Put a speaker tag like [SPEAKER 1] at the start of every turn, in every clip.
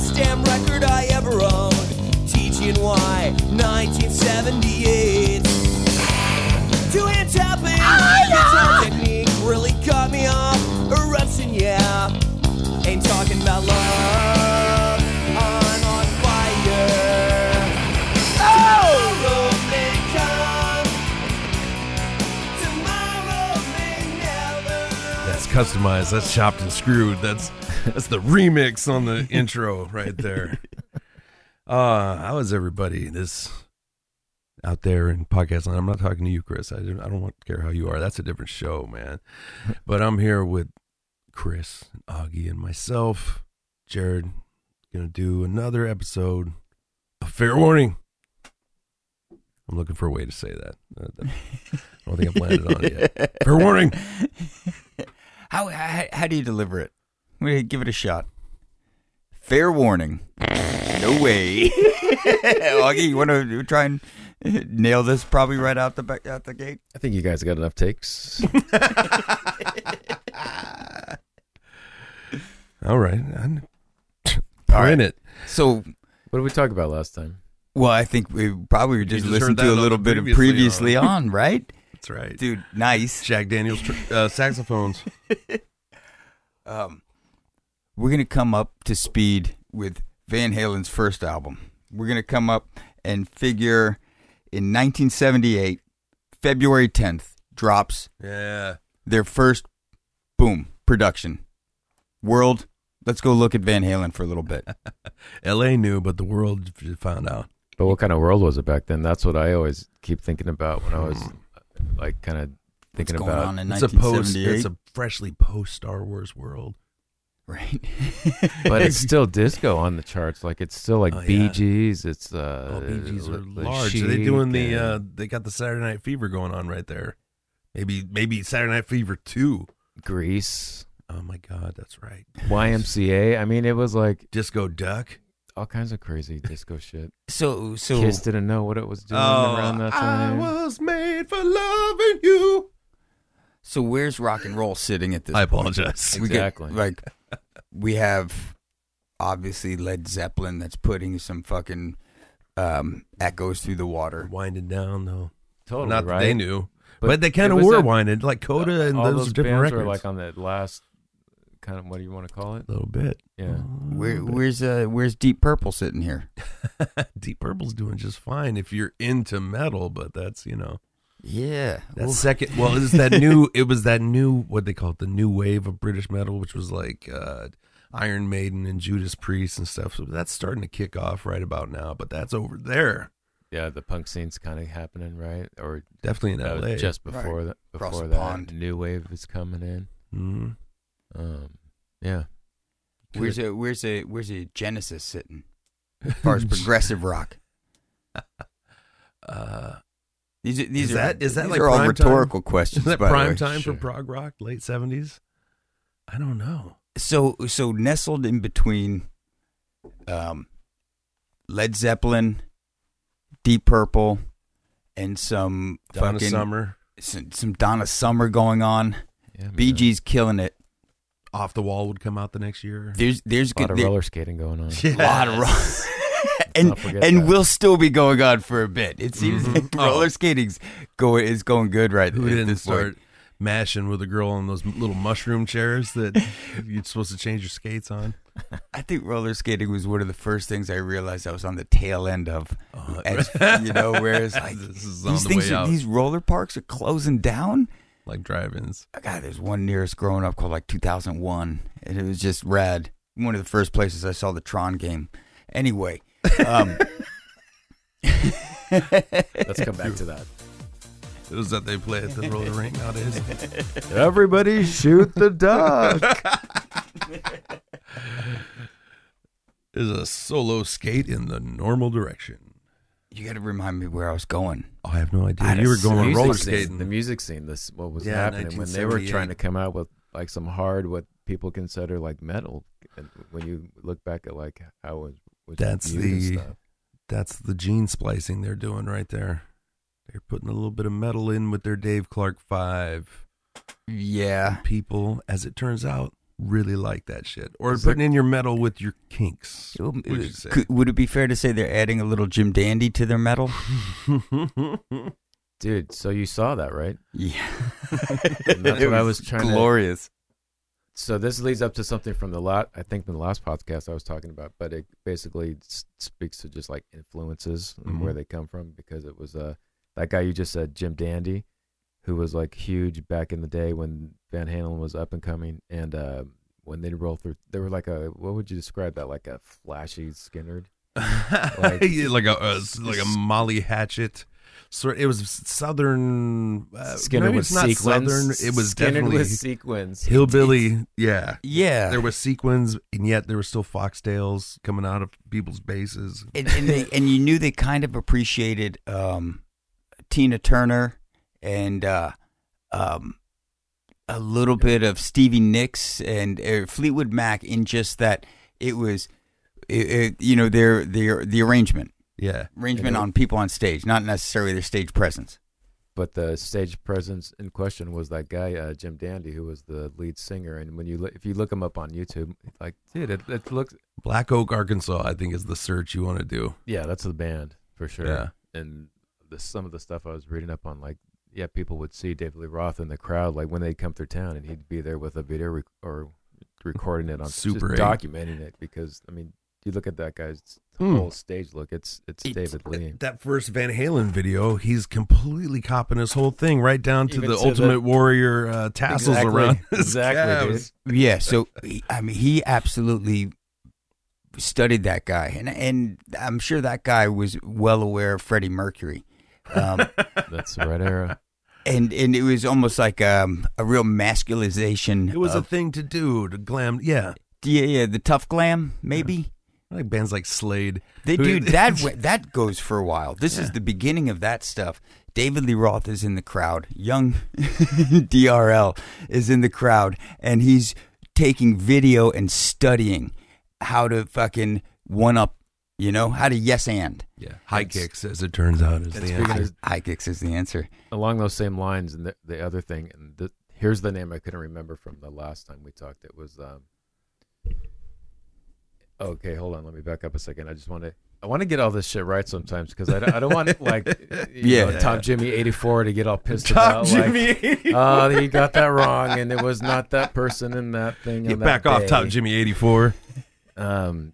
[SPEAKER 1] record I ever owned. TGNY 1978. Two hand tapping, guitar technique really cut me off. Eruption, yeah. Ain't talking about love. I'm on fire. Tomorrow may come. Tomorrow may never.
[SPEAKER 2] That's customized. That's chopped and screwed. That's that's the remix on the intro right there. Uh, how is everybody this out there in podcast land? I'm not talking to you, Chris. I don't, I don't want, care how you are. That's a different show, man. But I'm here with Chris, and Augie, and myself, Jared. Gonna do another episode of Fair Warning. I'm looking for a way to say that. Uh, that- I don't think I've landed on it yet. Fair warning.
[SPEAKER 3] How, how how do you deliver it? We give it a shot. Fair warning. No way. Augie, you want to try and uh, nail this probably right out the back, out the gate?
[SPEAKER 4] I think you guys got enough takes.
[SPEAKER 2] All right. I'm print it.
[SPEAKER 3] So,
[SPEAKER 4] what did we talk about last time?
[SPEAKER 3] well, I think we probably just,
[SPEAKER 2] just heard
[SPEAKER 3] listened
[SPEAKER 2] that
[SPEAKER 3] to a
[SPEAKER 2] on
[SPEAKER 3] little
[SPEAKER 2] the
[SPEAKER 3] bit of
[SPEAKER 2] previously uh,
[SPEAKER 3] previously on. right?
[SPEAKER 2] That's right.
[SPEAKER 3] Dude, nice.
[SPEAKER 2] Jack Daniels tr- uh, saxophones.
[SPEAKER 3] Um, we're gonna come up to speed with Van Halen's first album. We're gonna come up and figure in 1978, February 10th, drops
[SPEAKER 2] Yeah.
[SPEAKER 3] their first boom production. World, let's go look at Van Halen for a little bit.
[SPEAKER 2] L.A. knew, but the world f- found out.
[SPEAKER 4] But what kind of world was it back then? That's what I always keep thinking about when I was like kind of thinking
[SPEAKER 3] What's going
[SPEAKER 4] about.
[SPEAKER 3] on in
[SPEAKER 2] Hmm. It's a post.
[SPEAKER 3] 1978?
[SPEAKER 2] It's a freshly post Star Wars world.
[SPEAKER 3] right?
[SPEAKER 4] But it's still disco on the charts. Like it's still like
[SPEAKER 2] Oh, yeah.
[SPEAKER 4] Bee Gees. It's
[SPEAKER 2] Oh,
[SPEAKER 4] uh,
[SPEAKER 2] Bee Gees
[SPEAKER 4] Le-
[SPEAKER 2] are
[SPEAKER 4] Le
[SPEAKER 2] large. Are they
[SPEAKER 4] Chic
[SPEAKER 2] doing the?
[SPEAKER 4] and-
[SPEAKER 2] Uh, they got the Saturday Night Fever going on right there. Maybe maybe Saturday Night Fever two.
[SPEAKER 4] Grease,
[SPEAKER 2] Oh my God, that's right.
[SPEAKER 4] YMCA. I mean, it was like
[SPEAKER 2] Disco Duck.
[SPEAKER 4] all kinds of crazy disco shit.
[SPEAKER 3] So, so
[SPEAKER 4] Kiss didn't know what it was doing around that
[SPEAKER 2] Oh, I
[SPEAKER 4] time.
[SPEAKER 2] was made for loving you.
[SPEAKER 3] so where's rock and roll sitting at this?
[SPEAKER 2] I apologize.
[SPEAKER 3] We get-
[SPEAKER 4] Exactly.
[SPEAKER 3] like we have obviously Led Zeppelin that's putting some fucking um, echoes through the water.
[SPEAKER 2] Winding down though.
[SPEAKER 4] totally
[SPEAKER 2] Not
[SPEAKER 4] right.
[SPEAKER 2] that they knew, but,
[SPEAKER 4] But
[SPEAKER 2] they
[SPEAKER 4] it
[SPEAKER 2] kind of
[SPEAKER 4] was
[SPEAKER 2] were
[SPEAKER 4] that-
[SPEAKER 2] winded. Like Coda and
[SPEAKER 4] all
[SPEAKER 2] those,
[SPEAKER 4] those
[SPEAKER 2] are different
[SPEAKER 4] bands
[SPEAKER 2] records.
[SPEAKER 4] were like on that last kind of what do you want to call it?
[SPEAKER 2] a little bit.
[SPEAKER 4] Yeah.
[SPEAKER 3] Where, where's uh, where's Deep Purple sitting here?
[SPEAKER 2] Deep Purple's doing just fine if you're into metal, but that's you know
[SPEAKER 3] Yeah,
[SPEAKER 2] that
[SPEAKER 3] Oof.
[SPEAKER 2] second. Well, it's that new. It was that new what they call it the new wave of British metal, which was like uh, Iron Maiden and Judas Priest and stuff. So that's starting to kick off right about now. But that's over there,
[SPEAKER 4] Yeah, the punk scene's kind of happening, right? Or
[SPEAKER 2] definitely in
[SPEAKER 4] that was
[SPEAKER 2] L.A.
[SPEAKER 4] just
[SPEAKER 3] Right.
[SPEAKER 4] before that,
[SPEAKER 3] Across
[SPEAKER 4] before
[SPEAKER 3] the
[SPEAKER 4] that,
[SPEAKER 3] pond.
[SPEAKER 4] new wave is coming in.
[SPEAKER 2] Mhm.
[SPEAKER 4] Um, yeah,
[SPEAKER 3] Where's a where's a where's a Genesis sitting? As far as progressive rock,
[SPEAKER 2] Uh,
[SPEAKER 3] these are, these
[SPEAKER 2] Is
[SPEAKER 3] are
[SPEAKER 2] that- is that
[SPEAKER 3] these
[SPEAKER 2] like
[SPEAKER 3] are all
[SPEAKER 2] prime time?
[SPEAKER 3] rhetorical questions.
[SPEAKER 2] is that
[SPEAKER 3] by the
[SPEAKER 2] prime
[SPEAKER 3] way.
[SPEAKER 2] time
[SPEAKER 4] sure.
[SPEAKER 2] for prog rock, late seventies? I don't know.
[SPEAKER 3] So so nestled in between, um, Led Zeppelin, Deep Purple, and some
[SPEAKER 2] Donna
[SPEAKER 3] fucking
[SPEAKER 2] Summer,
[SPEAKER 3] Some, some Donna Summer going on.
[SPEAKER 4] yeah. man.
[SPEAKER 3] BG's killing it.
[SPEAKER 2] Off the Wall would come out the next year.
[SPEAKER 3] There's there's
[SPEAKER 4] a lot
[SPEAKER 3] good
[SPEAKER 4] of
[SPEAKER 3] there-
[SPEAKER 4] roller skating going on.
[SPEAKER 2] Yeah.
[SPEAKER 3] lot of rock. And
[SPEAKER 4] not forget
[SPEAKER 3] and
[SPEAKER 4] that.
[SPEAKER 3] will still be going on for a bit. It seems
[SPEAKER 2] Mhm.
[SPEAKER 3] like
[SPEAKER 2] Oh.
[SPEAKER 3] roller skating's going is going good right
[SPEAKER 2] Who
[SPEAKER 3] at
[SPEAKER 2] didn't
[SPEAKER 3] this point.
[SPEAKER 2] start mashing with a girl on those little mushroom chairs that you're supposed to change your skates on?
[SPEAKER 3] I think roller skating was one of the first things I realized I was on the tail end of.
[SPEAKER 2] Uh,
[SPEAKER 3] As- you know, whereas like
[SPEAKER 2] This is on
[SPEAKER 3] these
[SPEAKER 2] the
[SPEAKER 3] things,
[SPEAKER 2] way
[SPEAKER 3] are-
[SPEAKER 2] out.
[SPEAKER 3] these roller parks are closing down. Oh,
[SPEAKER 2] Like drive-ins.
[SPEAKER 3] God, there's one nearest growing up called like 2001, and it was just rad. One of the first places I saw the Tron game. Anyway, um,
[SPEAKER 4] Let's come back to that.
[SPEAKER 2] It was that they play at the roller rink nowadays.
[SPEAKER 4] Everybody shoot the duck.
[SPEAKER 2] There's a solo skate in the normal direction.
[SPEAKER 3] you got to remind me where I was going.
[SPEAKER 2] Oh, I have no idea.
[SPEAKER 3] I'd
[SPEAKER 2] you were
[SPEAKER 3] have
[SPEAKER 2] going
[SPEAKER 3] seen
[SPEAKER 2] roller
[SPEAKER 3] these
[SPEAKER 2] skating.
[SPEAKER 4] the music scene. This what was
[SPEAKER 2] Yeah,
[SPEAKER 4] happening when they were
[SPEAKER 2] 1978.
[SPEAKER 4] trying to come out with like some hard, what people consider like metal. And when you look back at like how it was, was
[SPEAKER 2] That's
[SPEAKER 4] viewed and
[SPEAKER 2] the-
[SPEAKER 4] stuff.
[SPEAKER 2] That's the gene splicing they're doing right there. They're putting a little bit of metal in with their Dave Clark 5
[SPEAKER 3] Yeah,
[SPEAKER 2] people. As it turns out, really like that shit, or putting in your metal with your kinks.
[SPEAKER 3] So,
[SPEAKER 2] would you say?
[SPEAKER 3] could- would Oh, it be fair to say they're adding a little Jim Dandy to their metal?
[SPEAKER 4] dude. So you saw that, right?
[SPEAKER 3] Yeah,
[SPEAKER 4] And that's
[SPEAKER 3] It
[SPEAKER 4] what I was trying to-
[SPEAKER 3] Glorious.
[SPEAKER 4] So this leads up to something from the lot. I think from the last podcast I was talking about, but it basically s- speaks to just like influences and where
[SPEAKER 2] Mhm.
[SPEAKER 4] they come from because it was uh that guy you just said, Jim Dandy, who was like huge back in the day when Van Halen was up and coming, and uh, when they rolled through, they were like a what would you describe that like a flashy Skinner?
[SPEAKER 2] like, yeah, like a, a like a Molly Hatchet. Sort. It was southern. Uh,
[SPEAKER 4] Skinner
[SPEAKER 2] maybe
[SPEAKER 4] was
[SPEAKER 2] it's not
[SPEAKER 4] sequins.
[SPEAKER 2] southern. It was
[SPEAKER 4] Skinner
[SPEAKER 2] definitely
[SPEAKER 4] was sequins.
[SPEAKER 2] hillbilly. Yeah.
[SPEAKER 3] Yeah,
[SPEAKER 2] There was sequins, and yet there were still foxtails coming out of people's bases.
[SPEAKER 3] and and, they, and you knew they kind of appreciated um, Tina Turner and uh, um, a little bit of Stevie Nicks and uh, Fleetwood Mac in just that it was, it, it, you know, their their the arrangement
[SPEAKER 2] Yeah.
[SPEAKER 3] arrangement
[SPEAKER 4] Yeah.
[SPEAKER 3] on people on stage, not necessarily their stage presence.
[SPEAKER 4] but the stage presence in question was that guy uh, Jim Dandy, who was the lead singer. And when you lo- if you look him up on YouTube, like dude, it, it looks
[SPEAKER 2] Black Oak, Arkansas, I think is the search you want to do.
[SPEAKER 4] yeah, that's the band for sure.
[SPEAKER 2] Yeah.
[SPEAKER 4] And the, some of the stuff I was reading up on, like yeah, people would see David Lee Roth in the crowd, like when they'd come through town, and he'd be there with a video rec- or recording it on
[SPEAKER 2] Super
[SPEAKER 4] just
[SPEAKER 2] eight.
[SPEAKER 4] documenting it because I mean, you look at that guy's
[SPEAKER 2] Hmm.
[SPEAKER 4] whole stage look. It's it's David Lee.
[SPEAKER 2] That first Van Halen video, he's completely copping his whole thing right down to
[SPEAKER 4] Even
[SPEAKER 2] the
[SPEAKER 4] to
[SPEAKER 2] Ultimate
[SPEAKER 4] the-
[SPEAKER 2] Warrior uh, tassels
[SPEAKER 4] Exactly.
[SPEAKER 2] around. his
[SPEAKER 4] Exactly, dude.
[SPEAKER 2] calves.
[SPEAKER 3] Yeah, so he- I mean, he absolutely studied that guy, and and I'm sure that guy was well aware of Freddie Mercury. Um,
[SPEAKER 4] That's the right era.
[SPEAKER 3] and and it was almost like um, a real masculization.
[SPEAKER 2] It was a
[SPEAKER 3] of-
[SPEAKER 2] thing to do to glam. Yeah,
[SPEAKER 3] yeah, yeah, the tough glam maybe.
[SPEAKER 2] I like bands like Slade.
[SPEAKER 3] They
[SPEAKER 2] Who-
[SPEAKER 3] dude that went, that goes for a while. This is the beginning of that stuff. David Lee Roth is in the crowd. Young DRL is in the crowd, and he's taking video and studying how to fucking one up. You know how to yes and.
[SPEAKER 2] yeah, high kicks, as it turns out, is the
[SPEAKER 4] speaking
[SPEAKER 2] answer.
[SPEAKER 4] of-
[SPEAKER 3] High kicks is the answer.
[SPEAKER 4] along those same lines, and the, the other thing, and the, here's the name I couldn't remember from the last time we talked. It was um, okay. Hold on, let me back up a second. I just want to. I want to get all this shit right sometimes because I, don't- I don't want it like yeah
[SPEAKER 3] Yeah.
[SPEAKER 4] Tom Jimmy eighty four to get all pissed about like oh you got that wrong and it was not that person in that thing
[SPEAKER 2] Yeah,
[SPEAKER 4] on that
[SPEAKER 2] back off,
[SPEAKER 4] day."
[SPEAKER 2] Top Jimmy eighty four.
[SPEAKER 4] um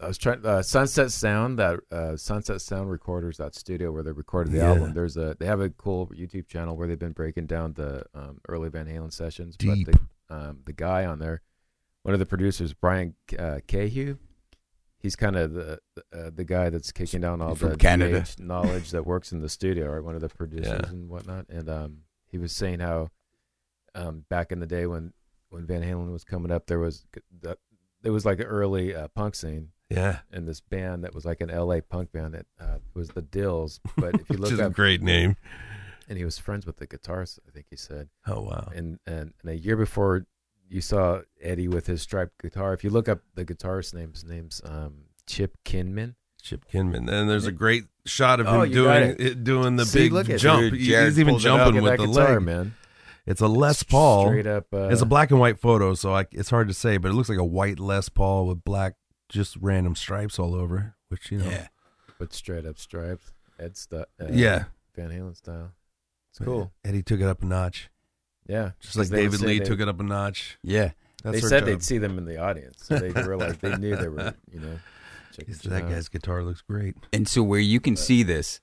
[SPEAKER 4] I was trying uh, Sunset Sound that uh, Sunset Sound Recorders that studio where they recorded the
[SPEAKER 2] Yeah.
[SPEAKER 4] album. There's a they have a cool YouTube channel where they've been breaking down the um, early Van Halen sessions.
[SPEAKER 2] Deep.
[SPEAKER 4] But the um, the guy on there, one of the producers, Brian uh, Cahue, he's kind of the uh, the guy that's kicking down all
[SPEAKER 3] From
[SPEAKER 4] the
[SPEAKER 3] Canada.
[SPEAKER 4] VH knowledge that works in the studio, right? One of the producers
[SPEAKER 2] Yeah.
[SPEAKER 4] and whatnot. And um, he was saying how um, back in the day when when Van Halen was coming up, there was the, there was like an early uh, punk scene
[SPEAKER 2] Yeah,
[SPEAKER 4] and this band that was like an LA punk band that uh, was the Dills. But if
[SPEAKER 2] which
[SPEAKER 4] you look
[SPEAKER 2] is a
[SPEAKER 4] up,
[SPEAKER 2] great name.
[SPEAKER 4] and he was friends with the guitarist, I think he said.
[SPEAKER 2] Oh wow,
[SPEAKER 4] And, and and a year before, you saw Eddie with his striped guitar. If you look up the guitarist's name, his name's um, Chip Kinman.
[SPEAKER 2] Chip Kinman. And there's a great shot of
[SPEAKER 4] Oh,
[SPEAKER 2] him
[SPEAKER 4] you got
[SPEAKER 2] doing
[SPEAKER 4] it.
[SPEAKER 2] it, doing the
[SPEAKER 4] See,
[SPEAKER 2] big
[SPEAKER 4] look at-
[SPEAKER 2] jump.
[SPEAKER 3] Dude,
[SPEAKER 2] He-
[SPEAKER 3] Jared
[SPEAKER 2] He's even
[SPEAKER 3] pulled it up.
[SPEAKER 2] jumping
[SPEAKER 4] Look
[SPEAKER 2] with
[SPEAKER 4] at
[SPEAKER 2] the
[SPEAKER 4] that guitar,
[SPEAKER 2] leg.
[SPEAKER 4] man.
[SPEAKER 2] It's a Les Paul.
[SPEAKER 4] Straight up. Uh,
[SPEAKER 2] it's a black and white photo, so I, it's hard to say, but it looks like a white Les Paul with black, just random stripes all over. Which you know,
[SPEAKER 3] Yeah.
[SPEAKER 4] but straight up stripes. Ed stu- uh,
[SPEAKER 2] Yeah.
[SPEAKER 4] Van Halen style. It's cool.
[SPEAKER 2] Eddie took it up a notch,
[SPEAKER 4] Yeah,
[SPEAKER 2] just like
[SPEAKER 4] 'Cause they would
[SPEAKER 2] David
[SPEAKER 4] say
[SPEAKER 2] Lee
[SPEAKER 4] they-
[SPEAKER 2] took it up a notch.
[SPEAKER 3] Yeah.
[SPEAKER 2] That's
[SPEAKER 4] they
[SPEAKER 2] her
[SPEAKER 4] said
[SPEAKER 2] job.
[SPEAKER 4] they'd see them in the audience, so they were like, they knew they were, you know. checking
[SPEAKER 2] He said, that
[SPEAKER 4] out.
[SPEAKER 2] guy's guitar looks great.
[SPEAKER 3] And so where you can see this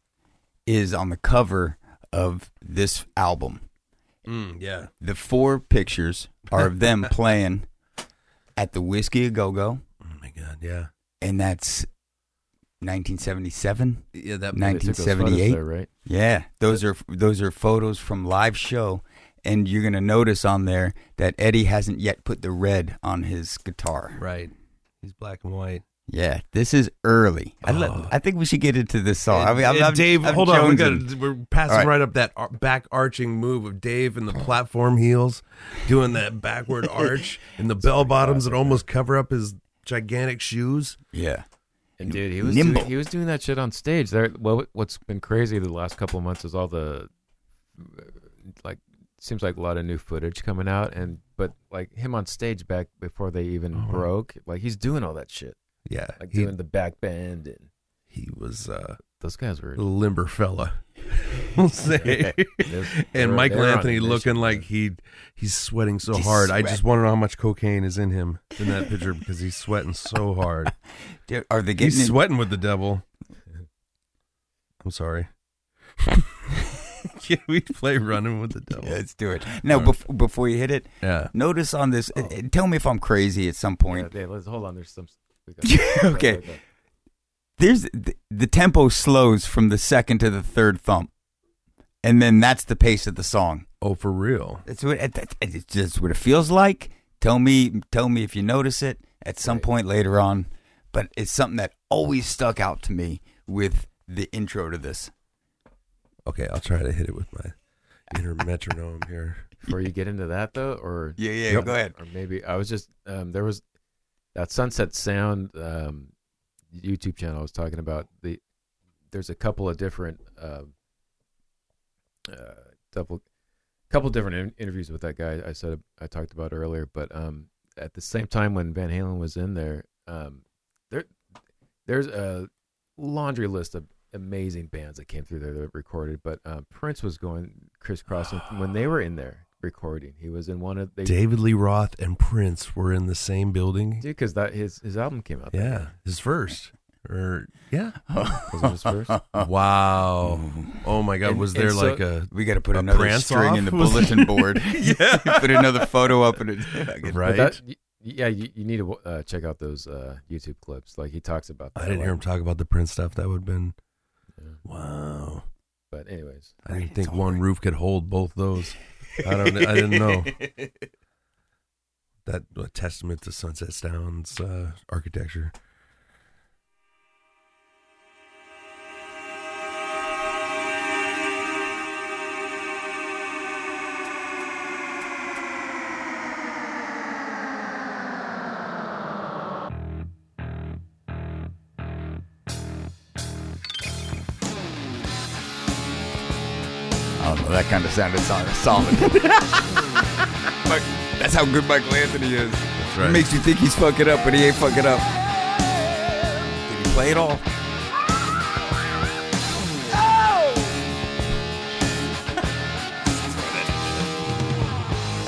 [SPEAKER 3] is on the cover of this album.
[SPEAKER 4] Mm,
[SPEAKER 2] yeah,
[SPEAKER 3] The four pictures are of them playing at the Whiskey a Go Go,
[SPEAKER 2] oh my god, yeah,
[SPEAKER 3] and that's 1977.
[SPEAKER 2] yeah. That
[SPEAKER 4] They took those photos
[SPEAKER 3] 1978.
[SPEAKER 4] there, right?
[SPEAKER 3] Yeah, those are those are photos from live show, and you're gonna notice on there that Eddie hasn't yet put the red on his guitar.
[SPEAKER 2] right. He's black and white.
[SPEAKER 3] Yeah, this is early. I, lo-
[SPEAKER 2] Oh.
[SPEAKER 3] I think we should get into this song. I
[SPEAKER 2] And-
[SPEAKER 3] mean, I'm,
[SPEAKER 2] and
[SPEAKER 3] I'm,
[SPEAKER 2] Dave,
[SPEAKER 3] I'm
[SPEAKER 2] hold on. We
[SPEAKER 3] jonesing.
[SPEAKER 2] got, we're passing
[SPEAKER 3] All right.
[SPEAKER 2] right up that ar- back arching move of Dave and the platform heels doing that backward arch and the bell
[SPEAKER 3] uh,
[SPEAKER 2] bottoms that almost cover up his gigantic shoes.
[SPEAKER 3] Yeah.
[SPEAKER 4] And dude, he was
[SPEAKER 3] nimble.
[SPEAKER 4] doing, he was doing that shit on stage. There, well, what's been crazy the last couple of months is all the uh, like seems like a lot of new footage coming out, and but like him on stage back before they even
[SPEAKER 2] Uh-huh.
[SPEAKER 4] broke, like he's doing all that shit,
[SPEAKER 2] Yeah,
[SPEAKER 4] like
[SPEAKER 2] he,
[SPEAKER 4] doing the back bend, and
[SPEAKER 2] he was uh,
[SPEAKER 4] those guys were.
[SPEAKER 2] a limber fella. We'll say. and Michael Anthony looking like he he's sweating so
[SPEAKER 3] Just
[SPEAKER 2] hard. I
[SPEAKER 3] sweat.
[SPEAKER 2] just want to know how much cocaine is in him in that picture because he's sweating so hard.
[SPEAKER 3] Dude, Are they getting
[SPEAKER 2] he's
[SPEAKER 3] in-
[SPEAKER 2] sweating with the devil. I'm sorry. Can we play running with the
[SPEAKER 3] Yeah,
[SPEAKER 2] devil?
[SPEAKER 3] Let's do it. Now, bef- before you hit it,
[SPEAKER 2] Yeah.
[SPEAKER 3] notice on this. uh, uh, tell me if I'm crazy at some point.
[SPEAKER 4] Yeah, let's hold on. There's some. we got-
[SPEAKER 3] okay. There's the, the tempo slows from the second to the third thump, and then that's the pace of the song.
[SPEAKER 2] Oh, for real.
[SPEAKER 3] That's what it- that- it's just what it feels like. Tell me, tell me if you notice it at some
[SPEAKER 4] Right.
[SPEAKER 3] point later on. But it's something that always stuck out to me with the intro to this.
[SPEAKER 2] Okay, I'll try to hit it with my inner metronome here.
[SPEAKER 4] Before you get into that though, or
[SPEAKER 3] Yeah, yeah.
[SPEAKER 2] Yep.
[SPEAKER 3] Go ahead.
[SPEAKER 4] or maybe I was just um, there was that Sunset Sound um, YouTube channel I was talking about. The there's a couple of different um uh, double, couple different in- interviews with that guy I said I talked about earlier. But um, at the same time when Van Halen was in there, um, there there's a laundry list of amazing bands that came through there that recorded. But um, Prince was going crisscrossing when they were in there recording. He was in one of they
[SPEAKER 2] David Lee Roth and Prince were in the same building.
[SPEAKER 4] Dude, because that his his album came out. that
[SPEAKER 2] Yeah, his first. Or yeah.
[SPEAKER 4] was it his first.
[SPEAKER 2] Wow. Oh my God.
[SPEAKER 4] Mm-hmm. And-
[SPEAKER 2] Was
[SPEAKER 4] and
[SPEAKER 2] there
[SPEAKER 4] so-
[SPEAKER 2] like a
[SPEAKER 3] We got to put
[SPEAKER 2] A
[SPEAKER 3] another
[SPEAKER 2] prance
[SPEAKER 3] string
[SPEAKER 2] off?
[SPEAKER 3] in the
[SPEAKER 2] Was-
[SPEAKER 3] bulletin board. yeah, put another photo up in it.
[SPEAKER 4] But
[SPEAKER 2] right?
[SPEAKER 4] that- y- yeah, you, you need to uh, check out those uh, YouTube clips. Like he talks about. That
[SPEAKER 2] I didn't
[SPEAKER 4] a
[SPEAKER 2] hear him
[SPEAKER 4] lot.
[SPEAKER 2] talk about the Prince stuff. That would have been
[SPEAKER 4] Yeah.
[SPEAKER 2] wow.
[SPEAKER 4] But anyways,
[SPEAKER 2] I didn't
[SPEAKER 3] It's
[SPEAKER 2] think
[SPEAKER 3] all
[SPEAKER 2] one
[SPEAKER 3] right.
[SPEAKER 2] roof could hold both those. I don't. I didn't know that a testament to Sunset Sound's uh, architecture.
[SPEAKER 3] I don't know. Um, That kind of sounded sol- solid. but that's how good Michael Anthony is.
[SPEAKER 2] That's
[SPEAKER 3] It makes you think he's fucking up, but he ain't fucking up. Did he play it all?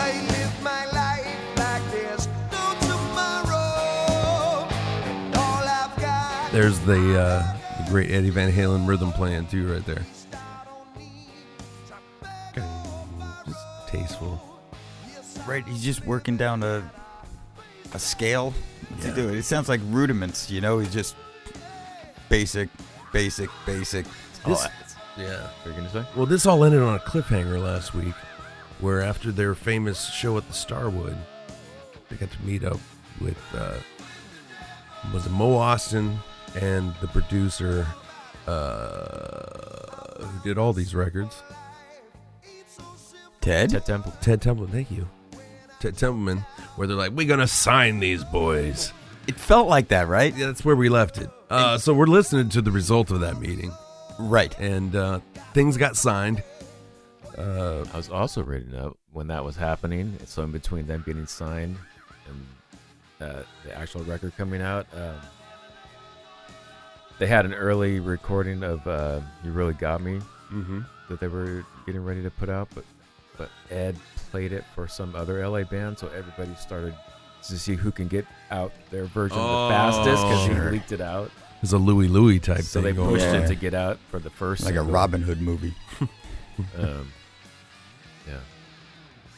[SPEAKER 1] I live my life like there's no tomorrow. And all I've got
[SPEAKER 2] There's the, uh, the great Eddie Van Halen rhythm playing too, right there.
[SPEAKER 1] is I don't need
[SPEAKER 2] Kinda Just tasteful.
[SPEAKER 3] Right, he's just working down a a scale to do it. It sounds like rudiments, you know. He's just basic, basic, basic.
[SPEAKER 2] This-
[SPEAKER 3] Oh,
[SPEAKER 2] Yeah.
[SPEAKER 4] you're gonna say
[SPEAKER 2] Well, this all ended on a cliffhanger last week, where after their famous show at the Starwood, they got to meet up with uh, was it Mo Austin and the producer uh, who did all these records,
[SPEAKER 3] Ted.
[SPEAKER 4] Ted Temple.
[SPEAKER 2] Ted Templeman. Thank you, Ted Templeman. Where they're like, "We're gonna sign these boys."
[SPEAKER 3] It felt like that, right?
[SPEAKER 2] Yeah, that's where we left it. Uh, so we're listening to the result of that meeting,
[SPEAKER 3] Right.
[SPEAKER 2] and uh, things got signed. Uh,
[SPEAKER 4] I was also reading up when that was happening. So in between them getting signed and uh, the actual record coming out, um, they had an early recording of uh, "You Really Got Me"
[SPEAKER 2] mm-hmm.
[SPEAKER 4] that they were getting ready to put out, but but Ed played it for some other LA band, so everybody started to see who can get out their version the fastest because
[SPEAKER 2] Oh.
[SPEAKER 4] he leaked it out.
[SPEAKER 2] It's a Louie Louie type
[SPEAKER 4] so they
[SPEAKER 2] thing going
[SPEAKER 4] pushed
[SPEAKER 2] on.
[SPEAKER 4] it to get out for the first,
[SPEAKER 3] Like a
[SPEAKER 4] single.
[SPEAKER 3] Robin Hood movie.
[SPEAKER 4] Um, yeah,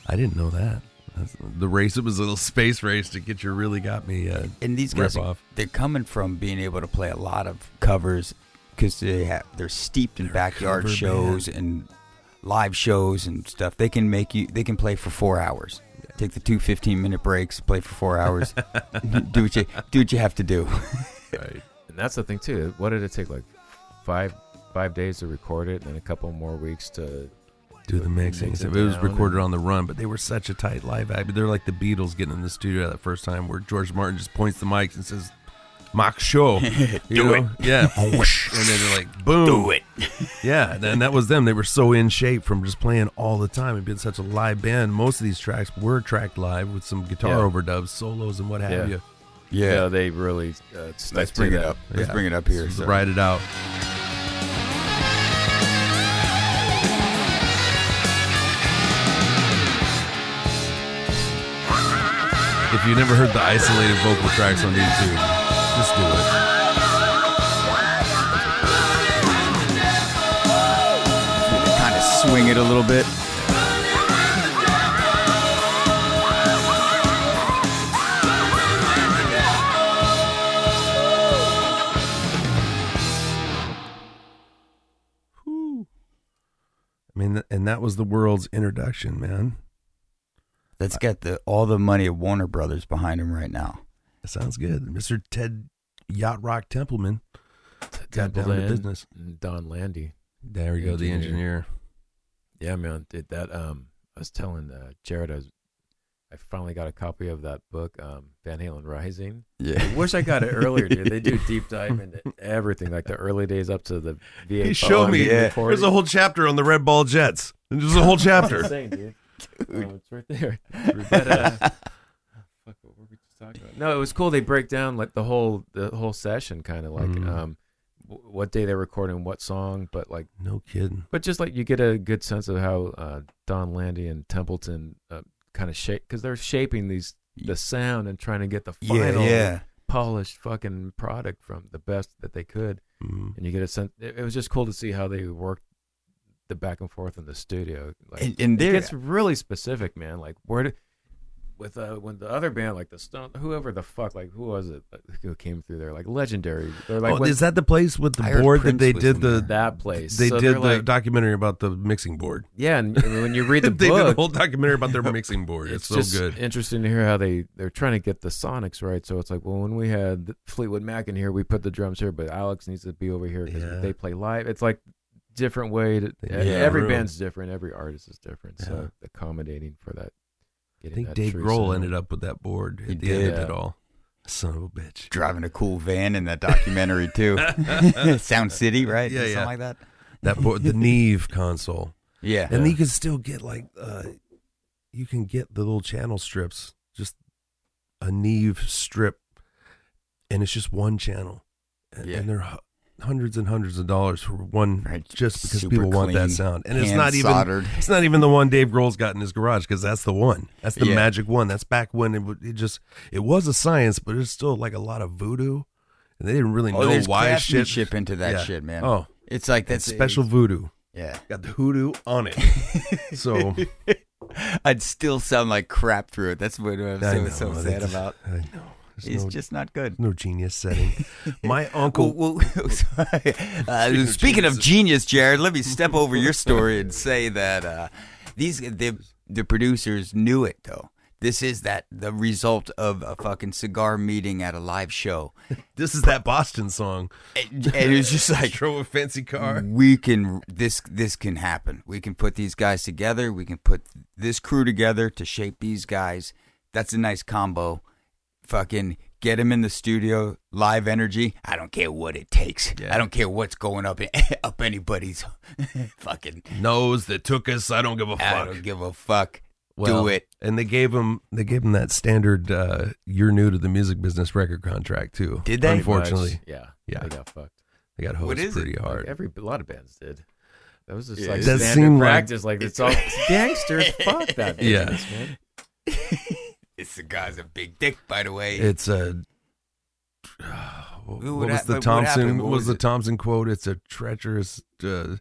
[SPEAKER 2] I didn't know that. That's, the race it was a little space race to get your really got me uh,
[SPEAKER 3] And these
[SPEAKER 2] rip
[SPEAKER 3] guys,
[SPEAKER 2] off.
[SPEAKER 3] they're coming from being able to play a lot of covers because they have they're steeped in
[SPEAKER 2] They're a
[SPEAKER 3] backyard
[SPEAKER 2] cover
[SPEAKER 3] shows and live shows and stuff. They can make you they can play for four hours. Take the two 15 minute breaks, play for four hours, do what you do what you have to do.
[SPEAKER 2] Right.
[SPEAKER 4] and that's the thing too. What did it take? Like five five days to record it, and then a couple more weeks to
[SPEAKER 2] Do the mixing.
[SPEAKER 4] Mix
[SPEAKER 2] It,
[SPEAKER 4] it
[SPEAKER 2] was
[SPEAKER 4] down
[SPEAKER 2] recorded on the run, but they were such a tight live act. They're like the Beatles getting in the studio that first time, where George Martin just points the mics and says, "Mock show, do
[SPEAKER 3] it.
[SPEAKER 2] Yeah, and then they're like, "Boom,
[SPEAKER 3] it.
[SPEAKER 2] Yeah, and that was them. They were so in shape from just playing all the time and being such a live band. Most of these tracks were tracked live with some guitar
[SPEAKER 4] Yeah.
[SPEAKER 2] overdubs, solos, and what have
[SPEAKER 4] Yeah.
[SPEAKER 2] you.
[SPEAKER 3] Yeah.
[SPEAKER 4] So they really uh, stuck
[SPEAKER 3] Let's
[SPEAKER 4] to
[SPEAKER 3] bring it
[SPEAKER 4] that.
[SPEAKER 3] up. Let's
[SPEAKER 2] Yeah.
[SPEAKER 3] bring it up here.
[SPEAKER 2] So
[SPEAKER 3] so.
[SPEAKER 2] Ride it out. If you never heard the isolated vocal tracks on YouTube, just do it.
[SPEAKER 3] kind of swing it a little bit.
[SPEAKER 2] I mean, th- and that was the world's introduction, man.
[SPEAKER 3] That's got the all the money of Warner Brothers behind him right now.
[SPEAKER 2] That sounds good. Mr. Ted Yacht Rock Templeman got down to
[SPEAKER 4] Timbaland
[SPEAKER 2] business.
[SPEAKER 4] and Don Landy.
[SPEAKER 2] There we go, the engineer.
[SPEAKER 4] Engineer. Yeah, man. Did that? Um, I was telling uh, Jared, I was, I finally got a copy of that book, um, Van Halen Rising.
[SPEAKER 3] Yeah.
[SPEAKER 4] I wish I got it earlier, dude. They do deep dive into everything, like the early days up to the VA.
[SPEAKER 2] He showed me.
[SPEAKER 3] yeah.
[SPEAKER 2] There's a whole chapter on the Red Ball Jets. There's a whole chapter.
[SPEAKER 4] Insane, dude. Um, it's right there. But, uh, fuck, what were we just talking about? No, it was cool. They break down like the whole the whole session, kind of like
[SPEAKER 2] Mhm.
[SPEAKER 4] um, w- what day they're recording, what song, but like,
[SPEAKER 2] no kidding.
[SPEAKER 4] but just like you get a good sense of how uh, Don Landy and Templeton uh, kind of shape because they're shaping these the sound and trying to get the
[SPEAKER 3] Yeah.
[SPEAKER 4] final
[SPEAKER 3] yeah.
[SPEAKER 4] polished fucking product from the best that they could.
[SPEAKER 2] Mm.
[SPEAKER 4] and you get a sense. It, it was just cool to see how they worked the back and forth in the studio. Like,
[SPEAKER 3] And- and
[SPEAKER 4] it
[SPEAKER 3] there-
[SPEAKER 4] gets really specific, man. Like where did with uh when the other band like the Stone, whoever the fuck, like who was it like, who came through there? Like legendary. They're like
[SPEAKER 2] oh,
[SPEAKER 4] what-
[SPEAKER 2] is that the place with the
[SPEAKER 3] I heard
[SPEAKER 2] board that
[SPEAKER 3] Prince
[SPEAKER 2] they
[SPEAKER 3] was
[SPEAKER 2] did
[SPEAKER 3] in
[SPEAKER 2] the
[SPEAKER 3] there.
[SPEAKER 4] that place.
[SPEAKER 2] they
[SPEAKER 4] So
[SPEAKER 2] did the
[SPEAKER 4] they're like,
[SPEAKER 2] documentary about the mixing board?
[SPEAKER 4] yeah, and, and when you read the
[SPEAKER 2] they
[SPEAKER 4] book,
[SPEAKER 2] did a whole documentary about their mixing board. It's, so
[SPEAKER 4] just
[SPEAKER 2] good.
[SPEAKER 4] Interesting to hear how they they're trying to get the sonics right. So it's like, well, when we had Fleetwood Mac in here, we put the drums here, but Alex needs to be over here because
[SPEAKER 2] Yeah.
[SPEAKER 4] they play live. It's like different way to
[SPEAKER 2] They
[SPEAKER 4] e-
[SPEAKER 2] need
[SPEAKER 3] a
[SPEAKER 4] every
[SPEAKER 2] room.
[SPEAKER 4] band's different, every artist is different.
[SPEAKER 2] Yeah.
[SPEAKER 4] So accommodating for that.
[SPEAKER 2] I
[SPEAKER 4] Getting
[SPEAKER 2] think
[SPEAKER 4] that
[SPEAKER 2] Dave
[SPEAKER 4] true
[SPEAKER 2] Grohl
[SPEAKER 4] sound.
[SPEAKER 2] ended up with that board at
[SPEAKER 3] He
[SPEAKER 2] the end of
[SPEAKER 4] did.
[SPEAKER 2] it all. Son of a bitch.
[SPEAKER 3] Driving a cool van in that documentary too. Sound City, right?
[SPEAKER 2] Yeah,
[SPEAKER 3] Something
[SPEAKER 2] yeah.
[SPEAKER 3] like that.
[SPEAKER 2] That board, the Neve console,
[SPEAKER 3] Yeah.
[SPEAKER 2] and you can still get like uh, you can get the little channel strips, just a Neve strip, and it's just one channel, and,
[SPEAKER 3] Yeah.
[SPEAKER 2] and they're hu- hundreds and hundreds of dollars for one,
[SPEAKER 3] Right,
[SPEAKER 2] just because
[SPEAKER 3] super
[SPEAKER 2] people want
[SPEAKER 3] clean,
[SPEAKER 2] that sound, and it's
[SPEAKER 3] hand
[SPEAKER 2] not even
[SPEAKER 3] soldered.
[SPEAKER 2] It's not even the one Dave Grohl's got in his garage because that's the one. That's the
[SPEAKER 3] Yeah.
[SPEAKER 2] magic one. That's back when it, would- it just it was a science, but it's still like a lot of voodoo, and they didn't really
[SPEAKER 3] Oh,
[SPEAKER 2] know
[SPEAKER 3] there's
[SPEAKER 2] why shit.
[SPEAKER 3] craftsmanship into that
[SPEAKER 2] Yeah.
[SPEAKER 3] shit, man.
[SPEAKER 2] Oh,
[SPEAKER 3] It's like
[SPEAKER 2] that's
[SPEAKER 3] that's a-
[SPEAKER 2] special voodoo.
[SPEAKER 3] yeah.
[SPEAKER 2] Got the hoodoo on it. so
[SPEAKER 3] I'd still sound like crap through it. That's what I'm
[SPEAKER 2] I
[SPEAKER 3] so,
[SPEAKER 2] know,
[SPEAKER 3] so
[SPEAKER 2] they
[SPEAKER 3] sad
[SPEAKER 2] just-
[SPEAKER 3] about.
[SPEAKER 2] I know. There's
[SPEAKER 3] It's
[SPEAKER 2] no,
[SPEAKER 3] just not good.
[SPEAKER 2] no genius setting. My uncle.
[SPEAKER 3] Well, well, sorry. Uh,
[SPEAKER 2] Speaking
[SPEAKER 3] speaking
[SPEAKER 2] of
[SPEAKER 3] of genius, Jared, let me step over your story and say that uh, these the the producers knew it though. This is that the result of a fucking cigar meeting at a live show,
[SPEAKER 2] this is that Boston song.
[SPEAKER 3] and, and it was just like
[SPEAKER 2] drove a fancy car.
[SPEAKER 3] we can this this can happen. We can put these guys together. We can put this crew together to shape these guys. That's a nice combo. Fucking get them in the studio, live energy. I don't care what it takes. I don't care what's going up in, up anybody's fucking.
[SPEAKER 2] Nose that took us. I don't give a
[SPEAKER 3] I
[SPEAKER 2] fuck.
[SPEAKER 3] don't give a fuck.
[SPEAKER 2] Well,
[SPEAKER 3] Do it.
[SPEAKER 2] And they gave him they gave him that standard uh, you're new to the music business record contract too.
[SPEAKER 3] Did they?
[SPEAKER 2] Unfortunately,
[SPEAKER 4] Pretty much, yeah,
[SPEAKER 2] Yeah.
[SPEAKER 4] they got fucked.
[SPEAKER 2] they got
[SPEAKER 3] What
[SPEAKER 2] hosed
[SPEAKER 3] is it?
[SPEAKER 2] pretty
[SPEAKER 4] Like,
[SPEAKER 2] hard.
[SPEAKER 4] every a lot of bands did. That was just
[SPEAKER 3] Yeah,
[SPEAKER 4] like
[SPEAKER 3] it
[SPEAKER 2] does
[SPEAKER 4] standard
[SPEAKER 2] seem like-
[SPEAKER 4] practice. Like, it's all gangsters. Fuck that.
[SPEAKER 2] Yeah.
[SPEAKER 4] Business, man.
[SPEAKER 3] This guy's a big dick, by the way.
[SPEAKER 2] it's a what,
[SPEAKER 3] What
[SPEAKER 2] was
[SPEAKER 3] hap-
[SPEAKER 2] the
[SPEAKER 3] what
[SPEAKER 2] Thompson?
[SPEAKER 3] happened?
[SPEAKER 2] What
[SPEAKER 3] What
[SPEAKER 2] was,
[SPEAKER 3] was
[SPEAKER 2] the
[SPEAKER 3] it?
[SPEAKER 2] Thompson quote? It's a treacherous uh,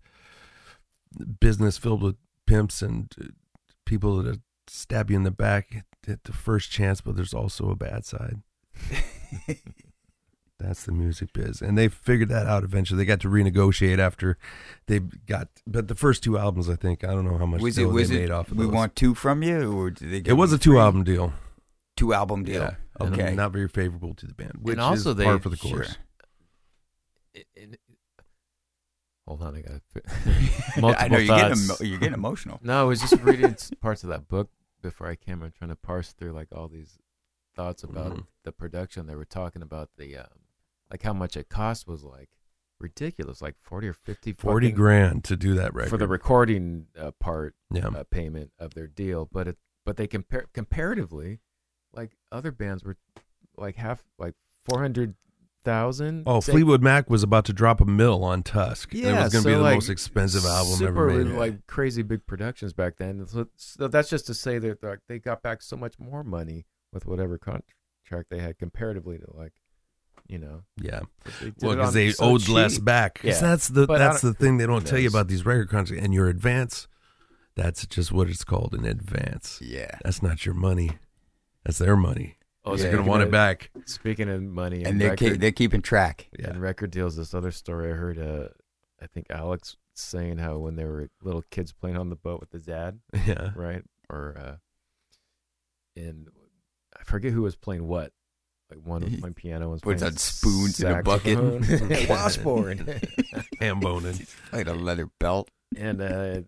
[SPEAKER 2] business filled with pimps and uh, people that stab you in the back at the first chance, but there's also a bad side. That's the music biz, and they figured that out eventually. They got to renegotiate after they got, but the first two albums, I think, I don't know how much
[SPEAKER 3] was it?
[SPEAKER 2] dough
[SPEAKER 3] Was
[SPEAKER 2] they
[SPEAKER 3] it?
[SPEAKER 2] made off of
[SPEAKER 3] we
[SPEAKER 2] those.
[SPEAKER 3] want two from you, or did they?
[SPEAKER 2] it was a two album deal.
[SPEAKER 3] two album deal.
[SPEAKER 2] and
[SPEAKER 3] Okay.
[SPEAKER 2] not very favorable to the band, which
[SPEAKER 4] also
[SPEAKER 2] is
[SPEAKER 4] they-
[SPEAKER 2] par for the
[SPEAKER 3] Sure.
[SPEAKER 2] course.
[SPEAKER 4] It- it- hold on, I got
[SPEAKER 3] I know
[SPEAKER 4] multiple
[SPEAKER 3] you're getting,
[SPEAKER 4] thoughts.
[SPEAKER 3] emo- you're getting emotional.
[SPEAKER 4] No, I was just reading s- parts of that book before I came. I'm trying to parse through like all these thoughts about
[SPEAKER 2] Mhm.
[SPEAKER 4] the production. They were talking about the um, like how much it cost was like ridiculous, like forty or fifty.
[SPEAKER 2] Forty
[SPEAKER 4] fucking-
[SPEAKER 2] grand to do that record
[SPEAKER 4] for the recording uh, part
[SPEAKER 2] Yeah,
[SPEAKER 4] uh, payment of their deal, but it but they compare comparatively, like other bands were like half like four hundred thousand.
[SPEAKER 2] Oh, Fleetwood Mac was about to drop a mill on Tusk. and it
[SPEAKER 4] Yeah,
[SPEAKER 2] was going to
[SPEAKER 4] so,
[SPEAKER 2] be the
[SPEAKER 4] like,
[SPEAKER 2] most expensive album
[SPEAKER 4] super,
[SPEAKER 2] ever made.
[SPEAKER 4] Like crazy big productions back then. So, so that's just to say that like they got back so much more money with whatever contract they had comparatively to like, you know,
[SPEAKER 2] yeah,
[SPEAKER 4] what they did
[SPEAKER 2] well,
[SPEAKER 4] it
[SPEAKER 2] because
[SPEAKER 4] on
[SPEAKER 2] they
[SPEAKER 4] so
[SPEAKER 2] owed less
[SPEAKER 4] cheap.
[SPEAKER 2] back. 'Cause
[SPEAKER 4] Yeah.
[SPEAKER 2] that's the
[SPEAKER 4] But I
[SPEAKER 2] that's the
[SPEAKER 4] don't-
[SPEAKER 2] thing they don't tell you
[SPEAKER 4] knows?
[SPEAKER 2] about these record contracts and your advance. That's just what it's called an advance.
[SPEAKER 3] Yeah.
[SPEAKER 2] That's not your money. That's their money.
[SPEAKER 4] Oh,
[SPEAKER 2] They're
[SPEAKER 3] Yeah,
[SPEAKER 2] going to want it back.
[SPEAKER 4] Speaking of money
[SPEAKER 3] And
[SPEAKER 4] and,
[SPEAKER 3] they're,
[SPEAKER 4] record,
[SPEAKER 3] ke- they're keeping track.
[SPEAKER 2] Yeah.
[SPEAKER 4] and record deals. This other story I heard, uh, I think Alex saying how when they were little kids playing on the boat with his dad,
[SPEAKER 2] Yeah.
[SPEAKER 4] right? Or uh, in I forget who was playing what. Like one was playing piano, one's
[SPEAKER 3] Puts
[SPEAKER 4] playing
[SPEAKER 3] out spoons in a bucket.
[SPEAKER 4] saxophone. washboard,
[SPEAKER 2] Ham boning.
[SPEAKER 3] Like a leather belt.
[SPEAKER 4] and uh,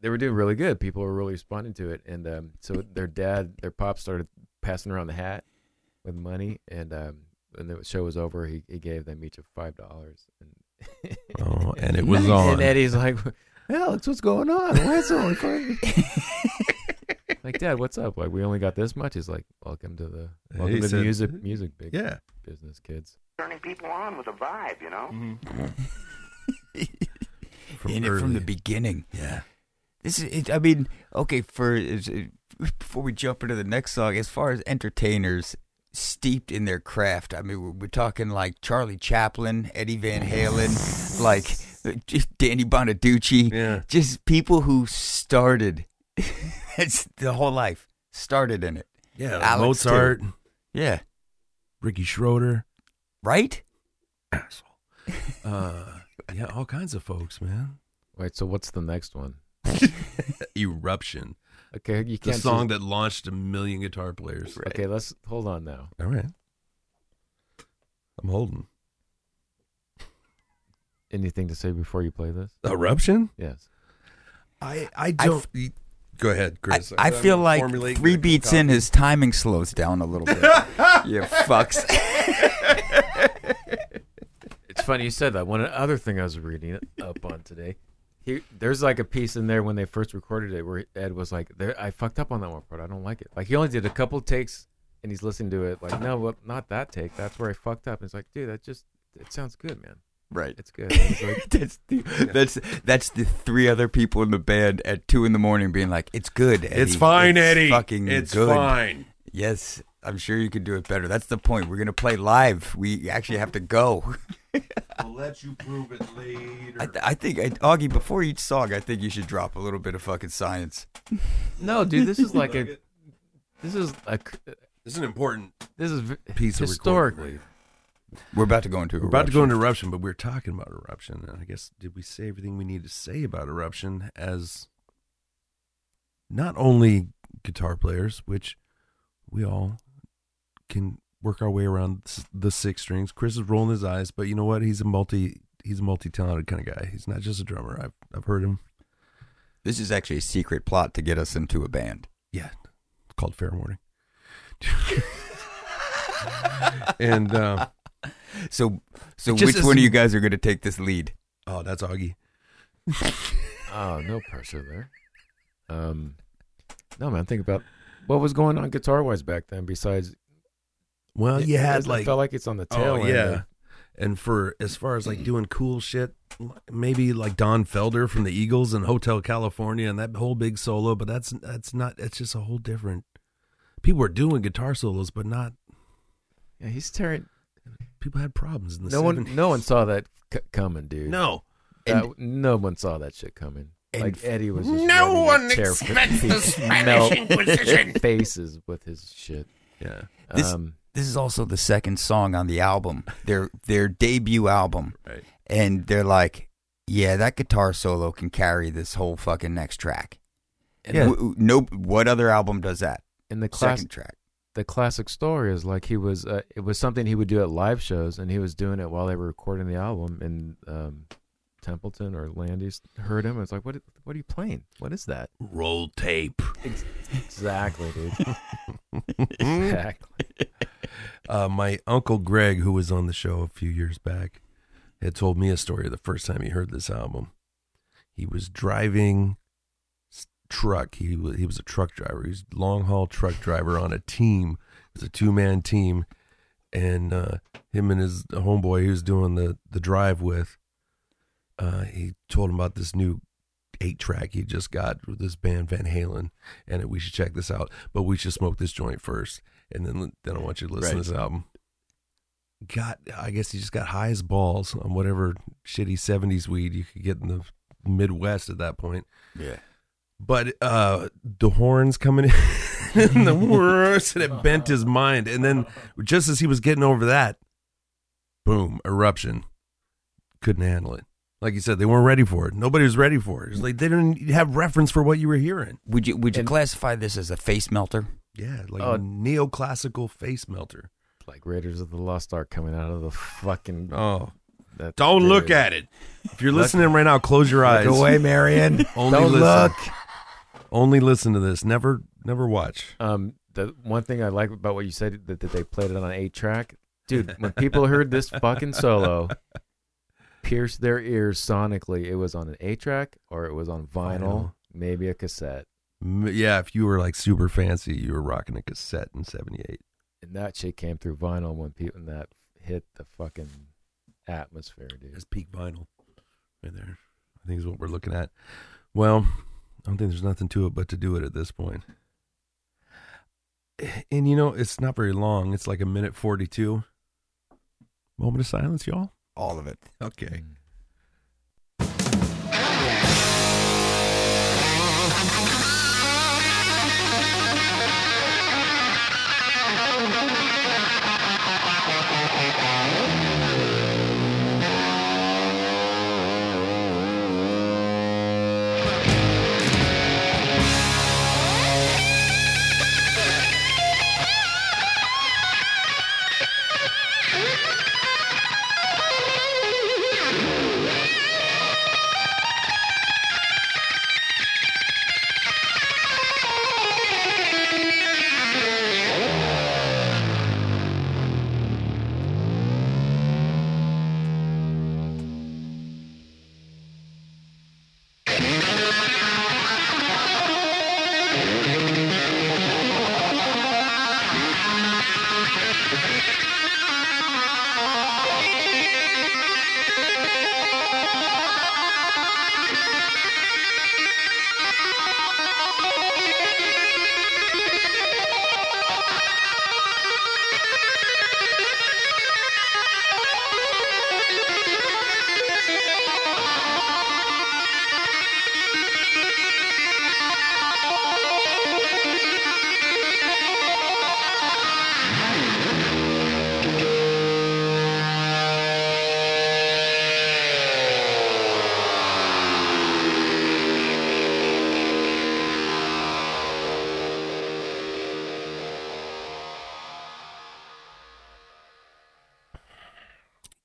[SPEAKER 4] they were doing really good. People were really responding to it, and um, so their dad, their pop, started passing around the hat with money, and um, when the show was over, he, he gave them each of five dollars. And
[SPEAKER 2] Oh, and it was
[SPEAKER 4] And
[SPEAKER 2] on.
[SPEAKER 4] Eddie's like, Alex, what's going on? Why is it only funny? like, Dad, what's up? Like, we only got this much. He's like, Welcome to the welcome
[SPEAKER 2] He
[SPEAKER 4] to
[SPEAKER 2] said- "Hmm?"
[SPEAKER 4] the music music big
[SPEAKER 2] Yeah.
[SPEAKER 4] business, kids.
[SPEAKER 5] turning people on with a vibe, you know?
[SPEAKER 2] From
[SPEAKER 3] in it from the
[SPEAKER 2] early.
[SPEAKER 3] beginning.
[SPEAKER 2] Yeah.
[SPEAKER 3] This is, it, I mean, okay. For is- before we jump into the next song, as far as entertainers steeped in their craft, I mean, we're, we're talking like Charlie Chaplin, Eddie Van Halen, like uh, just Danny Bonaducci,
[SPEAKER 2] Yeah.
[SPEAKER 3] just people who started. it's the whole life started in it.
[SPEAKER 2] Yeah. like
[SPEAKER 3] Alex, too.
[SPEAKER 2] Mozart,
[SPEAKER 3] Yeah,
[SPEAKER 2] Ricky Schroeder.
[SPEAKER 3] right.
[SPEAKER 2] Asshole. Uh, yeah, all kinds of folks, man.
[SPEAKER 4] Wait, so what's the next one?
[SPEAKER 2] Eruption.
[SPEAKER 4] Okay, you
[SPEAKER 2] The
[SPEAKER 4] can't
[SPEAKER 2] song
[SPEAKER 4] just-
[SPEAKER 2] that launched a million guitar players.
[SPEAKER 4] Okay, let's hold on now.
[SPEAKER 2] All right. I'm holding.
[SPEAKER 4] Anything to say before you play this?
[SPEAKER 2] Eruption?
[SPEAKER 4] Yes.
[SPEAKER 2] I I
[SPEAKER 3] don't-
[SPEAKER 2] y- Go ahead,
[SPEAKER 3] I,
[SPEAKER 2] Chris.
[SPEAKER 3] I
[SPEAKER 2] uh, I'm
[SPEAKER 3] feel like
[SPEAKER 2] formulating
[SPEAKER 3] three
[SPEAKER 2] a
[SPEAKER 3] beats in, his timing slows down a little bit. you fucks.
[SPEAKER 4] It's funny you said that. One other thing I was reading up on today. Here, there's like a piece in there when they first recorded it where Ed was like, there, "I fucked up on that one part. I don't like it." Like he only did a couple takes, and he's listening to it like, "No, well, not that take. That's where I fucked up." And it's like, "Dude, that just it sounds good, man.
[SPEAKER 3] Right.
[SPEAKER 4] It's good." And he's like,
[SPEAKER 3] that's the that's that's the three other people in the band at two in the morning being like, "It's good, Eddie.
[SPEAKER 2] It's fine,
[SPEAKER 3] It's
[SPEAKER 2] Eddie.
[SPEAKER 3] Fucking
[SPEAKER 2] it's
[SPEAKER 3] good.
[SPEAKER 2] fine.
[SPEAKER 3] Yes, I'm sure you could do it better. That's the point. We're gonna play live. We actually have to go.
[SPEAKER 2] I'll let you prove it later.
[SPEAKER 3] I, th- I think I, Augie, before each song, I think you should drop a little bit of fucking science.
[SPEAKER 4] "No, dude, this is like a this is a c-
[SPEAKER 2] This is an important.
[SPEAKER 4] this is v-
[SPEAKER 2] Piece of recording.
[SPEAKER 4] historically."
[SPEAKER 3] We're about to go into
[SPEAKER 2] We're about to go into eruption, but we are talking about eruption. And I guess did we say everything we need to say about eruption as not only guitar players, which we all can work our way around s- the six strings. Chris is rolling his eyes, but you know what? He's a multi he's a multi talented kind of guy. He's not just a drummer. I've I've heard him.
[SPEAKER 3] This is actually a secret plot to get us into a band.
[SPEAKER 2] Yeah, it's called Fair Warning. and uh,
[SPEAKER 3] So, so
[SPEAKER 2] Just
[SPEAKER 3] which
[SPEAKER 2] as-
[SPEAKER 3] one of you guys are gonna take this lead?
[SPEAKER 2] oh, that's Augie.
[SPEAKER 4] Oh, no pressure there. Um, no man, think about what was going on guitar wise back then. Besides,
[SPEAKER 2] Well, Oh, you
[SPEAKER 4] it-
[SPEAKER 2] had
[SPEAKER 4] it
[SPEAKER 2] like
[SPEAKER 4] felt like it's on the tail.
[SPEAKER 2] Oh
[SPEAKER 4] end
[SPEAKER 2] yeah.
[SPEAKER 4] of-
[SPEAKER 2] and for as far as like doing cool shit, maybe like Don Felder from the Eagles and Hotel California and that whole big solo, but that's that's not that's just a whole different. People are doing guitar solos, but not
[SPEAKER 4] yeah, he's tearing.
[SPEAKER 2] people had problems in the
[SPEAKER 4] no
[SPEAKER 2] 70s.
[SPEAKER 4] one no one saw that c- coming dude
[SPEAKER 2] no
[SPEAKER 4] That- no one saw that shit coming
[SPEAKER 3] And-
[SPEAKER 4] like eddie was just no one expects the spanish inquisition faces with his shit
[SPEAKER 2] yeah
[SPEAKER 3] This-
[SPEAKER 4] um
[SPEAKER 3] this is also the second song on the album, their their debut album,
[SPEAKER 2] Right.
[SPEAKER 3] and they're like, "Yeah, that guitar solo can carry this whole fucking next track."
[SPEAKER 4] and,
[SPEAKER 3] W-
[SPEAKER 4] the,
[SPEAKER 3] w- no, what other album does that?
[SPEAKER 4] and the class
[SPEAKER 3] Second track.
[SPEAKER 4] the classic story is like he was uh, it was something he would do at live shows and he was doing it while they were recording the album and um templeton or landis heard him and was like what what are you playing what is that
[SPEAKER 2] roll tape.
[SPEAKER 4] exactly dude exactly
[SPEAKER 2] Uh, my uncle Greg, who was on the show a few years back, had told me a story the first time he heard this album. He was driving s- truck. He was, he was a truck driver. He was a long haul truck driver on a team. It was a two man team, and uh, him and his homeboy he was doing the the drive with. Uh, he told him about this new eight track he just got with this band Van Halen, and that we should check this out. But we should smoke this joint first, and then then I want you to listen
[SPEAKER 3] Right.
[SPEAKER 2] to this album. Got I guess he just got high as balls on whatever shitty seventies weed you could get in the Midwest at that point.
[SPEAKER 3] Yeah.
[SPEAKER 2] But uh the horns coming in and the worst and it bent his mind. And then just as he was getting over that, boom, eruption. Couldn't handle it. Like you said, they weren't ready for it. Nobody was ready for it. It's like they didn't have reference for what you were hearing.
[SPEAKER 3] Would you would you
[SPEAKER 4] And-
[SPEAKER 3] classify this as a face melter?
[SPEAKER 2] Yeah, like
[SPEAKER 4] Oh.
[SPEAKER 2] neoclassical face melter.
[SPEAKER 4] like Raiders of the Lost Ark coming out of the fucking.
[SPEAKER 2] Oh.
[SPEAKER 4] that-
[SPEAKER 2] Don't look
[SPEAKER 4] dude.
[SPEAKER 2] at it. If you're listening right now, close your eyes.
[SPEAKER 3] Marion.
[SPEAKER 2] Only
[SPEAKER 4] Don't
[SPEAKER 2] listen.
[SPEAKER 4] look.
[SPEAKER 2] Only listen to this. Never never watch.
[SPEAKER 4] Um, the one thing I like about what you said that, that they played it on an eight track, dude. When people heard this fucking solo, pierce their ears sonically. It was on an eight track, or it was on vinyl,
[SPEAKER 2] Vinyl.
[SPEAKER 4] maybe a cassette,
[SPEAKER 2] M- Yeah, if you were like super fancy, you were rocking a cassette in '78.
[SPEAKER 4] and that shit came through vinyl when people and that hit the fucking atmosphere, dude.
[SPEAKER 2] That's peak vinyl, right there. I think is what we're looking at. Well, I don't think there's nothing to it but to do it at this point. And you know, it's not very long. It's like a minute forty-two. Moment of silence, y'all.
[SPEAKER 3] All of it.
[SPEAKER 2] Okay.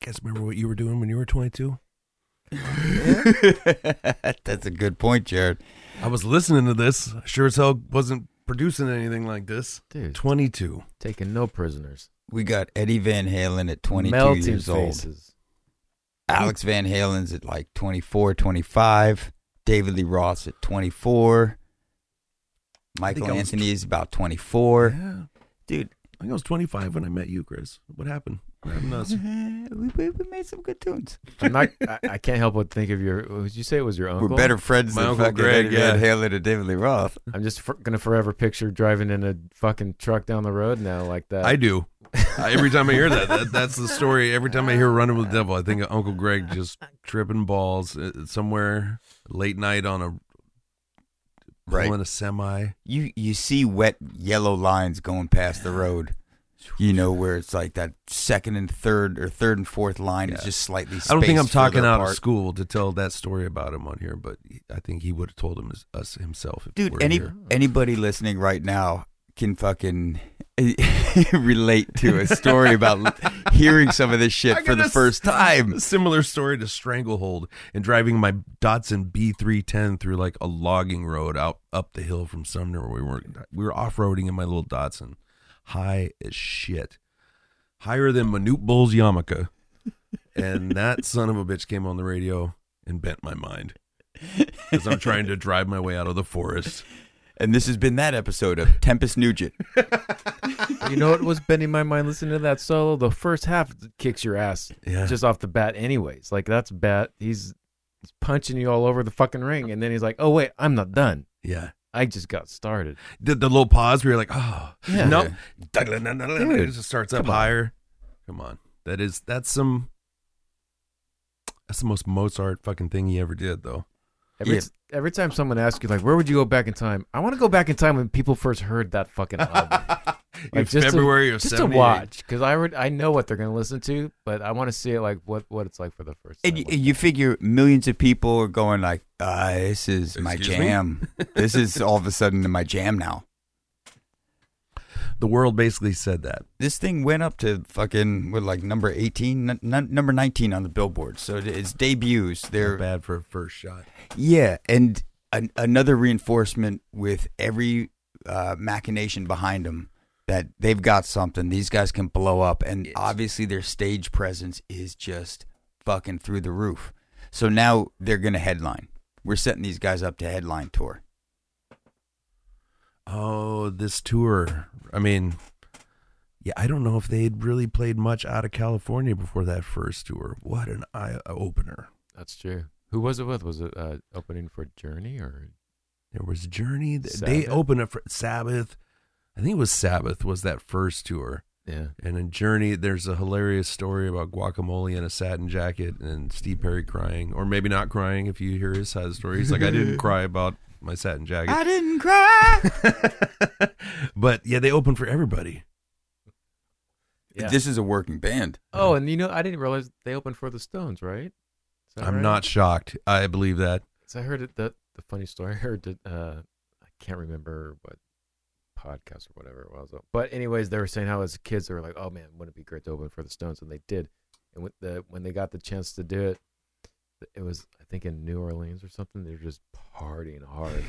[SPEAKER 2] Guys, remember what you were doing when you were twenty-two?
[SPEAKER 3] That's a good point, Jared.
[SPEAKER 2] I was listening to this. I Sure as hell wasn't producing anything like this.
[SPEAKER 4] Dude,
[SPEAKER 2] Twenty-two.
[SPEAKER 4] taking no prisoners.
[SPEAKER 3] We got Eddie Van Halen at 22
[SPEAKER 4] Melting
[SPEAKER 3] years old.
[SPEAKER 4] faces.
[SPEAKER 3] Alex Van Halen's at like 24, 25. David Lee Ross at 24. Michael
[SPEAKER 2] I was
[SPEAKER 3] Anthony is about 24.
[SPEAKER 2] Yeah.
[SPEAKER 3] Dude,
[SPEAKER 2] I think I was 25 when I met you, Chris. What happened? What happened to us?
[SPEAKER 3] we, we, we made some good tunes.
[SPEAKER 4] I'm not. I, I can't help but think of your. Would you say it was your uncle?
[SPEAKER 3] We're better friends
[SPEAKER 2] My
[SPEAKER 3] than
[SPEAKER 2] Uncle
[SPEAKER 3] fucking
[SPEAKER 2] Greg,
[SPEAKER 3] Eddie Van Halen and David Lee Roth.
[SPEAKER 4] I'm just for, gonna forever picture driving in a fucking truck down the road now, like that.
[SPEAKER 2] I do. I- every time I hear that, that, that's the story. Every time I hear "Running with the Devil," I think of Uncle Greg just tripping balls uh, somewhere late night on a
[SPEAKER 3] Right.
[SPEAKER 2] pulling a semi.
[SPEAKER 3] You you see wet yellow lines going past the road. You know where it's like that second and third or third and fourth line is
[SPEAKER 2] Yeah.
[SPEAKER 3] just slightly.
[SPEAKER 2] I don't think I'm
[SPEAKER 3] spaced further
[SPEAKER 2] talking out
[SPEAKER 3] apart.
[SPEAKER 2] of school to tell that story about him on here, but he- I think he would have told him his, us himself. If
[SPEAKER 3] dude
[SPEAKER 2] we're
[SPEAKER 3] any
[SPEAKER 2] here.
[SPEAKER 3] anybody listening right now can fucking relate to a story about hearing some of this
[SPEAKER 2] I
[SPEAKER 3] shit for
[SPEAKER 2] got
[SPEAKER 3] the
[SPEAKER 2] a s-
[SPEAKER 3] first time
[SPEAKER 2] A similar story to Stranglehold and driving my Datsun B310 through like a logging road out up the hill from Sumner where we were we were off-roading in my little Datsun. High as shit. Higher than Manute Bull's Yamaka. and that son of a bitch came on the radio and bent my mind as I'm trying to drive my way out of the forest.
[SPEAKER 3] And this has been that episode of Tempest Nugent.
[SPEAKER 4] You know what was bending my mind listening to that solo? The first half kicks your ass
[SPEAKER 2] Yeah.
[SPEAKER 4] just off the bat, anyways. Like that's bat. He's, he's punching you all over the fucking ring, and then he's like, "Oh wait, I'm not done.
[SPEAKER 2] yeah.
[SPEAKER 4] I just got started."
[SPEAKER 2] The, the little pause where you're like, oh,
[SPEAKER 4] Yeah.
[SPEAKER 2] no.
[SPEAKER 3] Yeah.
[SPEAKER 2] It just starts up
[SPEAKER 4] come on.
[SPEAKER 2] higher. Come on. That is, that's some, that's the most Mozart fucking thing he ever did, though.
[SPEAKER 4] Every,
[SPEAKER 3] Yeah.
[SPEAKER 4] every time someone asks you, like, where would you go back in time? I want to go back in time when people first heard that fucking album.
[SPEAKER 2] In
[SPEAKER 4] Like, just to-
[SPEAKER 2] February of
[SPEAKER 4] just to
[SPEAKER 2] 78.
[SPEAKER 4] watch, because I, would- I know what they're going to listen to, but I want to see it, like, what, what it's like for the first
[SPEAKER 3] And
[SPEAKER 4] time.
[SPEAKER 3] you, you figure millions of people are going like, uh, this is my
[SPEAKER 2] Excuse me?
[SPEAKER 3] jam. this is all of a sudden my jam now.
[SPEAKER 2] The world basically said that.
[SPEAKER 3] This thing went up to fucking what, like number 18, n- n- number 19 on the billboard. So it- it's debuts.
[SPEAKER 2] They're
[SPEAKER 3] They're
[SPEAKER 2] bad for a first shot.
[SPEAKER 3] Yeah, and an, another reinforcement with every uh, machination behind them that they've got something. These guys can blow up, and obviously their stage presence is just fucking through the roof. So now they're gonna headline. We're setting these guys up to headline tour.
[SPEAKER 2] Oh, this tour. I mean, yeah, I don't know if they had really played much out of California before that first tour. What an eye opener.
[SPEAKER 4] That's true. Who was it with? Was it uh, opening for Journey or
[SPEAKER 2] There was Journey. th- They
[SPEAKER 4] Sabbath?
[SPEAKER 2] opened up for Sabbath. I think it was Sabbath was that first tour.
[SPEAKER 4] yeah?
[SPEAKER 2] And in Journey, there's a hilarious story about guacamole and a satin jacket and Steve Perry crying, or maybe not crying if you hear his side story. He's like, I didn't cry about my satin jacket.
[SPEAKER 3] I didn't cry.
[SPEAKER 2] but yeah, they opened for everybody.
[SPEAKER 4] Yeah.
[SPEAKER 3] This is a working band.
[SPEAKER 4] Oh, and you know, I didn't realize they opened for the Stones, right? Is that
[SPEAKER 2] I'm
[SPEAKER 4] right?
[SPEAKER 2] not shocked. I believe that.
[SPEAKER 4] 'Cause I heard it, the the funny story. I heard that uh, I can't remember what podcast or whatever it was, but anyways, they were saying how as kids they were like, "Oh man, wouldn't it be great to open for the Stones?" And they did. And when the when they got the chance to do it, it was I think in New Orleans or something. They were just partying hard.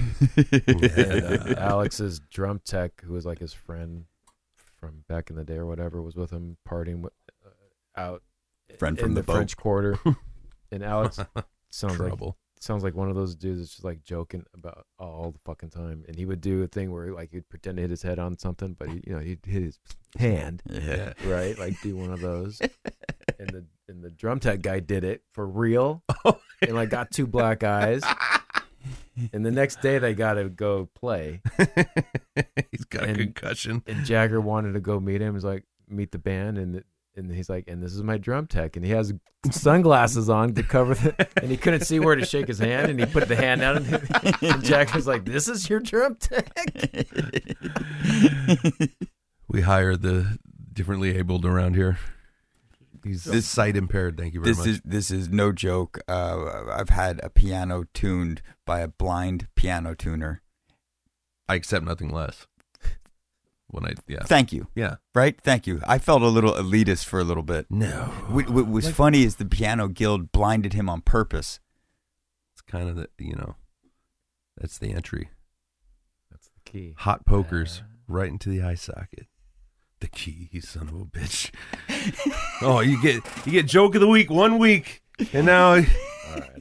[SPEAKER 4] and uh, Alex's drum tech, who was like his friend from back in the day or whatever, was with him partying with, uh, out
[SPEAKER 3] Friend
[SPEAKER 4] in
[SPEAKER 3] from
[SPEAKER 4] the,
[SPEAKER 3] the boat.
[SPEAKER 4] French Quarter. and Alex sounds like
[SPEAKER 2] Trouble.
[SPEAKER 4] sounds like one of those dudes that's just like joking about all the fucking time. And he would do a thing where like he'd pretend to hit his head on something, but he, you know he'd hit his hand
[SPEAKER 3] Yeah.
[SPEAKER 4] right, like do one of those. and the and the drum tech guy did it for real, and like got two black eyes. and the next day they got to go play.
[SPEAKER 2] He's got a
[SPEAKER 4] And-
[SPEAKER 2] concussion.
[SPEAKER 4] and Jagger wanted to go meet him. He's like, meet the band, and and he's like, and this is my drum tech, and he has sunglasses on to cover the, and he couldn't see where to shake his hand, and he put the hand out, and, and Jagger's like, this is your drum tech.
[SPEAKER 2] We hire the differently abled around here. He's
[SPEAKER 3] This-
[SPEAKER 2] sight impaired. Thank you very
[SPEAKER 3] This
[SPEAKER 2] much.
[SPEAKER 3] is this is no joke. Uh, I've had a piano tuned by a blind piano tuner.
[SPEAKER 2] I accept nothing less. When I yeah
[SPEAKER 3] Thank you.
[SPEAKER 2] yeah
[SPEAKER 3] Right? Thank you. I felt a little elitist for a little bit.
[SPEAKER 2] no,
[SPEAKER 3] What, what was funny is the piano guild blinded him on purpose.
[SPEAKER 2] it's kind of the you know that's the entry.
[SPEAKER 4] That's the key.
[SPEAKER 2] Hot pokers right into the eye socket. The key, you son of a bitch. oh, you get you get joke of the week one week, and now
[SPEAKER 4] All right,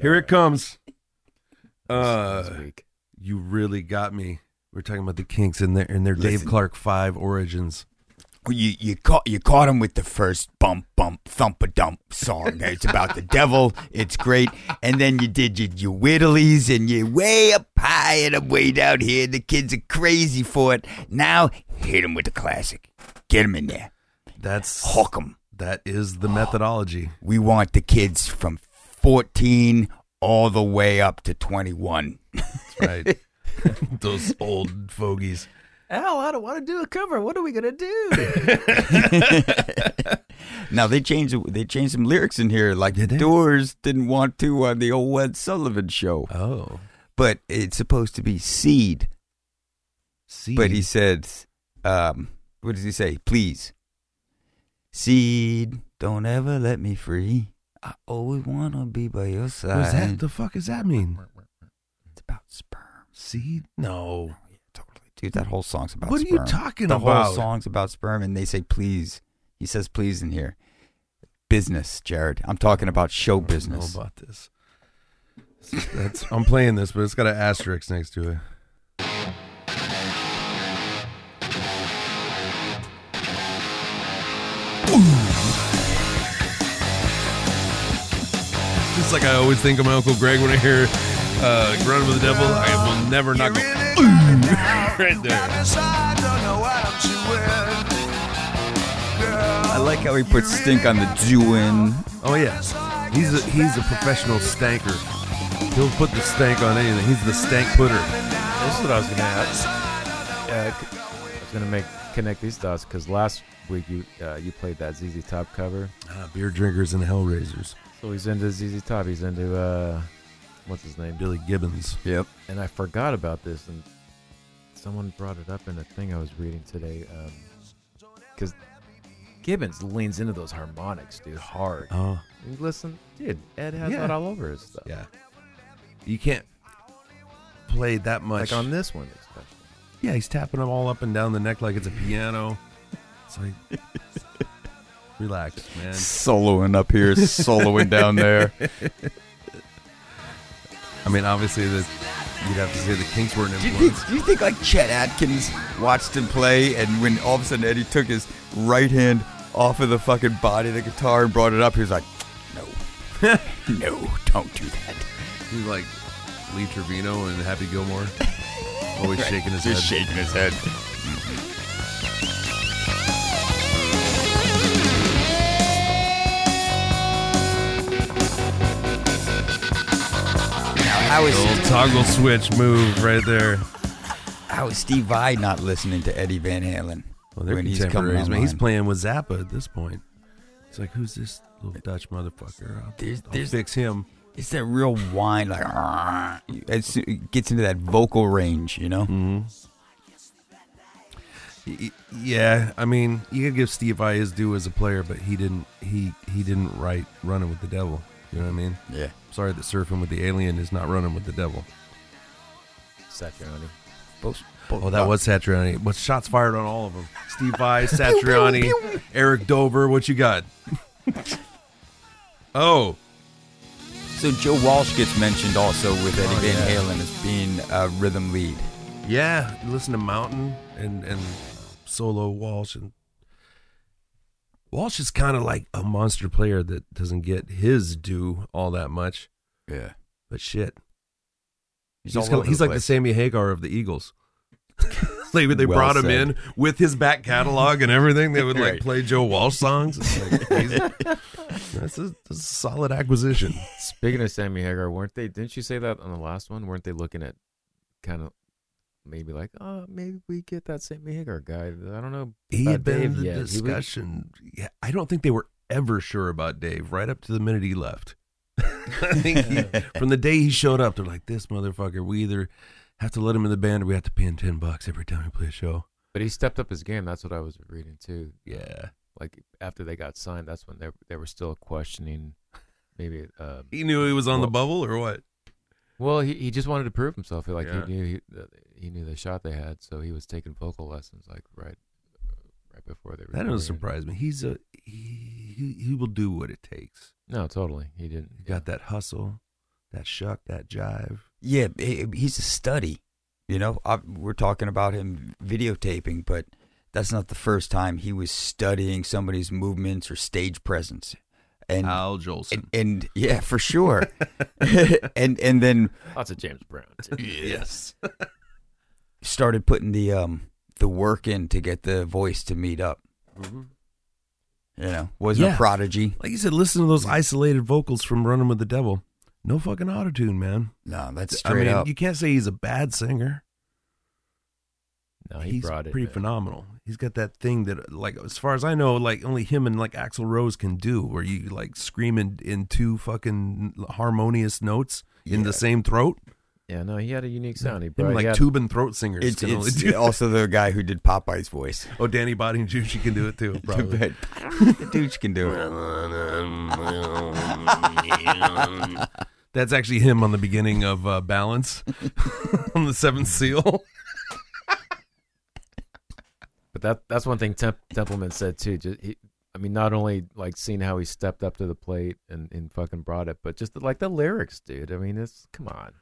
[SPEAKER 2] here
[SPEAKER 4] all
[SPEAKER 2] it comes.
[SPEAKER 4] right. This-
[SPEAKER 2] Uh,
[SPEAKER 4] this week.
[SPEAKER 2] you really got me. We're talking about the Kinks and their and their Dave
[SPEAKER 3] Listen.
[SPEAKER 2] Clark Five origins.
[SPEAKER 3] You you caught you caught him with the first bump bump thump a dump song. It's about the devil. It's great. And then you did your, your whittlies and you're way up high and I'm way down here. The kids are crazy for it. Now hit him with the classic. Get him in there.
[SPEAKER 2] That's
[SPEAKER 3] Hook him.
[SPEAKER 2] that is the methodology.
[SPEAKER 3] We want the kids from 14 all the way up to 21.
[SPEAKER 2] right? Those old fogies.
[SPEAKER 4] Al, I don't want to do a cover. What are we gonna do?
[SPEAKER 3] Now they changed they changed some lyrics in here, like
[SPEAKER 2] Did they?
[SPEAKER 3] Doors didn't want to on the old Wed Sullivan show,
[SPEAKER 2] Oh,
[SPEAKER 3] but it's supposed to be seed.
[SPEAKER 2] see,
[SPEAKER 3] But he said, um, "What does he say? Please, seed, don't ever let me free. I always wanna be by your side."
[SPEAKER 2] what is that? The fuck does that mean?
[SPEAKER 3] it's about sperm.
[SPEAKER 2] See, no.
[SPEAKER 3] Yeah, totally, dude. That whole song's about.
[SPEAKER 2] What are you
[SPEAKER 3] sperm.
[SPEAKER 2] talking
[SPEAKER 3] the
[SPEAKER 2] about?
[SPEAKER 3] whole song's about sperm, and they say please. He says please in here. business, Jared. I'm talking about show
[SPEAKER 2] I don't
[SPEAKER 3] business.
[SPEAKER 2] Know about this? That's, I'm playing this, but it's got an asterisk next to it. Just like I always think of my uncle Greg when I hear uh, "Run with the Devil," I will never not go right there.
[SPEAKER 3] I like how he puts stink on the doing.
[SPEAKER 2] Oh yeah, he's a he's a professional stanker. He'll put the stank on anything. He's the stank putter.
[SPEAKER 4] This is what I was gonna ask. Uh, c- I was gonna make connect these dots because last week you uh, you played that ZZ Top cover.
[SPEAKER 2] Ah, beer drinkers and hellraisers.
[SPEAKER 4] So he's into ZZ Top. He's into uh, what's his name?
[SPEAKER 2] Billy Gibbons.
[SPEAKER 3] Yep.
[SPEAKER 4] And I forgot about this, and someone brought it up in a thing I was reading today. Because Gibbons leans into those harmonics, dude, hard.
[SPEAKER 2] Oh
[SPEAKER 4] You listen, dude. Ed has
[SPEAKER 2] Yeah.
[SPEAKER 4] that all over his stuff.
[SPEAKER 2] yeah. You can't play that much.
[SPEAKER 4] Like on this one, especially.
[SPEAKER 2] yeah, he's tapping them all up and down the neck like it's a piano. It's like, relax, man.
[SPEAKER 3] Soloing up here, soloing down there.
[SPEAKER 2] I mean, obviously, this you'd have to say the Kinks were an
[SPEAKER 3] Do you, think,
[SPEAKER 2] influence.
[SPEAKER 3] do you think like Chet Atkins watched him play, and when all of a sudden Eddie took his right hand off of the fucking body of the guitar and brought it up, he was like, "No, no, don't do that."
[SPEAKER 2] He's like Lee Trevino and Happy Gilmore, always shaking his head.
[SPEAKER 3] Just shaking his head. Now, How
[SPEAKER 2] The
[SPEAKER 3] is,
[SPEAKER 2] little toggle switch move right there.
[SPEAKER 3] how is Steve Vai not listening to Eddie Van Halen
[SPEAKER 2] Well, they're
[SPEAKER 3] when he's coming
[SPEAKER 2] contemporaries, man. He's
[SPEAKER 3] online?
[SPEAKER 2] playing with Zappa at this point. It's like, who's this little Dutch motherfucker? I'll,
[SPEAKER 3] There's-
[SPEAKER 2] I'll
[SPEAKER 3] there's-
[SPEAKER 2] fix him.
[SPEAKER 3] It's that real whine, like "Argh." it's, it gets into that vocal range, you know.
[SPEAKER 2] Mm. Y- y- Yeah, I mean, you could give Steve I his due as a player, but he didn't. He he didn't write "Running with the Devil." You know what I mean?
[SPEAKER 3] Yeah,
[SPEAKER 2] Sorry that surfing with the alien is not running with the devil.
[SPEAKER 4] Satriani.
[SPEAKER 3] both. both
[SPEAKER 2] Oh, that was Satriani. What shots fired on all of them? Steve I, Satriani, Eric Dover. What you got? oh,
[SPEAKER 3] So Joe Walsh gets mentioned also with
[SPEAKER 2] Oh,
[SPEAKER 3] Eddie Van Halen as being a rhythm lead.
[SPEAKER 2] yeah. Listen to Mountain and and solo Walsh and Walsh is kind of like a monster player that doesn't get his due all that much.
[SPEAKER 3] Yeah,
[SPEAKER 2] But shit,
[SPEAKER 3] he's,
[SPEAKER 2] He's,
[SPEAKER 3] all
[SPEAKER 2] kinda-
[SPEAKER 3] over
[SPEAKER 2] he's
[SPEAKER 3] the
[SPEAKER 2] like the
[SPEAKER 3] place.
[SPEAKER 2] Sammy Hagar of the Eagles. like they
[SPEAKER 3] Well
[SPEAKER 2] brought him
[SPEAKER 3] said.
[SPEAKER 2] in with his back catalog and everything. They would like
[SPEAKER 3] Right.
[SPEAKER 2] play Joe Walsh songs. It's like, he's- that's, a, that's a solid acquisition.
[SPEAKER 4] Speaking of Sammy Hagar, weren't they? Didn't you say that on the last one? Weren't they looking at kind of maybe like, oh, maybe we get that Sammy Hagar guy? I don't know.
[SPEAKER 2] He had
[SPEAKER 4] about
[SPEAKER 2] been in
[SPEAKER 4] Dave
[SPEAKER 2] the
[SPEAKER 4] yet. He was-
[SPEAKER 2] discussion. Yeah, I don't think they were ever sure about Dave right up to the minute he left. I think he, from the day he showed up, they're like, "This motherfucker. We either have to let him in the band, or we have to pay him ten bucks every time we play a show."
[SPEAKER 4] But he stepped up his game. That's what I was reading too.
[SPEAKER 2] Yeah,
[SPEAKER 4] Like after they got signed, that's when they they were still questioning. Maybe. Um,
[SPEAKER 2] he knew he was on the
[SPEAKER 4] Well-
[SPEAKER 2] bubble, or what?
[SPEAKER 4] well, he, he just wanted to prove himself. Like
[SPEAKER 2] Yeah.
[SPEAKER 4] he knew he, that he knew the shot they had, so he was taking vocal lessons like right uh, right before they were.
[SPEAKER 2] That doesn't
[SPEAKER 4] recording.
[SPEAKER 2] surprise me. He's a he, he. He will do what it takes.
[SPEAKER 4] No, totally. He didn't.
[SPEAKER 2] He got that hustle, that shuck, that jive.
[SPEAKER 3] yeah, he- he's a study. You know, I, we're talking about him videotaping, but that's not the first time he was studying somebody's movements or stage presence. And
[SPEAKER 2] Al Jolson.
[SPEAKER 3] and, and yeah, for sure. and and then
[SPEAKER 4] lots of James Brown. too.
[SPEAKER 2] yes.
[SPEAKER 3] started putting the um the work in to get the voice to meet up. You know, wasn't
[SPEAKER 2] Mm-hmm. Yeah.
[SPEAKER 3] a prodigy.
[SPEAKER 2] Like you said, listen to those isolated vocals from Running with the Devil. No fucking autotune, man.
[SPEAKER 3] No, that's
[SPEAKER 2] I
[SPEAKER 3] straight
[SPEAKER 2] mean,
[SPEAKER 3] up.
[SPEAKER 2] you can't say he's a bad singer.
[SPEAKER 4] No, he
[SPEAKER 2] he's
[SPEAKER 4] brought it.
[SPEAKER 2] pretty
[SPEAKER 4] man.
[SPEAKER 2] phenomenal. He's got that thing that, like, as far as I know, like only him and like Axl Rose can do, where you like scream in, in two fucking harmonious notes in the same throat.
[SPEAKER 4] Yeah, no, he had a unique sound. He
[SPEAKER 2] Him,
[SPEAKER 4] brought,
[SPEAKER 2] like
[SPEAKER 4] he had-
[SPEAKER 2] tube and throat singers
[SPEAKER 3] it's
[SPEAKER 2] can only
[SPEAKER 3] it's
[SPEAKER 2] do
[SPEAKER 3] also the guy who did Popeye's voice.
[SPEAKER 2] Oh, Danny Body and Juice, you can do it too. Probably.
[SPEAKER 3] But the dude can do it.
[SPEAKER 2] That's actually him on the beginning of uh, Balance on the Seventh Seal.
[SPEAKER 4] But that that's one thing Temp- Templeman said too. Just he, I mean, not only like seeing how he stepped up to the plate and, and fucking brought it, but just the, like the lyrics, dude. I mean, it's come on.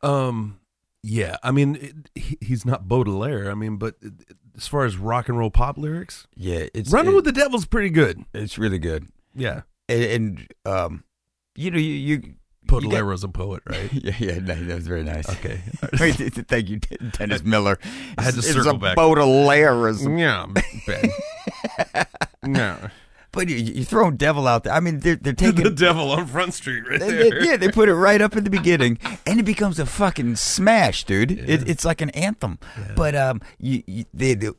[SPEAKER 2] Um, yeah, I mean, it, he, he's not Baudelaire. I mean, but it, it- as far as rock and roll pop lyrics,
[SPEAKER 3] Yeah, it's
[SPEAKER 2] "Running
[SPEAKER 3] it-
[SPEAKER 2] with the Devil's" pretty good.
[SPEAKER 3] It's really good,
[SPEAKER 2] Yeah,
[SPEAKER 3] and, and um, you know, you you
[SPEAKER 2] Baudelaire was a poet, right?
[SPEAKER 3] yeah, yeah, no, that was very nice.
[SPEAKER 2] Okay.
[SPEAKER 3] Wait, th- th- Thank you, Dennis Miller.
[SPEAKER 2] I had to
[SPEAKER 3] It's-
[SPEAKER 2] circle
[SPEAKER 3] it's
[SPEAKER 2] back.
[SPEAKER 3] a Baudelaireism.
[SPEAKER 2] yeah, Ben. yeah,
[SPEAKER 3] But you, you throw devil out there. I mean, they're, they're taking.
[SPEAKER 2] the devil on Front Street, right
[SPEAKER 3] they- they-
[SPEAKER 2] there.
[SPEAKER 3] yeah, they put it right up at the beginning, and it becomes a fucking smash, dude. It, it's like an anthem. But um, you, you they, they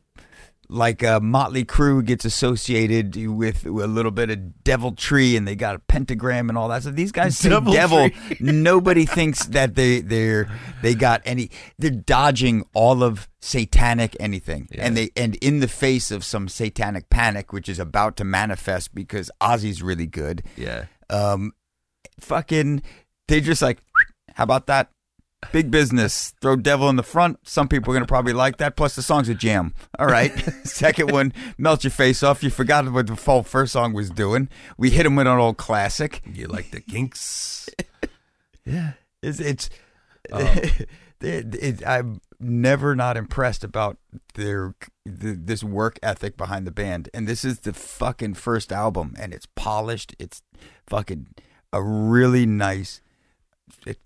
[SPEAKER 3] like uh, Motley Crue gets associated with a little bit of deviltry, and they got a pentagram and all that. So these guys say
[SPEAKER 2] Deviltry.
[SPEAKER 3] devil. Nobody thinks that they they're they got any. They're dodging all of satanic anything, and they and in the face of some satanic panic, which is about to manifest because Ozzy's really good
[SPEAKER 2] yeah.
[SPEAKER 3] um, fucking, they just like, how about that? Big business. Throw devil in the front. Some people are gonna probably like that. Plus, the song's a jam. All right. Second one, melt your face off. You forgot what the full first song was doing. We hit him with an old classic.
[SPEAKER 2] You like the Kinks?
[SPEAKER 3] It's, it's
[SPEAKER 2] Oh.
[SPEAKER 3] it, it, I'm never not impressed about their the, this work ethic behind the band. And this is the fucking first album, and it's polished. It's fucking a really nice. It,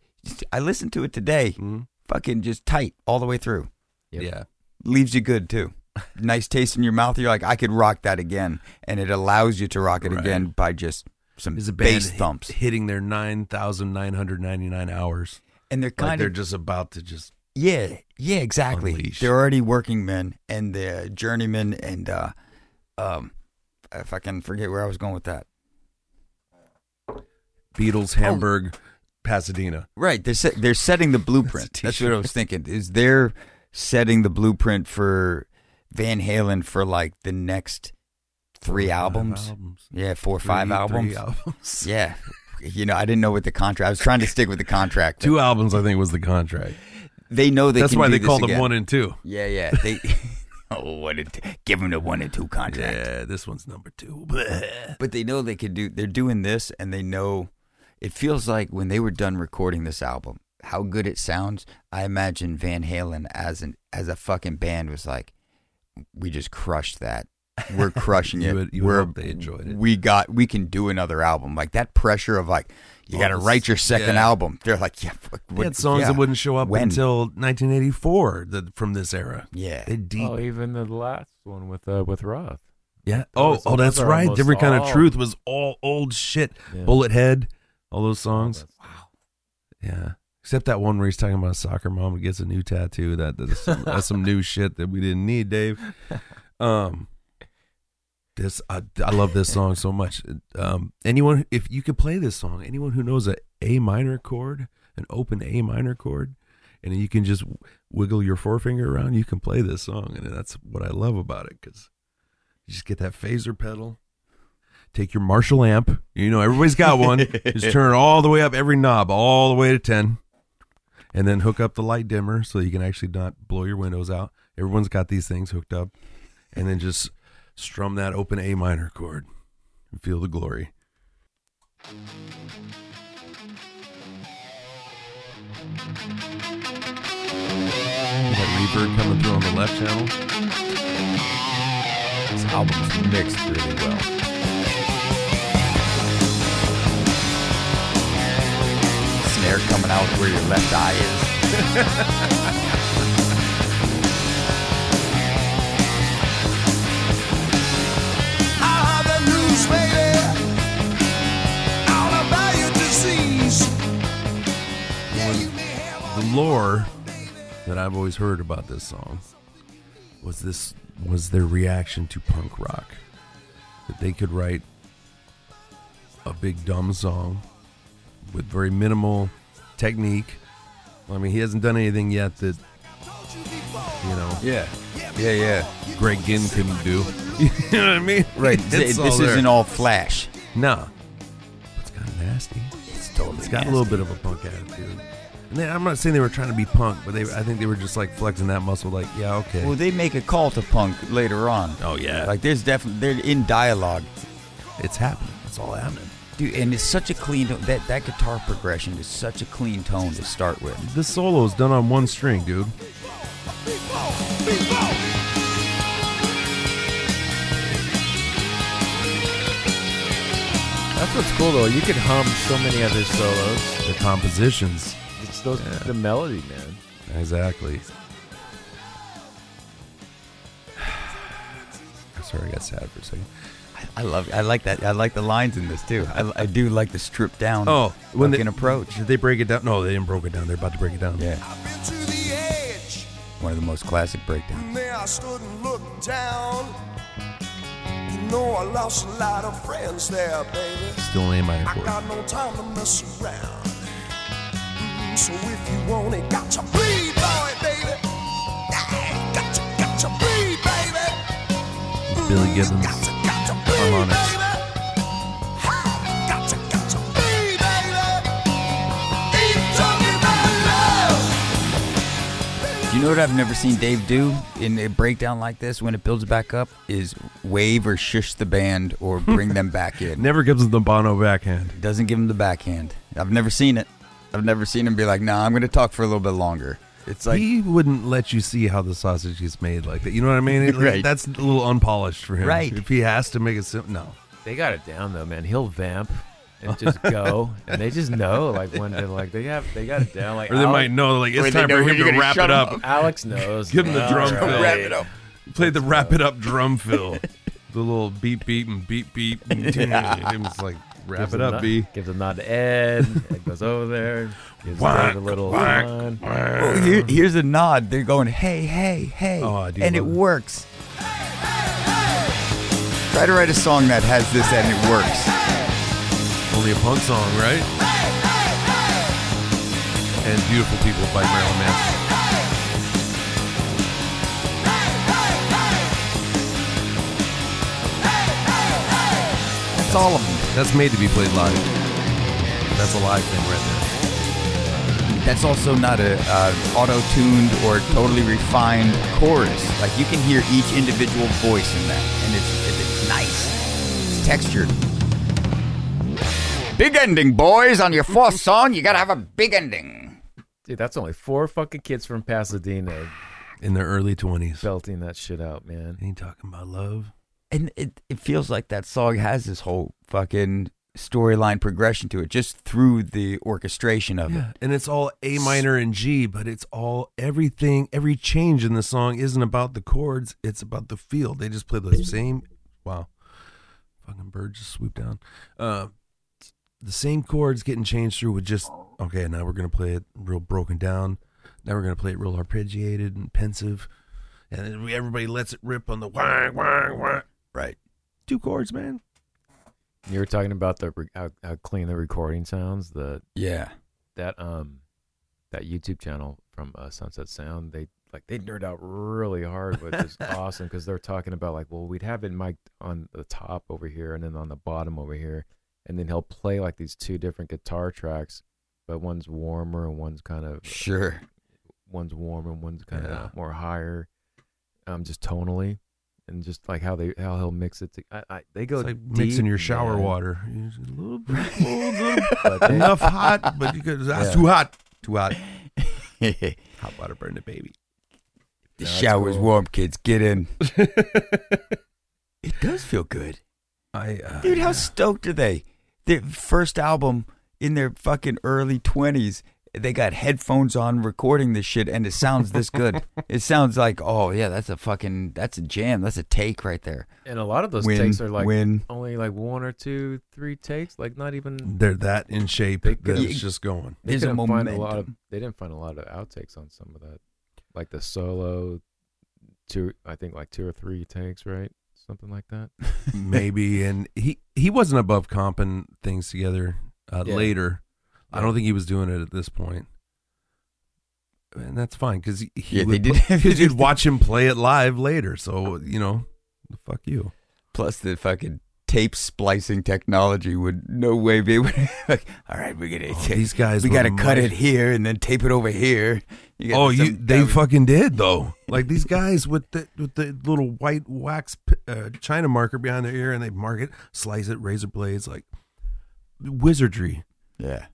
[SPEAKER 3] I listened to it today.
[SPEAKER 2] Mm-hmm.
[SPEAKER 3] Fucking just tight all the way through.
[SPEAKER 4] Yep.
[SPEAKER 2] Yeah.
[SPEAKER 3] Leaves you good too. Nice taste in your mouth. You're like, I could rock that again, and it allows you to rock it
[SPEAKER 2] Right.
[SPEAKER 3] again by just some
[SPEAKER 2] Is a band
[SPEAKER 3] bass
[SPEAKER 2] hit-
[SPEAKER 3] thumps.
[SPEAKER 2] hitting their nine thousand nine hundred ninety nine hours?
[SPEAKER 3] And they're
[SPEAKER 2] Like
[SPEAKER 3] kind
[SPEAKER 2] they're
[SPEAKER 3] of
[SPEAKER 2] just about to just
[SPEAKER 3] Yeah, yeah, exactly.
[SPEAKER 2] Unleash.
[SPEAKER 3] They're already working men and the journeymen and uh um if I can forget where I was going with that.
[SPEAKER 2] Beatles,
[SPEAKER 3] Oh.
[SPEAKER 2] Hamburg, Pasadena.
[SPEAKER 3] Right, they're set, they're setting the blueprint.
[SPEAKER 2] That's a
[SPEAKER 3] That's, what I was thinking. Is they're setting the blueprint for Van Halen for like the next three albums.
[SPEAKER 2] albums.
[SPEAKER 3] Yeah, four or five
[SPEAKER 2] Three-
[SPEAKER 3] albums.
[SPEAKER 2] Three albums.
[SPEAKER 3] Yeah. You know, I didn't know what the contract. I was trying to stick with the contract.
[SPEAKER 2] Two albums, I think, was the contract.
[SPEAKER 3] They know they
[SPEAKER 2] That's
[SPEAKER 3] can
[SPEAKER 2] why
[SPEAKER 3] do
[SPEAKER 2] they
[SPEAKER 3] this
[SPEAKER 2] called them
[SPEAKER 3] again.
[SPEAKER 2] one and two.
[SPEAKER 3] Yeah, yeah. They oh, what a t- give them the one and two contract.
[SPEAKER 2] Yeah, this one's number two.
[SPEAKER 3] but they know they could do they're doing this and they know it feels like when they were done recording this album how good it sounds i imagine van halen as an as a fucking band was like we just crushed that we're crushing
[SPEAKER 2] You
[SPEAKER 3] it
[SPEAKER 2] would- you would
[SPEAKER 3] we're
[SPEAKER 2] hope they enjoyed it.
[SPEAKER 3] we got we can do another album like that pressure of like you got to
[SPEAKER 2] All this-
[SPEAKER 3] write your second
[SPEAKER 2] yeah.
[SPEAKER 3] album they're like yeah fuck,
[SPEAKER 2] They
[SPEAKER 3] what-
[SPEAKER 2] had songs
[SPEAKER 3] yeah.
[SPEAKER 2] that wouldn't show up
[SPEAKER 3] When?
[SPEAKER 2] until 1984 the, from this era.
[SPEAKER 3] yeah
[SPEAKER 2] They deep.
[SPEAKER 4] Oh, even the last one with uh, with Roth.
[SPEAKER 2] yeah. Oh,
[SPEAKER 4] those-
[SPEAKER 2] oh, that's
[SPEAKER 4] those are
[SPEAKER 2] right.
[SPEAKER 4] almost
[SPEAKER 2] Different kind of
[SPEAKER 4] all-
[SPEAKER 2] truth was all old shit.
[SPEAKER 4] Yeah.
[SPEAKER 2] Bullet Head, all those songs.
[SPEAKER 4] Wow.
[SPEAKER 2] Yeah. Except that one where he's talking about a soccer mom who gets a new tattoo. That that's some, that's some new shit that we didn't need, Dave. Um, this I, I love this song so much. Um, anyone if you could play this song, anyone who knows a A minor chord, an open A minor chord, and you can just wiggle your forefinger around, you can play this song, and that's what I love about it because you just get that phaser pedal. Take your Marshall amp. You know everybody's got one. just turn it all the way up, every knob, all the way to ten, and then hook up the light dimmer so you can actually not blow your windows out. Everyone's got these things hooked up, and then just strum that open A minor chord and feel the glory. That reverb coming through on the left channel.
[SPEAKER 3] this album's mixed really well snare coming out where your left eye is
[SPEAKER 2] the lore that I've always heard about this song was this was their reaction to punk rock that they could write a big dumb song with very minimal technique. I mean, he hasn't done anything yet that you know
[SPEAKER 3] Yeah. Yeah, yeah.
[SPEAKER 2] Greg Ginn couldn't do. you know what I mean?
[SPEAKER 3] Right.
[SPEAKER 2] It's
[SPEAKER 3] Th-
[SPEAKER 2] all
[SPEAKER 3] this
[SPEAKER 2] there.
[SPEAKER 3] isn't all flash.
[SPEAKER 2] Nah. It's kind of nasty.
[SPEAKER 3] It's totally
[SPEAKER 2] It's got a little bit of a punk attitude. And they, I'm not saying they were trying to be punk, but they I think they were just like flexing that muscle. Like, yeah, okay.
[SPEAKER 3] Well, they make a call to punk later on.
[SPEAKER 2] oh yeah, like
[SPEAKER 3] Like there's definitely they're in dialogue,
[SPEAKER 2] it's happening. It's all happening.
[SPEAKER 3] dude. And it's such a clean tone. that that guitar progression is such a clean tone to start with.
[SPEAKER 2] This solo is done on one string, dude.
[SPEAKER 4] That's what's cool though. You could hum so many other solos.
[SPEAKER 2] The compositions,
[SPEAKER 4] It's those the melody, man.
[SPEAKER 2] exactly. I'm sorry, I got sad for a second.
[SPEAKER 3] I love. I like that. I like the lines in this too. I, I do like the stripped down.
[SPEAKER 2] Oh, when they
[SPEAKER 3] fucking approach.
[SPEAKER 2] Did they break it down? No, they didn't break it down. They're about to break it down.
[SPEAKER 3] Yeah,
[SPEAKER 1] I've been to the edge,
[SPEAKER 3] one of the most classic breakdowns.
[SPEAKER 1] and there I stood and looked down. You know I lost a lot of friends there, baby.
[SPEAKER 2] Still ain't my
[SPEAKER 1] I
[SPEAKER 2] important.
[SPEAKER 1] got no time to mess around. Mm, So if you want it, got to bleed, boy, baby. Hey, got to, got to bleed, baby.
[SPEAKER 2] Billy
[SPEAKER 1] Mm,
[SPEAKER 2] Gibbons.
[SPEAKER 1] Got to, got to bleed,
[SPEAKER 2] Harmonics.
[SPEAKER 1] baby. Hey, got to, got to bleed, baby. Ain't talking about love.
[SPEAKER 3] You know what I've never seen Dave do in a breakdown like this when it builds back up is wave or shush the band or bring them back in.
[SPEAKER 2] Never gives the Bono backhand.
[SPEAKER 3] Doesn't give him the backhand. I've never seen it. I've never seen him be like, "Nah, I'm going to talk for a little bit longer." It's like,
[SPEAKER 2] he wouldn't let you see how the sausage is made like that. You know what I mean? It-
[SPEAKER 3] Right.
[SPEAKER 2] That's a little unpolished for him.
[SPEAKER 3] Right.
[SPEAKER 2] If he has to make it simple, no.
[SPEAKER 4] They got it down though, man. He'll vamp and just go, and they just know like when they're like they have they got it down. Like
[SPEAKER 2] Or they
[SPEAKER 4] Alec,
[SPEAKER 2] might know, like,
[SPEAKER 3] Or
[SPEAKER 2] it's
[SPEAKER 3] they
[SPEAKER 2] time
[SPEAKER 3] know
[SPEAKER 2] for
[SPEAKER 3] when
[SPEAKER 2] him
[SPEAKER 3] you're
[SPEAKER 2] to
[SPEAKER 3] gonna
[SPEAKER 2] wrap
[SPEAKER 3] shut
[SPEAKER 2] it up.
[SPEAKER 3] him
[SPEAKER 4] Alex knows.
[SPEAKER 2] Give him the
[SPEAKER 4] All
[SPEAKER 2] drum
[SPEAKER 4] right.
[SPEAKER 2] fill.
[SPEAKER 3] wrap it up.
[SPEAKER 2] Play the wrap it up drum fill. the little beep, beep, and beep, beep. And it was like, wrap
[SPEAKER 4] Gives
[SPEAKER 2] it
[SPEAKER 4] a
[SPEAKER 2] up,
[SPEAKER 4] nod-
[SPEAKER 2] B.
[SPEAKER 4] Gives a nod to Ed. Ed goes over there. Gives
[SPEAKER 2] Whack,
[SPEAKER 4] Dave a little
[SPEAKER 2] whack,
[SPEAKER 4] line.
[SPEAKER 3] Oh, here- here's a nod. They're going, hey, hey, hey.
[SPEAKER 2] Oh, I do
[SPEAKER 3] and it
[SPEAKER 2] love it.
[SPEAKER 3] works. Try to write a song that has this and it works.
[SPEAKER 2] Only a punk song, right? And Beautiful People by Marilyn Manson.
[SPEAKER 3] That's all of them.
[SPEAKER 2] That's made to be played live. That's a live thing right there.
[SPEAKER 3] That's also not a uh, auto-tuned or totally refined chorus. Like you can hear each individual voice in that, and it's it's nice. It's textured. Big ending, boys. On your fourth song, you gotta have a big ending.
[SPEAKER 4] Dude, that's only four fucking kids from Pasadena
[SPEAKER 2] In their early 20s.
[SPEAKER 4] belting that shit out, man.
[SPEAKER 2] Ain't talking about love.
[SPEAKER 3] and it, it feels like that song has this whole fucking storyline progression to it just through the orchestration of it
[SPEAKER 2] Yeah, and it's all A minor and G, but it's all everything. Every change in the song isn't about the chords; it's about the feel. They just play the same. Wow, fucking bird just swooped down. Uh, the same chords getting changed through with just okay. Now we're gonna play it real broken down. Now we're gonna play it real arpeggiated and pensive, and then we, everybody lets it rip on the wah wah wah.
[SPEAKER 3] right
[SPEAKER 2] Two chords, man.
[SPEAKER 4] You were talking about the re- how, how clean the recording sounds. The
[SPEAKER 3] yeah
[SPEAKER 4] that um that YouTube channel from uh, Sunset Sound, they like they nerd out really hard, which is awesome because they're talking about like, well, we'd have it mic'd on the top over here and then on the bottom over here, and then he'll play like these two different guitar tracks, but one's warmer and one's kind of
[SPEAKER 3] sure
[SPEAKER 4] one's warm and one's kind of
[SPEAKER 2] Yeah.
[SPEAKER 4] more higher, um, just tonally, and just like how they how he'll mix it. To, I, I they go
[SPEAKER 2] It's like mixing
[SPEAKER 4] deep,
[SPEAKER 2] your shower
[SPEAKER 4] man.
[SPEAKER 2] water. You just- A little, bit, a little bit.
[SPEAKER 4] But they-
[SPEAKER 2] enough hot, but you could, that's
[SPEAKER 4] Yeah.
[SPEAKER 2] too hot. Too hot.
[SPEAKER 3] the
[SPEAKER 2] Hot water burn the baby.
[SPEAKER 3] shower's warm kids get in it does feel good
[SPEAKER 2] I uh,
[SPEAKER 3] dude how stoked are they their first album in their fucking early 20s they got headphones on recording this shit and it sounds this good it sounds like oh yeah that's a fucking that's a jam that's a take right there
[SPEAKER 4] and a lot of those
[SPEAKER 3] Win,
[SPEAKER 4] takes are like
[SPEAKER 3] win.
[SPEAKER 4] only like one or two, three takes. Like not even.
[SPEAKER 2] they're that in shape
[SPEAKER 4] They
[SPEAKER 2] that
[SPEAKER 4] could-
[SPEAKER 2] it's just going.
[SPEAKER 4] They
[SPEAKER 3] There's a
[SPEAKER 4] didn't find a lot of.
[SPEAKER 3] momentum.
[SPEAKER 4] They didn't find a lot of outtakes on some of that, like the solo, two. I think like two or three takes, right? Something like that.
[SPEAKER 2] Maybe and he he wasn't above comping things together uh,
[SPEAKER 4] Yeah.
[SPEAKER 2] later. I
[SPEAKER 4] Yeah.
[SPEAKER 2] don't think he was doing it at this point. And that's fine because he, he
[SPEAKER 3] Yeah, they
[SPEAKER 2] would
[SPEAKER 3] did-
[SPEAKER 2] pl- 'cause you'd
[SPEAKER 3] they-
[SPEAKER 2] watch him play it live later. So you know, fuck you.
[SPEAKER 3] Plus the fucking tape splicing technology would no way be able to. Like, all right, we're gonna
[SPEAKER 2] Oh,
[SPEAKER 3] ta-
[SPEAKER 2] these guys
[SPEAKER 3] We
[SPEAKER 2] were
[SPEAKER 3] gotta cut
[SPEAKER 2] much-
[SPEAKER 3] it here and then tape it over here. You got
[SPEAKER 2] Oh, you
[SPEAKER 3] some-
[SPEAKER 2] they
[SPEAKER 3] that was-
[SPEAKER 2] fucking did though. Like these guys with the with the little white wax p- uh, china marker behind their ear, and they mark it, slice it, razor blades, like wizardry.
[SPEAKER 3] yeah.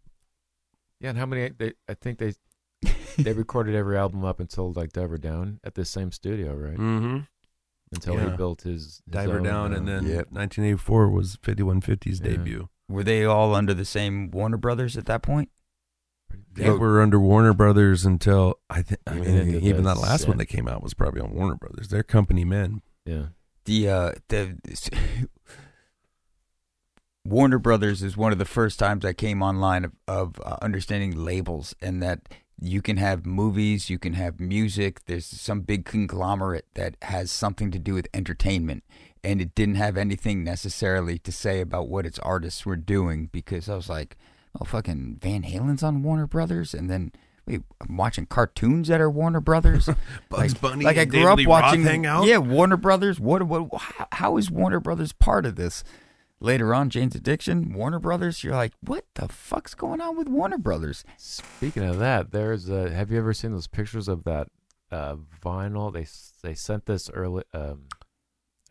[SPEAKER 4] Yeah, and how many? They, I think they they recorded every album up until like Diver Down at this same studio, right?
[SPEAKER 2] Mm-hmm.
[SPEAKER 4] Until
[SPEAKER 2] yeah.
[SPEAKER 4] he built his, his
[SPEAKER 2] Diver
[SPEAKER 4] own,
[SPEAKER 2] down, and
[SPEAKER 4] uh,
[SPEAKER 2] then
[SPEAKER 3] Yep.
[SPEAKER 2] 1984 was 5150's
[SPEAKER 4] Yeah.
[SPEAKER 2] debut.
[SPEAKER 3] Were they all under the same Warner Brothers at that point?
[SPEAKER 2] They
[SPEAKER 3] Oh.
[SPEAKER 2] were under Warner Brothers until I think. I
[SPEAKER 4] Even
[SPEAKER 2] mean,
[SPEAKER 4] into
[SPEAKER 2] even
[SPEAKER 4] the
[SPEAKER 2] that last one
[SPEAKER 4] set.
[SPEAKER 2] that came out was probably on Warner Brothers. They're company men.
[SPEAKER 4] yeah,
[SPEAKER 3] the uh the Warner Brothers is one of the first times I came online of, of uh, understanding labels and that you can have movies, you can have music. There's some big conglomerate that has something to do with entertainment, and it didn't have anything necessarily to say about what its artists were doing because I was like, oh fucking Van Halen's on Warner Brothers, and then wait, I'm watching cartoons that are Warner Brothers.
[SPEAKER 2] Bugs
[SPEAKER 3] like,
[SPEAKER 2] Bunny
[SPEAKER 3] like I
[SPEAKER 2] and
[SPEAKER 3] grew
[SPEAKER 2] David
[SPEAKER 3] up
[SPEAKER 2] Lee Roth
[SPEAKER 3] watching.
[SPEAKER 2] hang out?
[SPEAKER 3] Yeah, Warner Brothers. What? What? How, how is Warner Brothers part of this? Later on, Jane's Addiction, Warner Brothers. You're like, what the fuck's going on with Warner Brothers?
[SPEAKER 4] Speaking of that, there's a. Have you ever seen those pictures of that uh, vinyl? They s- they sent this early. Um,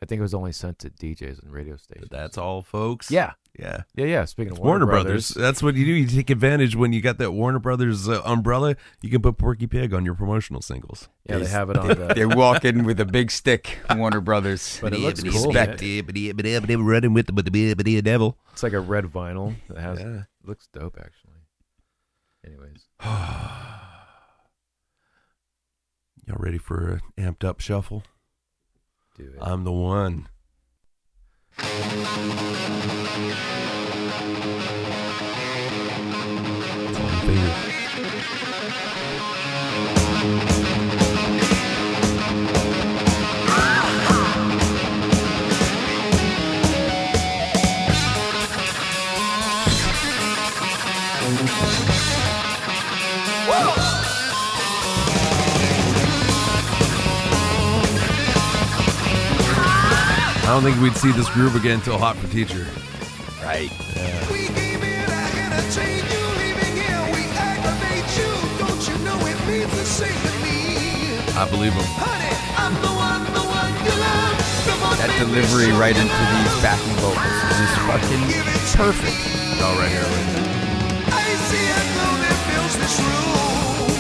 [SPEAKER 4] I think it was only sent to DJs and radio stations.
[SPEAKER 2] That's all, folks.
[SPEAKER 4] yeah,
[SPEAKER 2] yeah.
[SPEAKER 4] yeah, yeah. Speaking of
[SPEAKER 2] Warner, Brothers. That's what you do. You take advantage when you got that Warner Brothers uh, umbrella. You can put Porky Pig on your promotional singles.
[SPEAKER 4] yeah, they have it on the.
[SPEAKER 3] They walk in with a big stick, Warner Brothers.
[SPEAKER 4] But it looks cool. man.
[SPEAKER 2] Running with the devil.
[SPEAKER 4] It's like a red vinyl that has
[SPEAKER 2] Yeah.
[SPEAKER 4] looks dope actually. Anyways,
[SPEAKER 2] Y'all ready for an amped up shuffle?
[SPEAKER 4] do it.
[SPEAKER 2] I'm the one. I don't think we'd see this groove again until Hot for Teacher.
[SPEAKER 3] Right.
[SPEAKER 1] We gave in, I entertained you, leaving here. We aggravate you. Don't you know it means the same to me?
[SPEAKER 2] I believe him.
[SPEAKER 1] Honey, I'm the one, the one you love. Come on,
[SPEAKER 3] That
[SPEAKER 1] baby,
[SPEAKER 3] delivery
[SPEAKER 1] show
[SPEAKER 3] right into
[SPEAKER 1] love.
[SPEAKER 3] these backing vocals is
[SPEAKER 1] Give
[SPEAKER 3] just
[SPEAKER 1] it
[SPEAKER 3] fucking perfect.
[SPEAKER 2] It's all right here. right?
[SPEAKER 1] I see it lonely fills this room.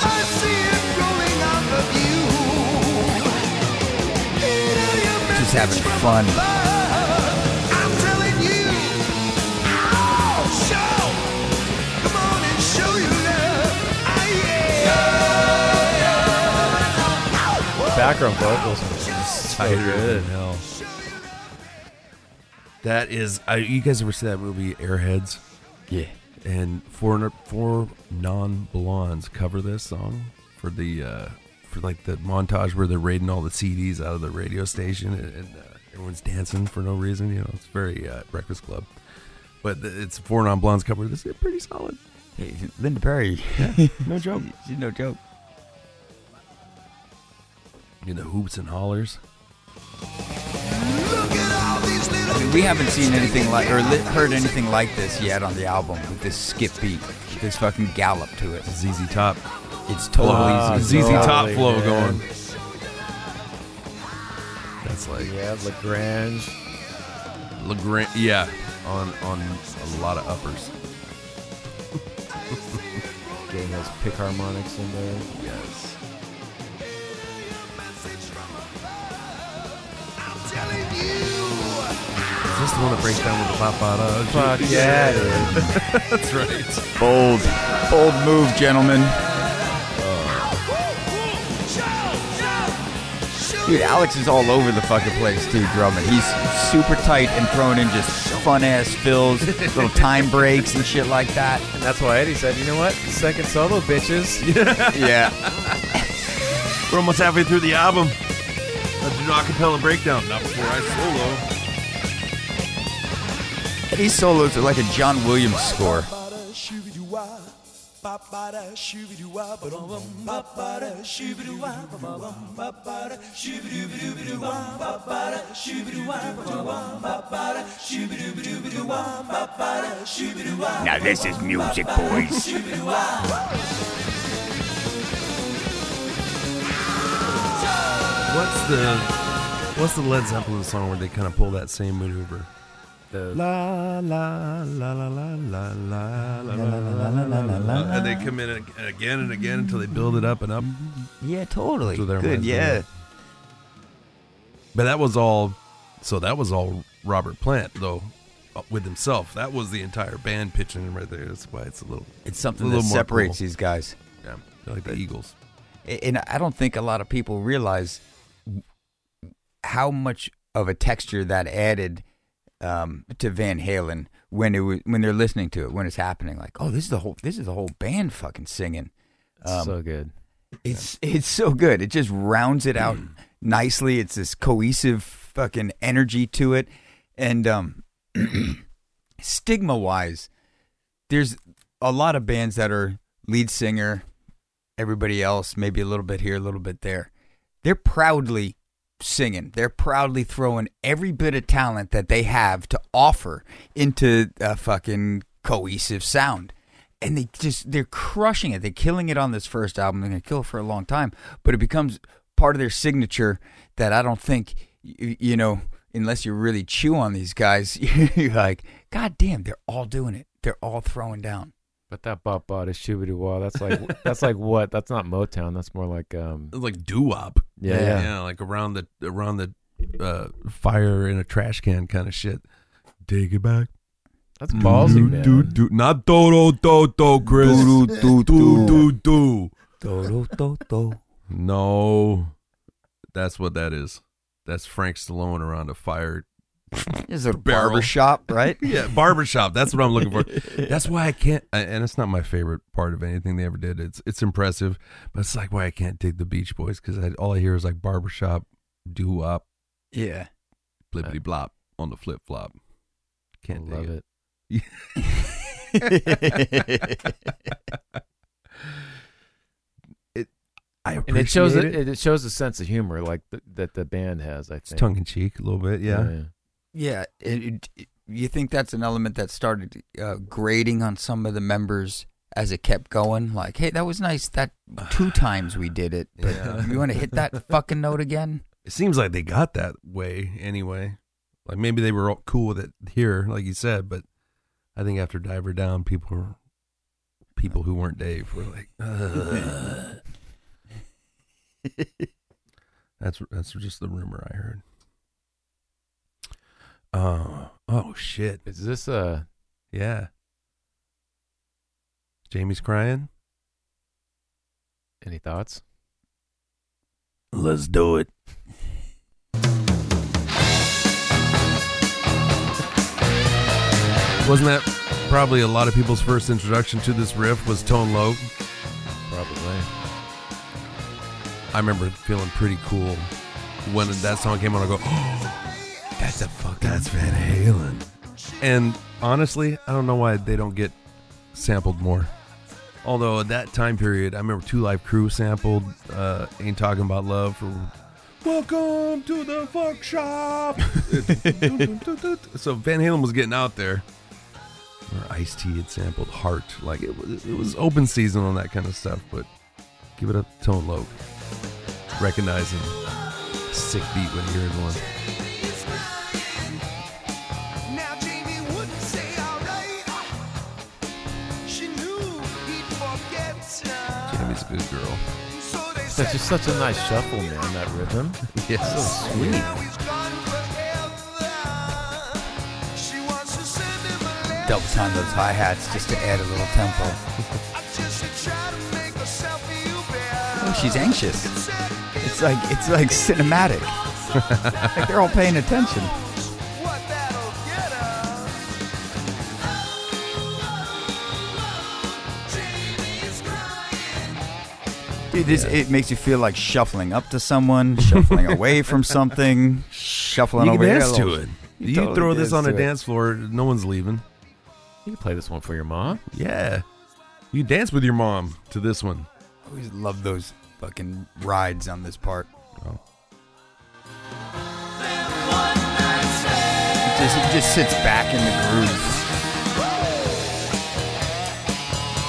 [SPEAKER 1] I see it rolling out of you. Hear your
[SPEAKER 3] Just
[SPEAKER 1] message
[SPEAKER 3] having
[SPEAKER 1] from
[SPEAKER 3] fun.
[SPEAKER 1] above. I'm telling you, I'll show. Come on and show you love. Ah, yeah.
[SPEAKER 4] Background vocals.
[SPEAKER 2] Tighter than hell. That is, I, you guys ever see that movie Airheads?
[SPEAKER 3] Yeah.
[SPEAKER 2] and four four non blondes cover this song for the uh, for like the montage where they're raiding all the CDs out of the radio station and, and uh, everyone's dancing for no reason. You know, it's very uh, Breakfast Club, but th- it's four non blondes cover. This is pretty solid.
[SPEAKER 3] Hey, Linda Perry.
[SPEAKER 2] No joke.
[SPEAKER 3] She's no joke.
[SPEAKER 2] You know, hoops and hollers.
[SPEAKER 1] Look at all these little
[SPEAKER 3] I mean, we haven't seen anything like or li- heard anything like this yet on the album with this skip beat, this fucking gallop to it.
[SPEAKER 2] ZZ Top,
[SPEAKER 3] It's totally
[SPEAKER 4] Ah,
[SPEAKER 3] easy.
[SPEAKER 2] ZZ Top
[SPEAKER 4] totally,
[SPEAKER 2] flow
[SPEAKER 4] man.
[SPEAKER 2] going. That's like
[SPEAKER 4] Yeah, Lagrange.
[SPEAKER 2] Legrand, yeah, on on a lot of uppers.
[SPEAKER 4] Getting those pick harmonics in there.
[SPEAKER 2] Yes.
[SPEAKER 1] I'm telling you.
[SPEAKER 2] Is this the one that breaks down with the pop out?
[SPEAKER 4] Fuck yeah, dude.
[SPEAKER 2] That's right.
[SPEAKER 3] Bold, bold move, gentlemen. Dude, Alex is all over the fucking place too, drumming. He's super tight and throwing in just fun ass fills, little time breaks and shit like that.
[SPEAKER 4] And that's why Eddie said, you know what? Second solo, bitches.
[SPEAKER 3] Yeah.
[SPEAKER 2] We're almost halfway through the album. Let's do an acapella breakdown. Not before I solo.
[SPEAKER 3] These solos are like a John Williams score.
[SPEAKER 1] Shoo-dee-doo-wah. Ba-ba-da, shoo-ba-doo-wah, ba-dum-bum, ba-ba-da, shoo-ba-doo-wah, ba-bum, ba-ba-da, shoo-ba-doo-ba-doo-ba-doo-wah, ba-ba-da, shoo-ba-doo-wah, ba-dum-bum, ba-ba-da, shoo-ba-doo-ba-doo-ba-doo-wah, ba-ba-da, shoo-ba-doo-wah.
[SPEAKER 6] Now this is music, boys.
[SPEAKER 2] What's the What's the Led Zeppelin song where they kind of pull that same maneuver?
[SPEAKER 4] The,
[SPEAKER 2] La la la la la la la la la la la la la la. And they come in ag- again and again until they build it up and up.
[SPEAKER 3] Yeah, totally.
[SPEAKER 2] So there
[SPEAKER 3] Good,
[SPEAKER 2] was,
[SPEAKER 3] yeah.
[SPEAKER 2] But that was all. So that was all Robert Plant though, uh, with himself. That was the entire band pitching him right there. That's why it's a little
[SPEAKER 3] It's
[SPEAKER 2] A
[SPEAKER 3] something
[SPEAKER 2] little
[SPEAKER 3] that
[SPEAKER 2] more
[SPEAKER 3] separates
[SPEAKER 2] cool.
[SPEAKER 3] these guys.
[SPEAKER 2] yeah, like the Eagles.
[SPEAKER 3] A- And I don't think a lot of people realize how much of a texture that added um, to Van Halen when it was, when they're listening to it, when it's happening. Like, oh, this is the whole this is the whole band fucking singing. Um,
[SPEAKER 4] so good.
[SPEAKER 3] It's it's so good. It just rounds it out nicely. It's this cohesive fucking energy to it, and um, stigma wise, there's a lot of bands that are lead singer, everybody else maybe a little bit here, a little bit there. They're proudly singing. They're proudly throwing every bit of talent that they have to offer into a fucking cohesive sound. And they just they're crushing it. They're killing it on this first album. They're gonna kill it for a long time, but it becomes part of their signature that I don't think you, you know unless you really chew on these guys. You're like, God damn, they're all doing it. They're all throwing down.
[SPEAKER 4] But that bop bop is shooby wah. That's like that's like what? That's not Motown. That's more like um.
[SPEAKER 2] It was like doo wop.
[SPEAKER 4] Yeah,
[SPEAKER 2] yeah,
[SPEAKER 4] yeah.
[SPEAKER 2] like around the around the uh, fire in a trash can kind of shit. Take it back.
[SPEAKER 4] That's ballsy, man.
[SPEAKER 2] Do, do, do. Not do do do do, Chris. Do do do do do.
[SPEAKER 3] Do, do, do.
[SPEAKER 2] No, that's what that is. That's Frank Stallone around a fire.
[SPEAKER 3] This is a
[SPEAKER 2] Barrel.
[SPEAKER 3] barber shop, right?
[SPEAKER 2] Yeah, barbershop. That's what I'm looking for. That's why I can't. I- And it's not my favorite part of anything they ever did. It's it's impressive, but it's like why I can't dig the Beach Boys because I, all I hear is like barbershop, doo wop,
[SPEAKER 3] yeah.
[SPEAKER 2] blippity blop on the flip flop. Can't dig
[SPEAKER 4] Love
[SPEAKER 2] it.
[SPEAKER 4] it.
[SPEAKER 2] I appreciate
[SPEAKER 4] And it shows
[SPEAKER 2] it.
[SPEAKER 4] it. It shows a sense of humor like th- that the band has. I think.
[SPEAKER 2] It's tongue in cheek a little bit, yeah.
[SPEAKER 3] Yeah, it, it- you think that's an element that started uh, grading on some of the members as it kept going? Like, hey, that was nice. That two times we did it, but
[SPEAKER 2] Yeah.
[SPEAKER 3] you want to hit that fucking note again?
[SPEAKER 2] It seems like they got that way anyway. Like maybe they were all cool with it here, like you said, but I think after Diver Down, people were, people who weren't Dave were like, "Ugh." that's that's just the rumor I heard. Uh, oh shit,
[SPEAKER 4] Is this uh?
[SPEAKER 2] yeah. Jamie's crying.
[SPEAKER 4] Any thoughts?
[SPEAKER 2] Let's do it. Wasn't that probably a lot of people's first introduction to this riff was Tone Loc?
[SPEAKER 4] Probably.
[SPEAKER 2] I remember feeling pretty cool when that song came on. I go, oh, that's a fuck. That's Van Halen. And honestly, I don't know why they don't get sampled more. Although at that time period, I remember Two Live Crew sampled uh, "Ain't Talking About Love" for "Welcome to the Fuck Shop." so Van Halen was getting out there. Or Ice T had sampled "Heart," like it was, it was open season on that kind of stuff. But give it up to Tone Loc recognizing sick beat when you hear one.
[SPEAKER 1] Now Jamie wouldn't say alright. She knew he'd forget her.
[SPEAKER 2] Tammy's a good girl.
[SPEAKER 1] So they
[SPEAKER 4] That's
[SPEAKER 1] said,
[SPEAKER 4] just such a nice shuffle, man. That rhythm.
[SPEAKER 2] Yes.
[SPEAKER 1] now he's gone forever. She wants to send him a letter.
[SPEAKER 3] Double time those hi hats just to add a little tempo.
[SPEAKER 1] I just should try to make herself feel better.
[SPEAKER 3] Oh, she's anxious.
[SPEAKER 1] Said,
[SPEAKER 3] It's like it's like cinematic. like they're all paying attention.
[SPEAKER 1] what that'll get her. Oh,
[SPEAKER 3] Dude, this it makes you feel like shuffling up to someone, shuffling away from something, shuffling
[SPEAKER 2] You can
[SPEAKER 3] over here.
[SPEAKER 2] dance to it.
[SPEAKER 3] You
[SPEAKER 2] You
[SPEAKER 3] totally
[SPEAKER 2] throw this
[SPEAKER 3] dance
[SPEAKER 2] on a
[SPEAKER 3] to it.
[SPEAKER 2] dance floor, no one's leaving.
[SPEAKER 4] You can play this one for your mom.
[SPEAKER 2] Yeah. You can dance with your mom to this one.
[SPEAKER 3] I always love those fucking rides on this part.
[SPEAKER 2] Oh.
[SPEAKER 3] It just, it just sits back in the groove.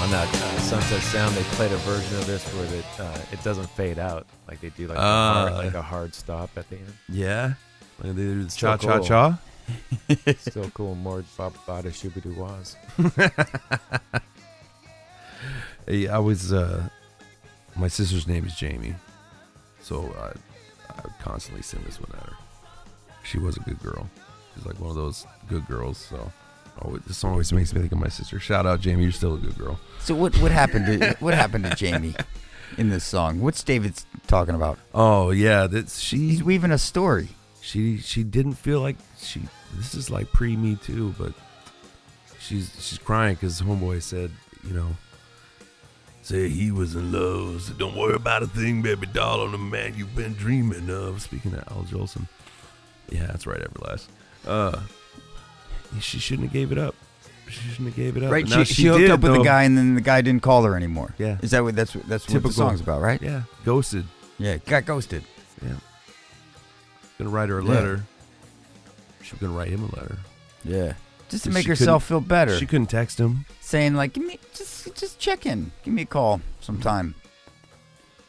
[SPEAKER 4] On that uh, Sunset Sound, they played a version of this where it uh, it doesn't fade out like they do like a hard,
[SPEAKER 2] Ah.
[SPEAKER 4] like a hard stop at the end.
[SPEAKER 2] Yeah. Like they do the cha
[SPEAKER 4] So
[SPEAKER 2] cha
[SPEAKER 4] cool.
[SPEAKER 2] cha.
[SPEAKER 4] Still cool. More bop bada shooby was.
[SPEAKER 2] Hey, I was uh, my sister's name is Jamie, so I, I would constantly send this one at her. She was a good girl. She's like one of those good girls. So always, this song always makes me think of my sister. Shout out Jamie, you're still a good girl.
[SPEAKER 3] So what what happened to what happened to Jamie in this song? What's David's talking about?
[SPEAKER 2] Oh yeah, that's
[SPEAKER 3] He's
[SPEAKER 2] she.
[SPEAKER 3] weaving a story.
[SPEAKER 2] She she didn't feel like she. This is like pre Me Too, but she's she's crying because homeboy said you know. Say he was in love. So don't worry about a thing, baby doll. On the man you've been dreaming of. Speaking of Al Jolson, yeah, that's right, Everlast. Uh, she shouldn't have gave it up. She shouldn't have gave it up.
[SPEAKER 3] Right,
[SPEAKER 2] And
[SPEAKER 3] she,
[SPEAKER 2] now
[SPEAKER 3] she, hooked
[SPEAKER 2] Oh, did,
[SPEAKER 3] up with
[SPEAKER 2] though.
[SPEAKER 3] the guy, and then the guy didn't call her anymore.
[SPEAKER 2] Yeah.
[SPEAKER 3] is that what that's what- that's what the
[SPEAKER 2] Typical.
[SPEAKER 3] song's about, right?
[SPEAKER 2] Yeah, ghosted.
[SPEAKER 3] Yeah, got ghosted.
[SPEAKER 2] Yeah, gonna write her a
[SPEAKER 3] Yeah.
[SPEAKER 2] letter. She was gonna write him a letter.
[SPEAKER 3] Yeah, just to
[SPEAKER 2] She
[SPEAKER 3] make herself feel better,
[SPEAKER 2] She couldn't text him.
[SPEAKER 3] saying like, "Give me just just check in, give me a call sometime,"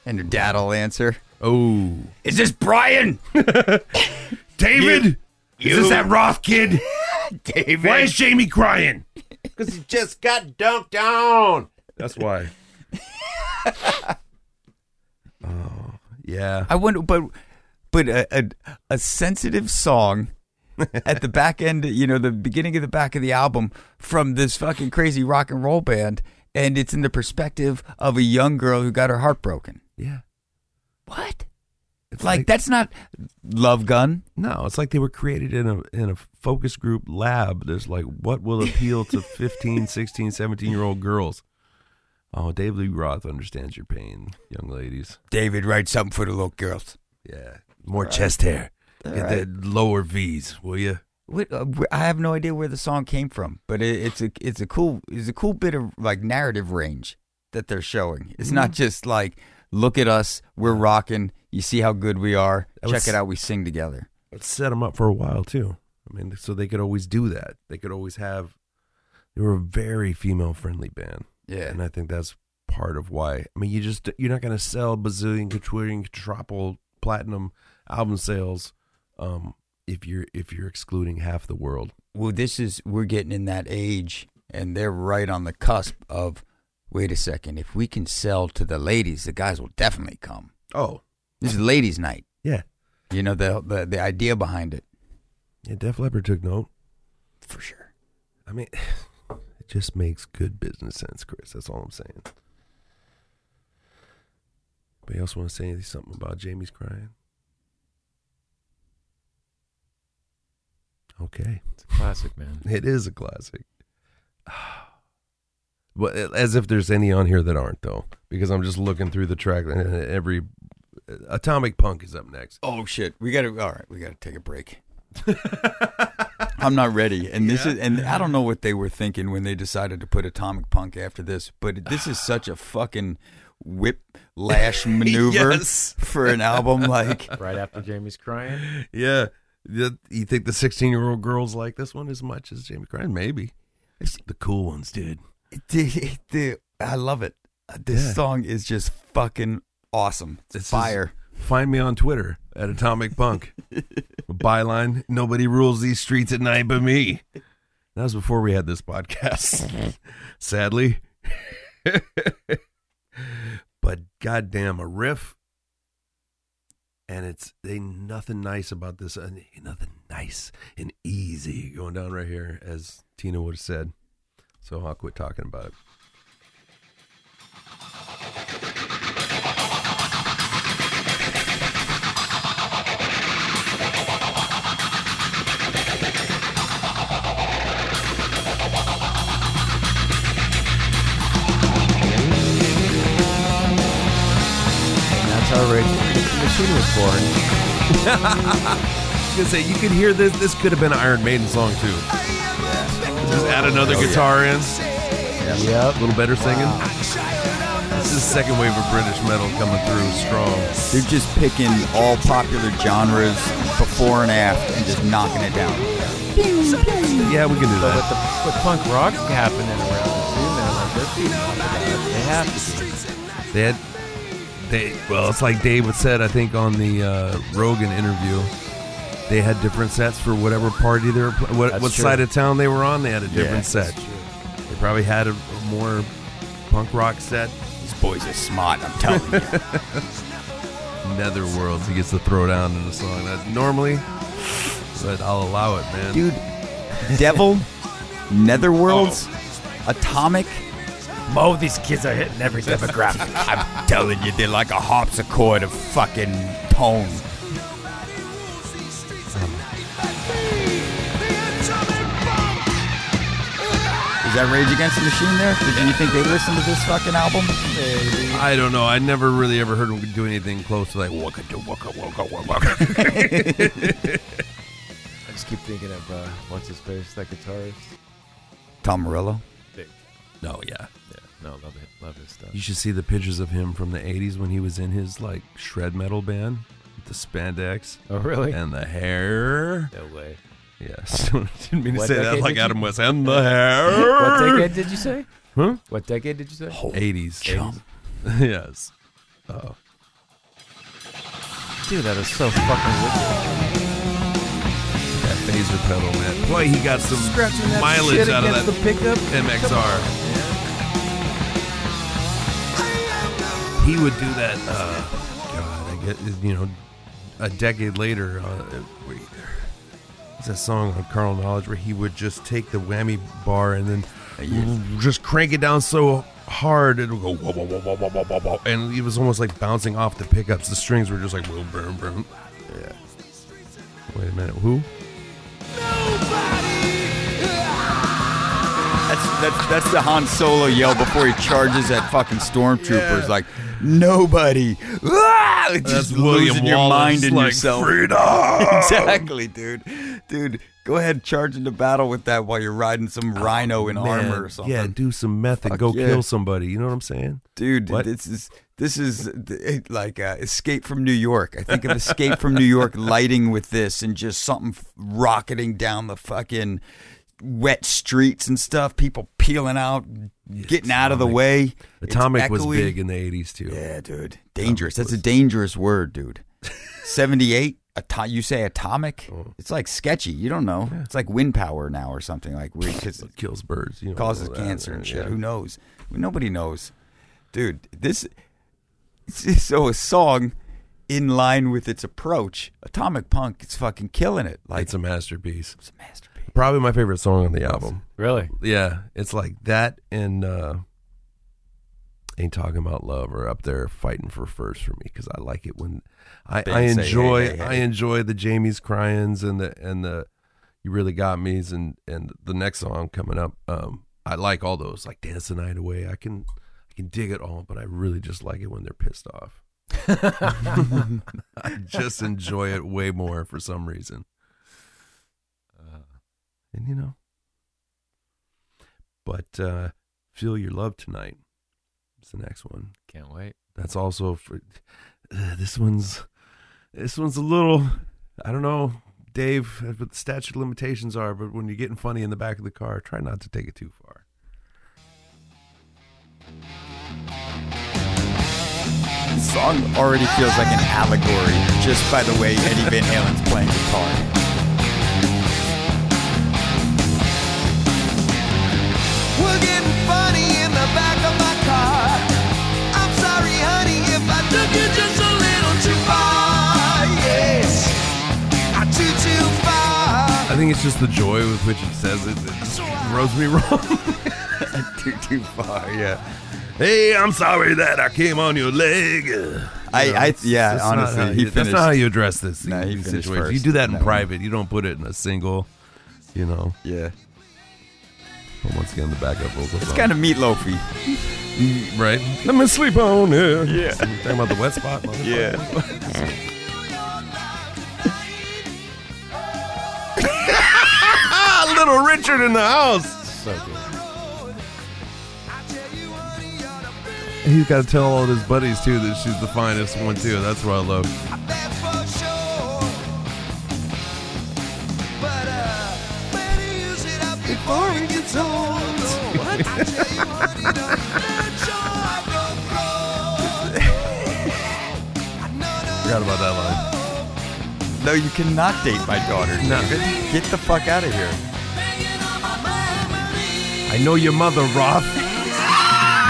[SPEAKER 3] and her dad'll answer.
[SPEAKER 2] Oh.
[SPEAKER 3] Is this Brian?
[SPEAKER 2] David! is this that Roth kid?
[SPEAKER 3] David.
[SPEAKER 2] Why is Jamie crying? Because he just got dumped on. That's why. oh, yeah.
[SPEAKER 3] I wonder, but but a, a a sensitive song at the back end, you know, the beginning of the back of the album from this fucking crazy rock and roll band, and it's in the perspective of a young girl who got her heart broken.
[SPEAKER 2] Yeah.
[SPEAKER 3] What?
[SPEAKER 2] It's
[SPEAKER 3] Like that's not Love Gun.
[SPEAKER 2] No, it's like they were created in a in a focus group lab. There's like what will appeal to 15, 16, 17 year old girls. Oh, David Lee Roth understands your pain, young ladies.
[SPEAKER 3] David, write something for the little girls.
[SPEAKER 2] Yeah. More chest hair. Get the lower V's, will you?
[SPEAKER 3] What, uh, wh- I have no idea where the song came from, but it, it's a it's a cool it's a cool bit of like narrative range that they're showing. It's not just like look at us, we're rocking. You see how good we are.
[SPEAKER 2] That
[SPEAKER 3] Check
[SPEAKER 2] was-
[SPEAKER 3] it out, we sing together.
[SPEAKER 2] it set them up for a while too. I mean, so they could always do that. They could always have. They were a very female friendly band,
[SPEAKER 3] Yeah,
[SPEAKER 2] and I think that's part of why. I mean, you just you're not going to sell bazillion, quadrillion, triple platinum album sales um, if you're if you're excluding half the world.
[SPEAKER 3] well, this is we're getting in that age, and they're right on the cusp of. Wait a second, if we can sell to the ladies, the guys will definitely come.
[SPEAKER 2] Oh
[SPEAKER 3] This is ladies' night.
[SPEAKER 2] yeah,
[SPEAKER 3] You know the the, the idea behind it
[SPEAKER 2] yeah. Def Leppard took note.
[SPEAKER 3] for sure.
[SPEAKER 2] I mean, it just makes good business sense, Chris. That's all I'm saying. Anybody else want to say anything something about Jamie's crying? Okay,
[SPEAKER 4] It's a classic, man.
[SPEAKER 2] it is a classic. But as if there's any on here that aren't though, because I'm just looking through the track and every uh, Atomic Punk is up next.
[SPEAKER 3] Oh shit, we gotta. All right, we gotta take a break. I'm not ready, and this is, and I don't know what they were thinking when they decided to put Atomic Punk after this, but this is such a fucking whiplash maneuver
[SPEAKER 2] Yes.
[SPEAKER 3] for an album like.
[SPEAKER 4] Right after Jamie's crying,
[SPEAKER 2] Yeah, you you think the 16 year old girls like this one as much as Jamie crying? Maybe the cool ones did.
[SPEAKER 3] the, the, I love it. This
[SPEAKER 2] Yeah.
[SPEAKER 3] song is just fucking awesome. It's
[SPEAKER 2] This is-
[SPEAKER 3] fire.
[SPEAKER 2] Find me on Twitter at Atomic Punk. Byline: Nobody rules these streets at night but me. That was before we had this podcast, sadly. but goddamn, a riff, and it's ain't nothing nice about this. uh, Ain't nothing nice and easy going down right here, as Tina would have said. So I'll quit talking about it.
[SPEAKER 4] that's how Rage Machine was born.
[SPEAKER 2] I was gonna say you could hear this.
[SPEAKER 4] Oh,
[SPEAKER 2] This could have been an Iron Maiden song too. Just add another guitar in.
[SPEAKER 3] Yeah.
[SPEAKER 4] Yep.
[SPEAKER 2] A little better singing. This is second wave of British metal coming through strong.
[SPEAKER 3] They're just picking all popular genres before and after and just knocking it down.
[SPEAKER 2] Yeah, we can do
[SPEAKER 7] But with,
[SPEAKER 2] that.
[SPEAKER 7] the, with punk rock happening around us, too, man, like they're feeding off of that. They have to be.
[SPEAKER 2] They had, they well, it's like David said, I think on the uh, Rogan interview, they had different sets for whatever party they were, pl- what,
[SPEAKER 4] That's
[SPEAKER 2] what
[SPEAKER 4] true.
[SPEAKER 2] side of town they were on. They had a different set.
[SPEAKER 7] That's true.
[SPEAKER 2] They probably had a, a more punk rock set.
[SPEAKER 3] These boys are smart, I'm telling you.
[SPEAKER 2] Netherworlds, he gets to throw down in the song. That normally, but I'll allow it, man.
[SPEAKER 3] Dude, Devil, Netherworlds,
[SPEAKER 2] Oh.
[SPEAKER 3] Atomic.
[SPEAKER 7] Mo, these kids are hitting every demographic.
[SPEAKER 3] I'm telling you, they're like a harpsichord of fucking tone. Is that Rage Against the Machine there? Did you think they listened to this fucking album?
[SPEAKER 2] I don't know. I never really ever heard him do anything close to like waka do waka waka waka. waka."
[SPEAKER 4] I just keep thinking of uh, what's his face, that guitarist.
[SPEAKER 3] Tom Morello.
[SPEAKER 2] no, yeah.
[SPEAKER 4] Yeah, no, love it, love his stuff.
[SPEAKER 2] You should see the pictures of him from the '80s when he was in his like shred metal band, with the spandex
[SPEAKER 4] Oh, really?
[SPEAKER 2] and the hair.
[SPEAKER 4] No way.
[SPEAKER 2] Yes, didn't mean to
[SPEAKER 4] What
[SPEAKER 2] say that
[SPEAKER 4] decade
[SPEAKER 2] like
[SPEAKER 4] did you-
[SPEAKER 2] Adam West and the
[SPEAKER 4] What
[SPEAKER 2] hair.
[SPEAKER 4] decade did you say?
[SPEAKER 2] Huh?
[SPEAKER 4] What decade did you say?
[SPEAKER 2] '80s.
[SPEAKER 4] jump.
[SPEAKER 2] yes.
[SPEAKER 7] Dude, that is so fucking wicked.
[SPEAKER 2] That phaser pedal, man. Boy, he got some mileage out of that
[SPEAKER 7] pickup.
[SPEAKER 2] MXR. He would do that. Uh, God, I get you know, a decade later. Uh, wait, it's a song on Carnal Knowledge where he would just take the whammy bar and then just crank it down so hard it'll go whoa, whoa, whoa, whoa, whoa, whoa, whoa, whoa, and it was almost like bouncing off the pickups. The strings were just like boom, boom, boom. Yeah. Wait a minute, who?
[SPEAKER 3] That's, that's, that's the Han Solo yell before he charges at fucking stormtroopers. Like, nobody. Ah! Just losing your mind in
[SPEAKER 2] like,
[SPEAKER 3] yourself.
[SPEAKER 2] Freedom.
[SPEAKER 3] Exactly, dude. Dude, go ahead, charge into battle with that while you're riding some rhino in armor or something.
[SPEAKER 2] Oh, Yeah, do some meth and
[SPEAKER 3] Fuck
[SPEAKER 2] go
[SPEAKER 3] yeah.
[SPEAKER 2] kill somebody. You know what I'm saying?
[SPEAKER 3] dude,
[SPEAKER 2] What?
[SPEAKER 3] this is this is it- like uh, Escape from New York. I think of Escape from New York lighting with this and just something f- rocketing down the fucking wet streets and stuff. People peeling out, getting out of the
[SPEAKER 2] Atomic.
[SPEAKER 3] way. It's
[SPEAKER 2] Atomic was
[SPEAKER 3] echoey.
[SPEAKER 2] big in the 80s too.
[SPEAKER 3] Yeah, dude. Dangerous. That's a
[SPEAKER 2] was-
[SPEAKER 3] dangerous word, dude. 78, ato- you say atomic?
[SPEAKER 2] Oh.
[SPEAKER 3] It's like sketchy. You don't know. It's like wind power now or something like weird because it
[SPEAKER 2] Kills birds. You know,
[SPEAKER 3] causes
[SPEAKER 2] all that,
[SPEAKER 3] cancer and shit.
[SPEAKER 2] yeah.
[SPEAKER 3] Who knows? Nobody knows. Dude, this it's- so a song in line with its approach. Atomic Punk is fucking killing it. Like
[SPEAKER 2] It's a masterpiece.
[SPEAKER 3] it's a masterpiece.
[SPEAKER 2] Probably my favorite song on the album.
[SPEAKER 4] Really?
[SPEAKER 2] Yeah, it's like that and uh, Ain't Talking About Love are up there fighting for first for me because I like it when I, I
[SPEAKER 3] Band say,
[SPEAKER 2] enjoy
[SPEAKER 3] "Hey, hey, hey."
[SPEAKER 2] I enjoy the Jamie's cryings and the and the You Really Got Me's and and the next song coming up. Um, I like all those like Dance the Night Away. I can I can dig it all, but I really just like it when they're pissed off. I just enjoy it way more for some reason. Uh, And you know, but uh, feel your love tonight. It's the next one.
[SPEAKER 4] Can't wait.
[SPEAKER 2] That's also for uh, this one's. This one's a little. I don't know, Dave, what the statute of limitations are, but when you're getting funny in the back of the car, try not to take it too far.
[SPEAKER 3] The song already feels like an allegory just by the way Eddie Van Halen's playing guitar.
[SPEAKER 1] We're getting funny in the back of my car. I'm sorry, honey, if I took you just a little too far. Yes, I took too far.
[SPEAKER 2] I think it's just the joy with which he says it that just rubs me wrong.
[SPEAKER 3] too too far. Yeah,
[SPEAKER 2] hey, I'm sorry that I came on your leg.
[SPEAKER 3] I, I yeah.
[SPEAKER 2] That's not
[SPEAKER 3] honestly,
[SPEAKER 2] how
[SPEAKER 3] he
[SPEAKER 2] you-
[SPEAKER 3] finished.
[SPEAKER 2] that's not how you address this
[SPEAKER 3] No,
[SPEAKER 2] in
[SPEAKER 3] he
[SPEAKER 2] these
[SPEAKER 3] finished
[SPEAKER 2] situations.
[SPEAKER 3] first
[SPEAKER 2] You do that in
[SPEAKER 3] on that one.
[SPEAKER 2] private. You don't put it in a single. You know,
[SPEAKER 3] yeah,
[SPEAKER 2] but once again, the backup vocals.
[SPEAKER 3] it's
[SPEAKER 2] on.
[SPEAKER 3] kind of meatloafy.
[SPEAKER 2] Right. Let me sleep on it. Yeah. Talking about the wet spot. Yeah. Little Ah, Richard in the house.
[SPEAKER 4] So good.
[SPEAKER 2] He's got to tell all his buddies too that she's the finest one too. That's what I love.
[SPEAKER 1] That's for sure. But uh, better use it up before it gets old. I tell you what, it don't let your heart go cold. No, no,
[SPEAKER 2] Forgot about that line.
[SPEAKER 3] No, you cannot date my daughter.
[SPEAKER 2] No.
[SPEAKER 3] David. Get the fuck out of here.
[SPEAKER 2] I know your mother, Roth.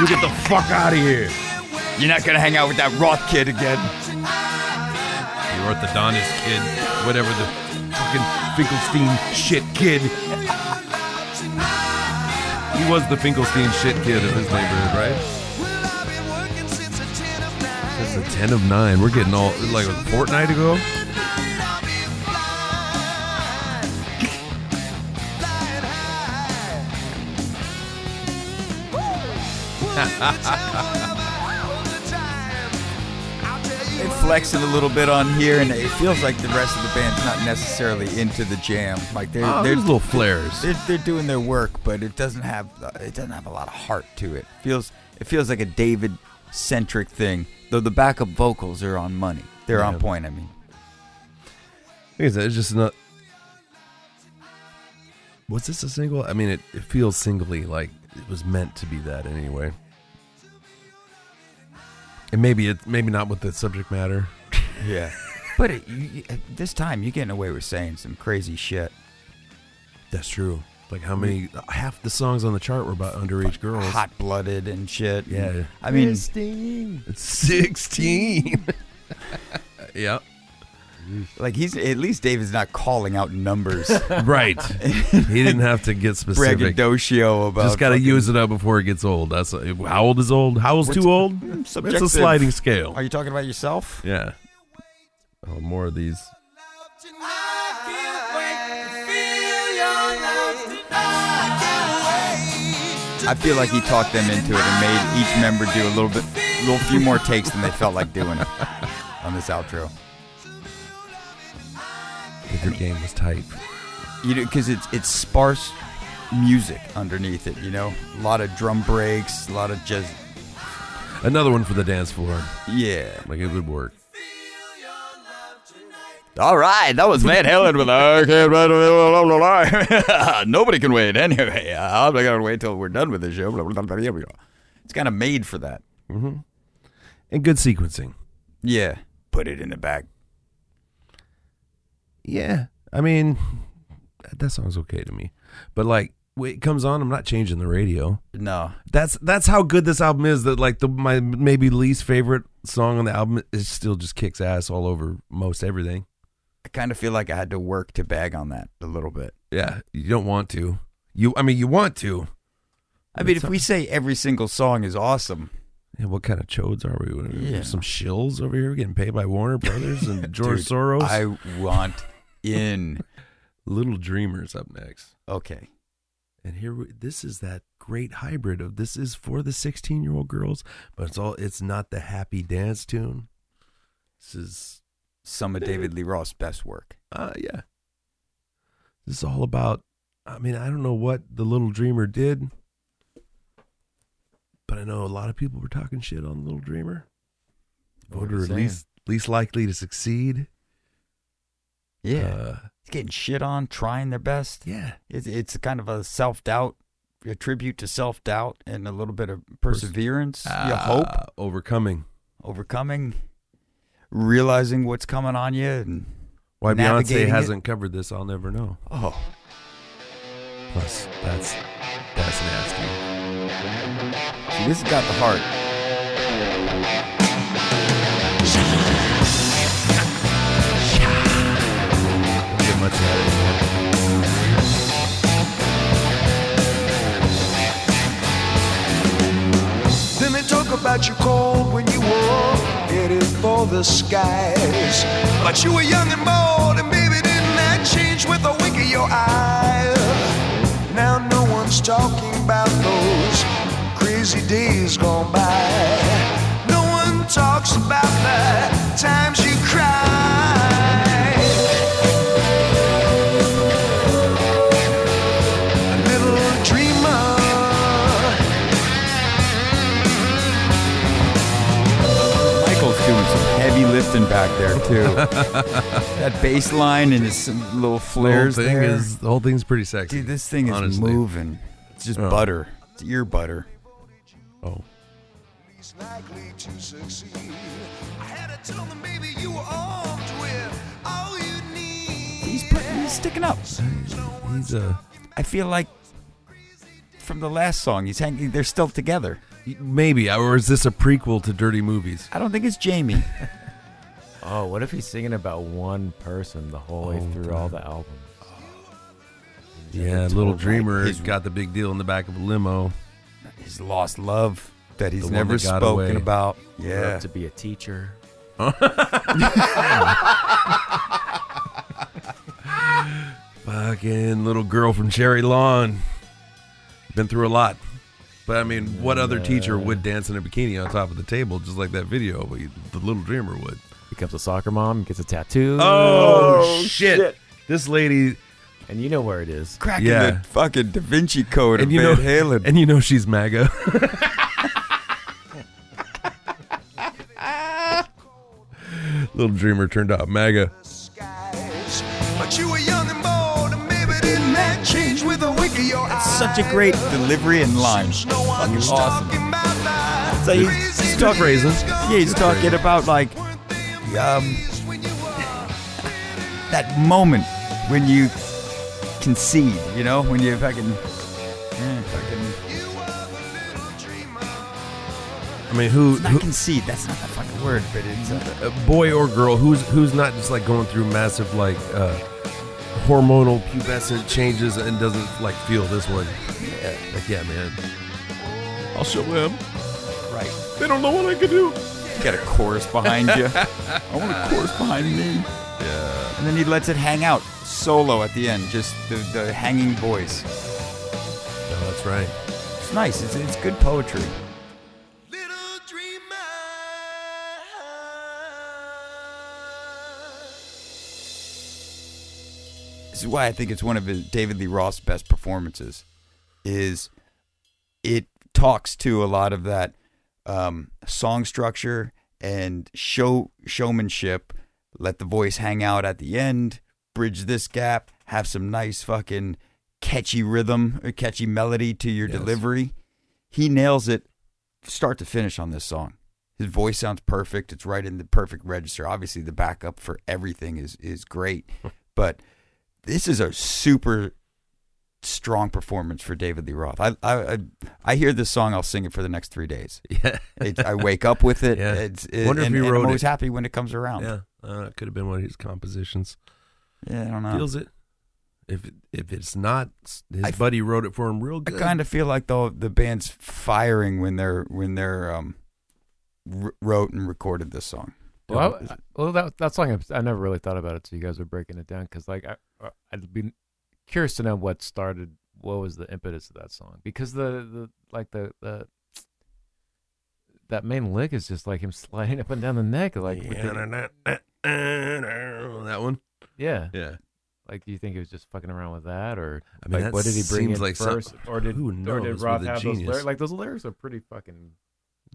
[SPEAKER 2] You get the fuck out of here.
[SPEAKER 3] You're not gonna hang out with that Roth kid again.
[SPEAKER 2] You orthodontist kid, whatever the fucking Finkelstein shit kid. He was the Finkelstein shit kid of his neighborhood, right?
[SPEAKER 1] Well, I've been working since the 10 of
[SPEAKER 2] It's
[SPEAKER 1] night.
[SPEAKER 2] a ten of nine. We're getting all like a fortnight ago.
[SPEAKER 1] Tonight I'll be flying, flying high. Woo! Pulling the time wherever, all the time. I'll tell you
[SPEAKER 3] They
[SPEAKER 1] what
[SPEAKER 3] flexing a little bit on here, and it feels like the rest of the band's not necessarily into the jam. Like they're
[SPEAKER 2] Oh,
[SPEAKER 3] they're,
[SPEAKER 2] there's little flares.
[SPEAKER 3] they're they're doing their work, but it doesn't have it doesn't have a lot of heart to it. Feels it feels like a David centric thing. Though the backup vocals are on money. They're
[SPEAKER 2] Yeah.
[SPEAKER 3] on point. I mean,
[SPEAKER 2] Like I said, it's just not. Was this a single? I mean, it, it feels singly like it was meant to be that anyway. And maybe it, maybe not with the subject matter.
[SPEAKER 3] yeah. But it, you, you- at this time, you're getting away with saying some crazy shit.
[SPEAKER 2] That's true. Like how many half the songs on the chart were about underage girls.
[SPEAKER 3] Hot blooded and shit.
[SPEAKER 2] Yeah.
[SPEAKER 3] I mean,
[SPEAKER 4] Sting.
[SPEAKER 2] It's Sixteen. yeah.
[SPEAKER 3] like he's at least David's not calling out numbers,
[SPEAKER 2] Right. he didn't have to get specific.
[SPEAKER 3] braggadocio about.
[SPEAKER 2] Just gotta
[SPEAKER 3] fucking-
[SPEAKER 2] use it up before it gets old. That's how old is old. How old's
[SPEAKER 3] What's-
[SPEAKER 2] too old? It's a
[SPEAKER 3] mm, subjective.
[SPEAKER 2] sliding scale.
[SPEAKER 3] Are you talking about yourself?
[SPEAKER 2] Yeah. Oh, more of these.
[SPEAKER 3] I feel like he talked them into it and made each member do a little bit, little few more takes than they felt like doing on this outro.
[SPEAKER 2] If your game was tight.
[SPEAKER 3] You know, because it's it's sparse music underneath it. You know, a lot of drum breaks, a lot of just
[SPEAKER 2] Another one for the dance floor.
[SPEAKER 3] yeah.
[SPEAKER 2] Like it would work.
[SPEAKER 3] All right, that was Van Halen with I can't wait to be alive." Nobody can wait anyway. I'm not gonna wait till we're done with the show. It's kind of made for that.
[SPEAKER 2] And good sequencing.
[SPEAKER 3] Yeah, put it in the back.
[SPEAKER 2] Yeah. I mean, that- that song's okay to me. But like, when it comes on, I'm not changing the radio.
[SPEAKER 3] No,
[SPEAKER 2] That's that's how good this album is. That like the my maybe least favorite song on the album is still just kicks ass all over most everything.
[SPEAKER 3] I kind of feel like I had to work to bag on that a little bit.
[SPEAKER 2] Yeah, you don't want to. You, I mean, you want to.
[SPEAKER 3] I mean,
[SPEAKER 2] It's
[SPEAKER 3] if we say every single song is awesome,
[SPEAKER 2] Yeah, what kind of chodes are we? What are we?
[SPEAKER 3] Yeah.
[SPEAKER 2] Some shills over here getting paid by Warner Brothers and George
[SPEAKER 3] dude,
[SPEAKER 2] Soros.
[SPEAKER 3] I want in.
[SPEAKER 2] Little Dreamers up next.
[SPEAKER 3] Okay.
[SPEAKER 2] And here we, this is that great hybrid of this is for the 16-year-old girls, but it's all it's not the happy dance tune. This is
[SPEAKER 3] Some of David Lee Roth's best work.
[SPEAKER 2] uh yeah. This is all about I mean, I don't know what the Little Dreamer did, but I know a lot of people were talking shit on Little Dreamer.
[SPEAKER 3] Oh,
[SPEAKER 4] What
[SPEAKER 2] Voted
[SPEAKER 4] were
[SPEAKER 2] her
[SPEAKER 4] they
[SPEAKER 2] least least likely to succeed. Uh,
[SPEAKER 3] It's getting shit on, trying their best.
[SPEAKER 2] yeah.
[SPEAKER 3] It's, it's kind of a self doubt, a tribute to self doubt and a little bit of perseverance, you hope,
[SPEAKER 2] Uh, overcoming.
[SPEAKER 3] overcoming, realizing what's coming on you. And,
[SPEAKER 2] Why Beyonce
[SPEAKER 3] Navigating it.
[SPEAKER 2] hasn't covered this, I'll never know.
[SPEAKER 3] oh,
[SPEAKER 2] Plus, that's that's nasty.
[SPEAKER 3] see, this has got the heart.
[SPEAKER 2] Don't get much out of it.
[SPEAKER 1] Then they talk about you cold when you were headed for the skies. But you were young and bold, and baby, didn't that change with a wink of your eye? Now no one's talking about those crazy days gone by. No one talks about the times you cried. A little dreamer.
[SPEAKER 3] Justin back there too. that bass line and his little
[SPEAKER 2] The whole
[SPEAKER 3] flares
[SPEAKER 2] thing
[SPEAKER 3] there.
[SPEAKER 2] is the whole thing's pretty sexy.
[SPEAKER 3] Dude, this thing is
[SPEAKER 2] honestly. Oh.
[SPEAKER 3] moving. It's just
[SPEAKER 2] Yeah.
[SPEAKER 3] butter. It's ear butter.
[SPEAKER 2] Oh,
[SPEAKER 1] least likely to succeed. I had to tell them, baby, you were armed with all you need.
[SPEAKER 3] He's, put, he's sticking up.
[SPEAKER 2] he's a.
[SPEAKER 3] I feel like from the last song, he's hanging. They're still together.
[SPEAKER 2] Maybe, or is this a prequel to Dirty Movies?
[SPEAKER 3] I don't think it's Jamie.
[SPEAKER 4] Oh, what if he's singing about one person the whole way
[SPEAKER 2] Oh,
[SPEAKER 4] through all the album?
[SPEAKER 2] Yeah, Little Dreamer
[SPEAKER 3] His-
[SPEAKER 2] got the big deal in the back of a limo.
[SPEAKER 3] His lost love that he's
[SPEAKER 2] The one
[SPEAKER 3] never
[SPEAKER 2] that got
[SPEAKER 3] spoken
[SPEAKER 2] away.
[SPEAKER 3] about.
[SPEAKER 4] Grew up
[SPEAKER 3] Yeah.
[SPEAKER 4] to be a teacher.
[SPEAKER 2] Fucking little girl from Cherry Lawn. Been through a lot. But I mean, what other teacher would dance in a bikini on top of the table just like that video? But the Little Dreamer would.
[SPEAKER 4] Becomes a soccer mom, gets a tattoo.
[SPEAKER 2] Oh, shit. This lady,
[SPEAKER 4] And you know where it is.
[SPEAKER 3] Cracking
[SPEAKER 2] Yeah.
[SPEAKER 3] the fucking Da Vinci Code
[SPEAKER 2] and
[SPEAKER 3] of
[SPEAKER 2] you
[SPEAKER 3] Van
[SPEAKER 2] know,
[SPEAKER 3] Halen.
[SPEAKER 2] and you know she's MAGA. Little Dreamer turned out MAGA.
[SPEAKER 1] Skies. But you were young and bold, and maybe didn't that change with a wink of your eyes?
[SPEAKER 3] Such a great delivery and line.
[SPEAKER 1] No one
[SPEAKER 3] Fucking
[SPEAKER 1] was
[SPEAKER 3] awesome.
[SPEAKER 1] talking about that.
[SPEAKER 3] So he's-
[SPEAKER 1] Crazy
[SPEAKER 3] he's talking-
[SPEAKER 1] days
[SPEAKER 2] Phrasing.
[SPEAKER 1] gone
[SPEAKER 3] Yeah, he's talking about like
[SPEAKER 1] Weren't they
[SPEAKER 3] um,
[SPEAKER 1] amazed when you were
[SPEAKER 3] that moment when you concede. You know, when you fucking, eh, fucking
[SPEAKER 2] I mean, who,
[SPEAKER 3] not
[SPEAKER 2] who
[SPEAKER 3] concede. That's not the fucking word, but it's. Uh,
[SPEAKER 2] uh, boy or girl who's who's not just like going through massive like uh hormonal pubescent changes and doesn't like feel this one yeah like yeah man i'll show him
[SPEAKER 3] Right.
[SPEAKER 2] they don't know what i can do
[SPEAKER 3] You got a chorus behind you. I want a chorus behind me. Yeah. And then he lets it hang out solo at the end, just the, the hanging voice.
[SPEAKER 2] no, that's right
[SPEAKER 3] It's nice. It's, it's good poetry.
[SPEAKER 1] Little dreamer.
[SPEAKER 3] This is why I think it's one of his, David Lee Roth's best performances. Is it talks to a lot of that um, song structure and show showmanship. Let the voice hang out at the end, bridge this gap, have some nice fucking catchy rhythm or catchy melody to your
[SPEAKER 2] Yes.
[SPEAKER 3] delivery. He nails it start to finish on this song. His voice sounds perfect. It's right in the perfect register. Obviously, the backup for everything is is great, but this is a super strong performance for David Lee Roth. I I I, I hear this song. I'll sing it for the next three days.
[SPEAKER 2] yeah
[SPEAKER 3] It, I wake up with it.
[SPEAKER 2] Yeah.
[SPEAKER 3] It's, it
[SPEAKER 2] Wonder if
[SPEAKER 3] and,
[SPEAKER 2] he
[SPEAKER 3] and
[SPEAKER 2] wrote
[SPEAKER 3] I'm always
[SPEAKER 2] it.
[SPEAKER 3] happy when it comes around.
[SPEAKER 2] yeah uh, it could have been one of his compositions
[SPEAKER 3] Yeah, I don't know.
[SPEAKER 2] feels it if if it's not his
[SPEAKER 3] I-
[SPEAKER 2] buddy wrote it for him real
[SPEAKER 3] I
[SPEAKER 2] good
[SPEAKER 3] kind of feel like though the band's firing when they're when they're um wr- wrote and recorded this song.
[SPEAKER 4] Well, I, well, that that song I, I never really thought about it. So you guys were breaking it down because, like, I, I- I'd be curious to know what started, what was the impetus of that song? Because the the like the the that main lick is just like him sliding up and down the neck, like with the-
[SPEAKER 2] that one
[SPEAKER 4] yeah.
[SPEAKER 2] yeah
[SPEAKER 4] Like, do you think he was just fucking around with that, or
[SPEAKER 2] I mean,
[SPEAKER 4] like,
[SPEAKER 2] that
[SPEAKER 4] what did he bring
[SPEAKER 2] seems
[SPEAKER 4] in
[SPEAKER 2] like some-
[SPEAKER 4] first, or did
[SPEAKER 2] who
[SPEAKER 4] or
[SPEAKER 2] knows
[SPEAKER 4] did
[SPEAKER 2] with
[SPEAKER 4] Roth
[SPEAKER 2] a
[SPEAKER 4] have those
[SPEAKER 2] genius.
[SPEAKER 4] lyrics? Like those lyrics are pretty fucking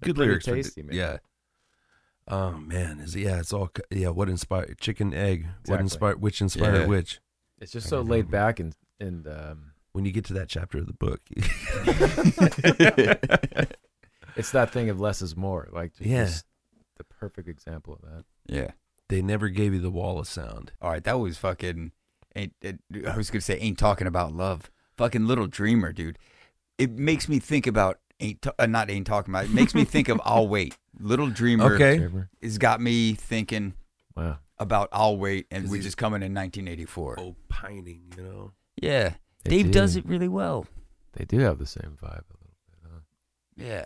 [SPEAKER 4] they're
[SPEAKER 2] good
[SPEAKER 4] pretty
[SPEAKER 2] lyrics. for di-
[SPEAKER 4] tasty, man.
[SPEAKER 2] Yeah. Oh man, is yeah, it's all c- yeah. What inspired chicken egg? What
[SPEAKER 4] Exactly.
[SPEAKER 2] inspired which inspired
[SPEAKER 3] Yeah.
[SPEAKER 2] which?
[SPEAKER 4] It's just so laid back and and um,
[SPEAKER 2] When you get to that chapter of the book,
[SPEAKER 4] it's that thing of less is more. Like, just,
[SPEAKER 2] Yeah.
[SPEAKER 4] the perfect example of that.
[SPEAKER 3] Yeah.
[SPEAKER 2] they never gave you the wall of sound.
[SPEAKER 3] All right, that was fucking. Ain't, it, I was gonna say ain't talking about love. Fucking little dreamer, dude. It makes me think about ain't ta- uh, not ain't talking about. It makes me think of I'll wait. Little dreamer
[SPEAKER 2] Okay.
[SPEAKER 4] Dreamer.
[SPEAKER 3] has got me thinking
[SPEAKER 4] Wow.
[SPEAKER 3] about I'll wait, and
[SPEAKER 2] 'Cause
[SPEAKER 3] which
[SPEAKER 2] he's-
[SPEAKER 3] is coming in 1984.
[SPEAKER 2] Opining, Oh, you know.
[SPEAKER 3] Yeah,
[SPEAKER 4] They
[SPEAKER 3] Dave
[SPEAKER 4] do.
[SPEAKER 3] does it really well.
[SPEAKER 4] They do have the same vibe.
[SPEAKER 3] Yeah,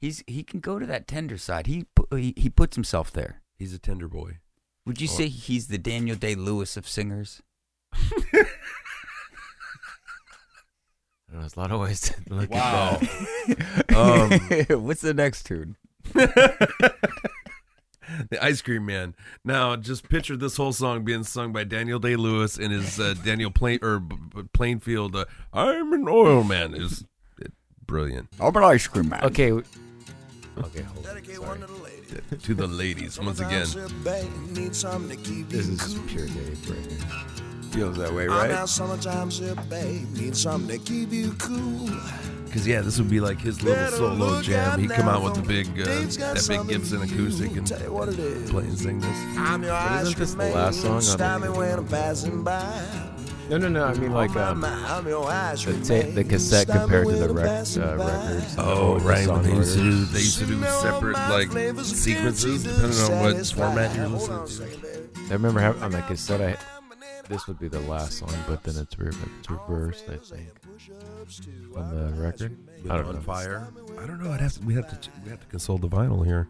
[SPEAKER 3] he's he can go to that tender side. He pu- he, he puts himself there.
[SPEAKER 2] He's a tender boy.
[SPEAKER 3] Would you
[SPEAKER 2] Or-
[SPEAKER 3] say he's the Daniel Day Lewis of singers?
[SPEAKER 4] I don't know, there's a lot of ways to look at that.
[SPEAKER 2] Um,
[SPEAKER 3] What's the next tune?
[SPEAKER 2] the ice cream man. Now, just picture this whole song being sung by Daniel Day Lewis and his uh, Daniel Plain or B- B- Plainfield. Uh, I'm an oil man. Is brilliant.
[SPEAKER 3] I'm an ice cream man.
[SPEAKER 4] Okay. w-
[SPEAKER 2] Okay, hold on.
[SPEAKER 1] Dedicate
[SPEAKER 2] Sorry.
[SPEAKER 1] one to the ladies.
[SPEAKER 2] To the ladies, once again.
[SPEAKER 1] Sometimes your babe needs something to keep
[SPEAKER 4] This
[SPEAKER 1] you
[SPEAKER 4] is just pure Dave right here.
[SPEAKER 3] Feels that way,
[SPEAKER 1] cool.
[SPEAKER 3] right?
[SPEAKER 1] Now sometimes your babe needs something to keep you cool.
[SPEAKER 2] Because yeah, this would be like his little
[SPEAKER 1] Better
[SPEAKER 2] solo
[SPEAKER 1] look
[SPEAKER 2] jam.
[SPEAKER 1] out
[SPEAKER 2] He'd come
[SPEAKER 1] now,
[SPEAKER 2] out with the
[SPEAKER 1] though.
[SPEAKER 2] big, uh,
[SPEAKER 1] Dave's got
[SPEAKER 2] that big
[SPEAKER 1] something
[SPEAKER 2] Gibson
[SPEAKER 1] for you.
[SPEAKER 2] acoustic and
[SPEAKER 1] Tell you what it is.
[SPEAKER 2] play and sing this.
[SPEAKER 1] I'm your ice
[SPEAKER 4] isn't this
[SPEAKER 1] cream
[SPEAKER 4] the last
[SPEAKER 1] man,
[SPEAKER 4] song on
[SPEAKER 1] stop me
[SPEAKER 4] it?
[SPEAKER 1] when I'm passing by.
[SPEAKER 4] No, no, no. I mean like
[SPEAKER 1] My
[SPEAKER 4] um,
[SPEAKER 1] mind, I'm your ice
[SPEAKER 4] the
[SPEAKER 1] cream
[SPEAKER 4] tape, the
[SPEAKER 1] man,
[SPEAKER 4] cassette
[SPEAKER 1] stop me
[SPEAKER 4] compared to
[SPEAKER 1] when
[SPEAKER 4] the
[SPEAKER 1] I'm
[SPEAKER 4] rec-
[SPEAKER 1] passing
[SPEAKER 4] uh,
[SPEAKER 1] by.
[SPEAKER 4] records.
[SPEAKER 2] Oh,
[SPEAKER 4] the
[SPEAKER 2] right.
[SPEAKER 4] song
[SPEAKER 2] when They used to
[SPEAKER 4] order.
[SPEAKER 2] do, they used to do separate like sequences depending on what format you're listening to.
[SPEAKER 4] I remember having on the cassette. I, this would be the last song, but then it's, re- it's reversed, I think, on the record. I don't know.
[SPEAKER 2] fire. I don't know. I'd have to, we have to we have to consult the vinyl here.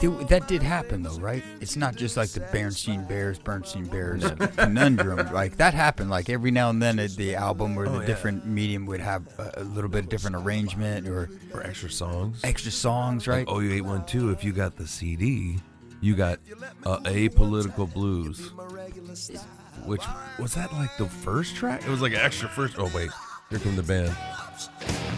[SPEAKER 3] Dude, that did happen though, right? It's not just like the Bernstein Bears, Bernstein Bears conundrum. Like that happened. Like every now and then, uh, the album or the
[SPEAKER 2] Oh, yeah.
[SPEAKER 3] different medium would have a, a little bit of different arrangement or
[SPEAKER 2] For extra songs.
[SPEAKER 3] extra songs, right?
[SPEAKER 2] Like oh, OU812, if you got the CD, you got uh, Apolitical Blues. Which was that like the first track? It was like an extra first. Oh, wait. Here come the band.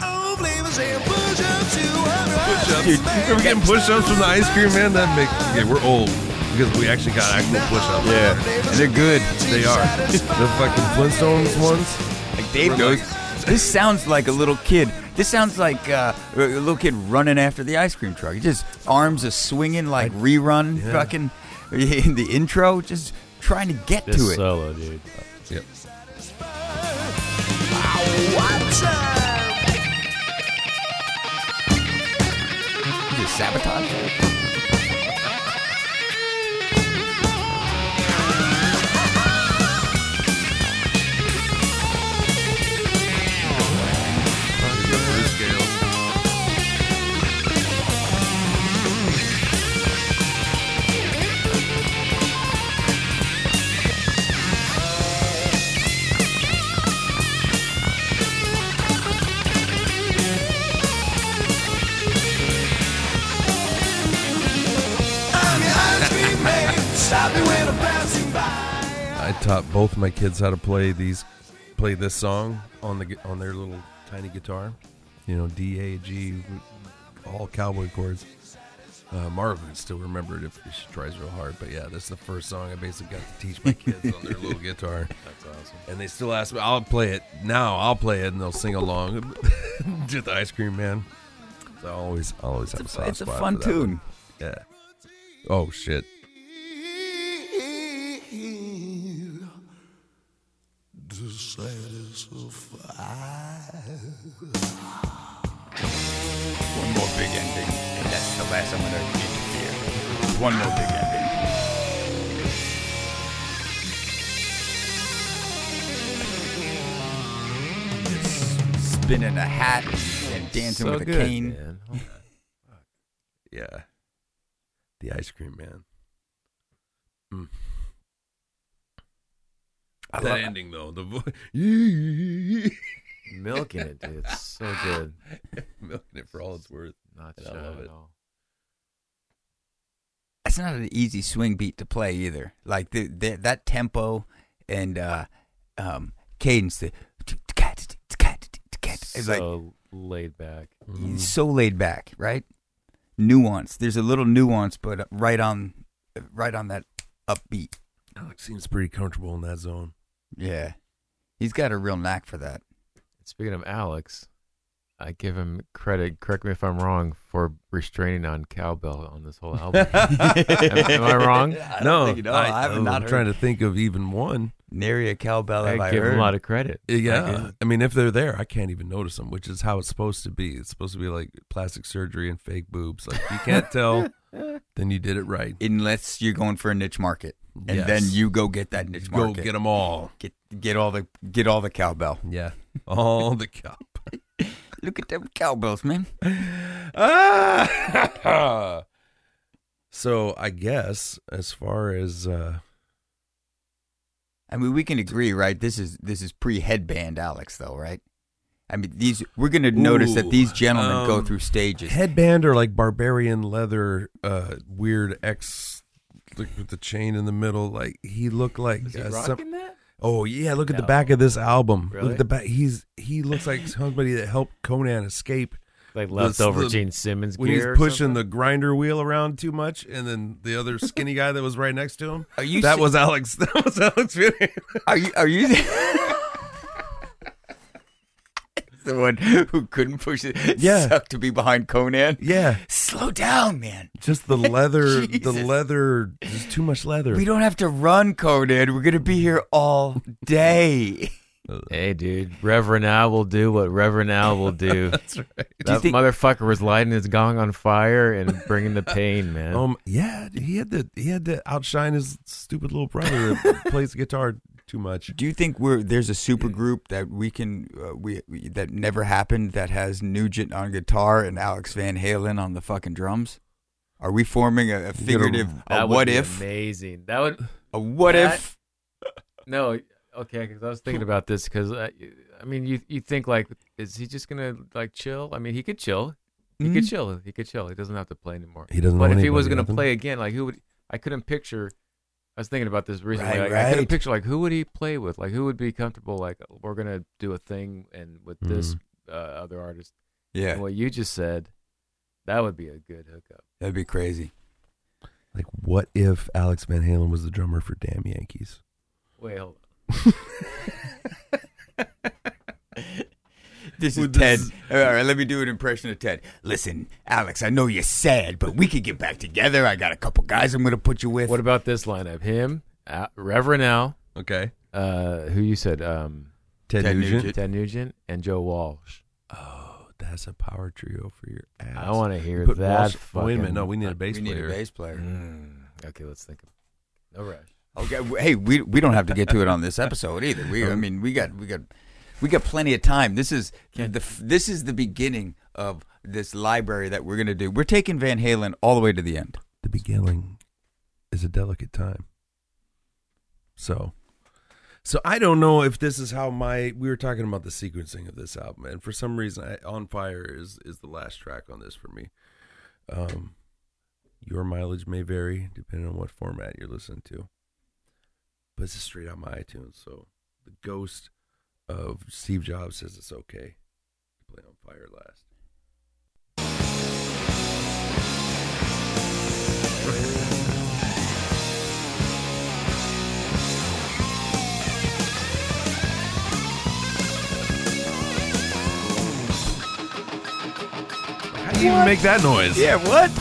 [SPEAKER 1] Oh, flavors and push-ups to I'm your ice
[SPEAKER 2] Push-ups.
[SPEAKER 1] cream man,
[SPEAKER 2] Remember getting push ups from the ice cream man? That makes. Okay, we're old because we actually got actual push ups.
[SPEAKER 3] Yeah. And they're good.
[SPEAKER 2] They are. the fucking Flintstones ones.
[SPEAKER 3] Like Dave goes, this sounds like a little kid. This sounds like uh, a little kid running after the ice cream truck. He just arms are swinging like rerun
[SPEAKER 2] Yeah.
[SPEAKER 3] fucking in the intro, just trying to get
[SPEAKER 4] This
[SPEAKER 3] to it.
[SPEAKER 4] solo, dude.
[SPEAKER 2] Yep.
[SPEAKER 3] Is it sabotage?
[SPEAKER 1] I'm your ice cream man, stop me when I'm passing by.
[SPEAKER 2] I taught both my kids how to play these, play this song on the gu- on their little tiny guitar, you know, D A G, all cowboy chords. Uh, Marvel can still remember it if she tries real hard, but yeah, this is the first song I basically got to teach my kids on their little guitar. That's awesome. And they still ask me, I'll play it now. I'll play it, and they'll sing along. Just the ice cream man. So I always, I always have a soft
[SPEAKER 3] It's a
[SPEAKER 2] spot
[SPEAKER 3] fun
[SPEAKER 2] for that one.
[SPEAKER 3] tune.
[SPEAKER 2] Yeah. Oh shit.
[SPEAKER 3] One more big ending, and that's the last I'm gonna interfere. One more big ending. Spinning a hat and dancing
[SPEAKER 4] So
[SPEAKER 3] with a
[SPEAKER 4] good,
[SPEAKER 3] cane.
[SPEAKER 4] man.
[SPEAKER 2] Yeah. The ice cream man. Mm. that
[SPEAKER 4] love-
[SPEAKER 2] ending though, the voice
[SPEAKER 4] Milking it, dude. It's so good.
[SPEAKER 2] milking it for all it's worth.
[SPEAKER 4] Not
[SPEAKER 2] And I
[SPEAKER 4] shy
[SPEAKER 2] love it.
[SPEAKER 4] at all.
[SPEAKER 3] That's not an easy swing beat to play either. Like the, the that tempo and uh, um, cadence. The, it's like
[SPEAKER 4] so laid back.
[SPEAKER 3] He's so laid back, right? Nuance. There's a little nuance, but right on, right on that upbeat.
[SPEAKER 2] Alex seems pretty comfortable in that zone.
[SPEAKER 3] Yeah, he's got a real knack for that.
[SPEAKER 4] Speaking of Alex, I give him credit. Correct me if I'm wrong for restraining on cowbell on this whole album. am, am I wrong?
[SPEAKER 2] no,
[SPEAKER 3] think- no, I have
[SPEAKER 2] am
[SPEAKER 3] not heard.
[SPEAKER 2] trying to think of even one.
[SPEAKER 3] Nary a cowbell have I,
[SPEAKER 4] Oh. I give
[SPEAKER 3] heard.
[SPEAKER 4] him a lot of credit. I
[SPEAKER 2] Yeah,
[SPEAKER 4] give-
[SPEAKER 2] I mean, if they're there, I can't even notice them, which is how it's supposed to be. It's supposed to be like plastic surgery and fake boobs. Like if you can't tell, then you did it right.
[SPEAKER 3] Unless you're going for a niche market, and
[SPEAKER 2] Yes.
[SPEAKER 3] then you go get that niche
[SPEAKER 2] Go
[SPEAKER 3] market.
[SPEAKER 2] get them all.
[SPEAKER 3] Get get all the get all the cowbell.
[SPEAKER 2] Yeah, all the cop.
[SPEAKER 3] Look at them cowbells, man.
[SPEAKER 2] Ah! so I guess as far as uh,
[SPEAKER 3] I mean, we can agree, right? This is this is pre headband Alex, though, right? I mean, these we're gonna notice that these
[SPEAKER 2] Ooh,
[SPEAKER 3] gentlemen go
[SPEAKER 2] um,
[SPEAKER 3] through stages.
[SPEAKER 2] headband or like barbarian leather, uh, weird X like with the chain in the middle, like he looked like
[SPEAKER 4] Is he
[SPEAKER 2] uh, some-
[SPEAKER 4] rocking that?
[SPEAKER 2] oh yeah, look at the
[SPEAKER 4] No.
[SPEAKER 2] back of this album. Look
[SPEAKER 4] Really?
[SPEAKER 2] at the back. He's he looks like somebody that helped Conan escape
[SPEAKER 4] like
[SPEAKER 2] the-
[SPEAKER 4] leftover
[SPEAKER 2] the-
[SPEAKER 4] Gene Simmons
[SPEAKER 2] when
[SPEAKER 4] gear.
[SPEAKER 2] he's pushing the grinder wheel around too much, and then the other skinny guy that was right next to him.
[SPEAKER 3] Are you
[SPEAKER 2] that
[SPEAKER 3] se-
[SPEAKER 2] was Alex. That was Alex Finney.
[SPEAKER 3] Are you? Are you? the one who couldn't push it. It
[SPEAKER 2] Yeah.
[SPEAKER 3] sucked to be behind Conan.
[SPEAKER 2] yeah,
[SPEAKER 3] Slow down, man.
[SPEAKER 2] just the leather. the
[SPEAKER 3] Jesus.
[SPEAKER 2] leather. Just too much leather.
[SPEAKER 3] We don't have to run, Conan. We're gonna be here all day.
[SPEAKER 4] Hey, dude, Reverend Al will do what Reverend Al will do. That's right.
[SPEAKER 3] Do you
[SPEAKER 4] That
[SPEAKER 3] think-
[SPEAKER 4] motherfucker was lighting his gong on fire and bringing the pain, man.
[SPEAKER 2] Um. Yeah, he had to. He had to outshine his stupid little brother that plays guitar too much.
[SPEAKER 3] Do you think we're there's a super group that we can uh, we, we that never happened that has Nugent on guitar and Alex Van Halen on the fucking drums? Are we forming a, a figurative
[SPEAKER 4] That
[SPEAKER 3] a
[SPEAKER 4] would
[SPEAKER 3] what
[SPEAKER 4] be
[SPEAKER 3] if
[SPEAKER 4] Amazing. That would
[SPEAKER 3] a what
[SPEAKER 4] That-
[SPEAKER 3] if
[SPEAKER 4] no. Okay, because I was thinking about this because I, I mean, you you think like, is he just gonna like chill? I mean, he could chill. He could
[SPEAKER 3] Mhm.
[SPEAKER 4] chill. He could chill. He doesn't have to play anymore.
[SPEAKER 2] Hmm? He doesn't.
[SPEAKER 4] But
[SPEAKER 2] know
[SPEAKER 4] if he was
[SPEAKER 2] anybody,
[SPEAKER 4] gonna
[SPEAKER 2] nothing.
[SPEAKER 4] play again, like who would? I couldn't picture. I was thinking about this recently.
[SPEAKER 3] Right,
[SPEAKER 4] like, I couldn't
[SPEAKER 3] right.
[SPEAKER 4] picture like who would he play with? Like who would be comfortable? Like we're gonna do a thing and with this
[SPEAKER 2] Hmm.
[SPEAKER 4] uh, other artist.
[SPEAKER 3] yeah
[SPEAKER 4] And what you just said, that would be a good hookup.
[SPEAKER 3] that'd be crazy
[SPEAKER 2] like, what if Alex Van Halen was the drummer for Damn Yankees?
[SPEAKER 4] Wait, hold on.
[SPEAKER 3] this is
[SPEAKER 2] With
[SPEAKER 3] Ted
[SPEAKER 2] this-
[SPEAKER 3] all right let me do an impression of Ted listen Alex I know you're sad but we could get back together I got a couple guys I'm gonna put you with
[SPEAKER 4] What about this lineup? Him, Al, Reverend Al,
[SPEAKER 2] Okay.
[SPEAKER 4] uh, who you said, um,
[SPEAKER 2] Ted,
[SPEAKER 3] Ted
[SPEAKER 2] Nugent.
[SPEAKER 3] Nugent.
[SPEAKER 4] Ted Nugent, and Joe Walsh.
[SPEAKER 2] Oh, that's a power trio for your ass.
[SPEAKER 4] I want to hear
[SPEAKER 2] But
[SPEAKER 4] that.
[SPEAKER 2] Walsh-
[SPEAKER 4] fucking,
[SPEAKER 2] Wait a minute. No, we need a bass
[SPEAKER 3] we need
[SPEAKER 2] player.
[SPEAKER 3] a bass player
[SPEAKER 4] Mm, okay, let's think. Of, no rush.
[SPEAKER 3] Okay. w- Hey, we we don't have to get to it on this episode either. We I mean, we got we got we got plenty of time. This is the f- this is the beginning of this library that we're gonna do. We're taking Van Halen all the way to the end.
[SPEAKER 2] The beginning is a delicate time. So, so I don't know if this is how my we were talking about the sequencing of this album, and for some reason, I, "On Fire" is is the last track on this for me. Um, your mileage may vary depending on what format you're listening to, but it's straight on my iTunes. So the ghost of Steve Jobs says it's okay to play "On Fire" last. How do you even make that noise?
[SPEAKER 3] Yeah. What?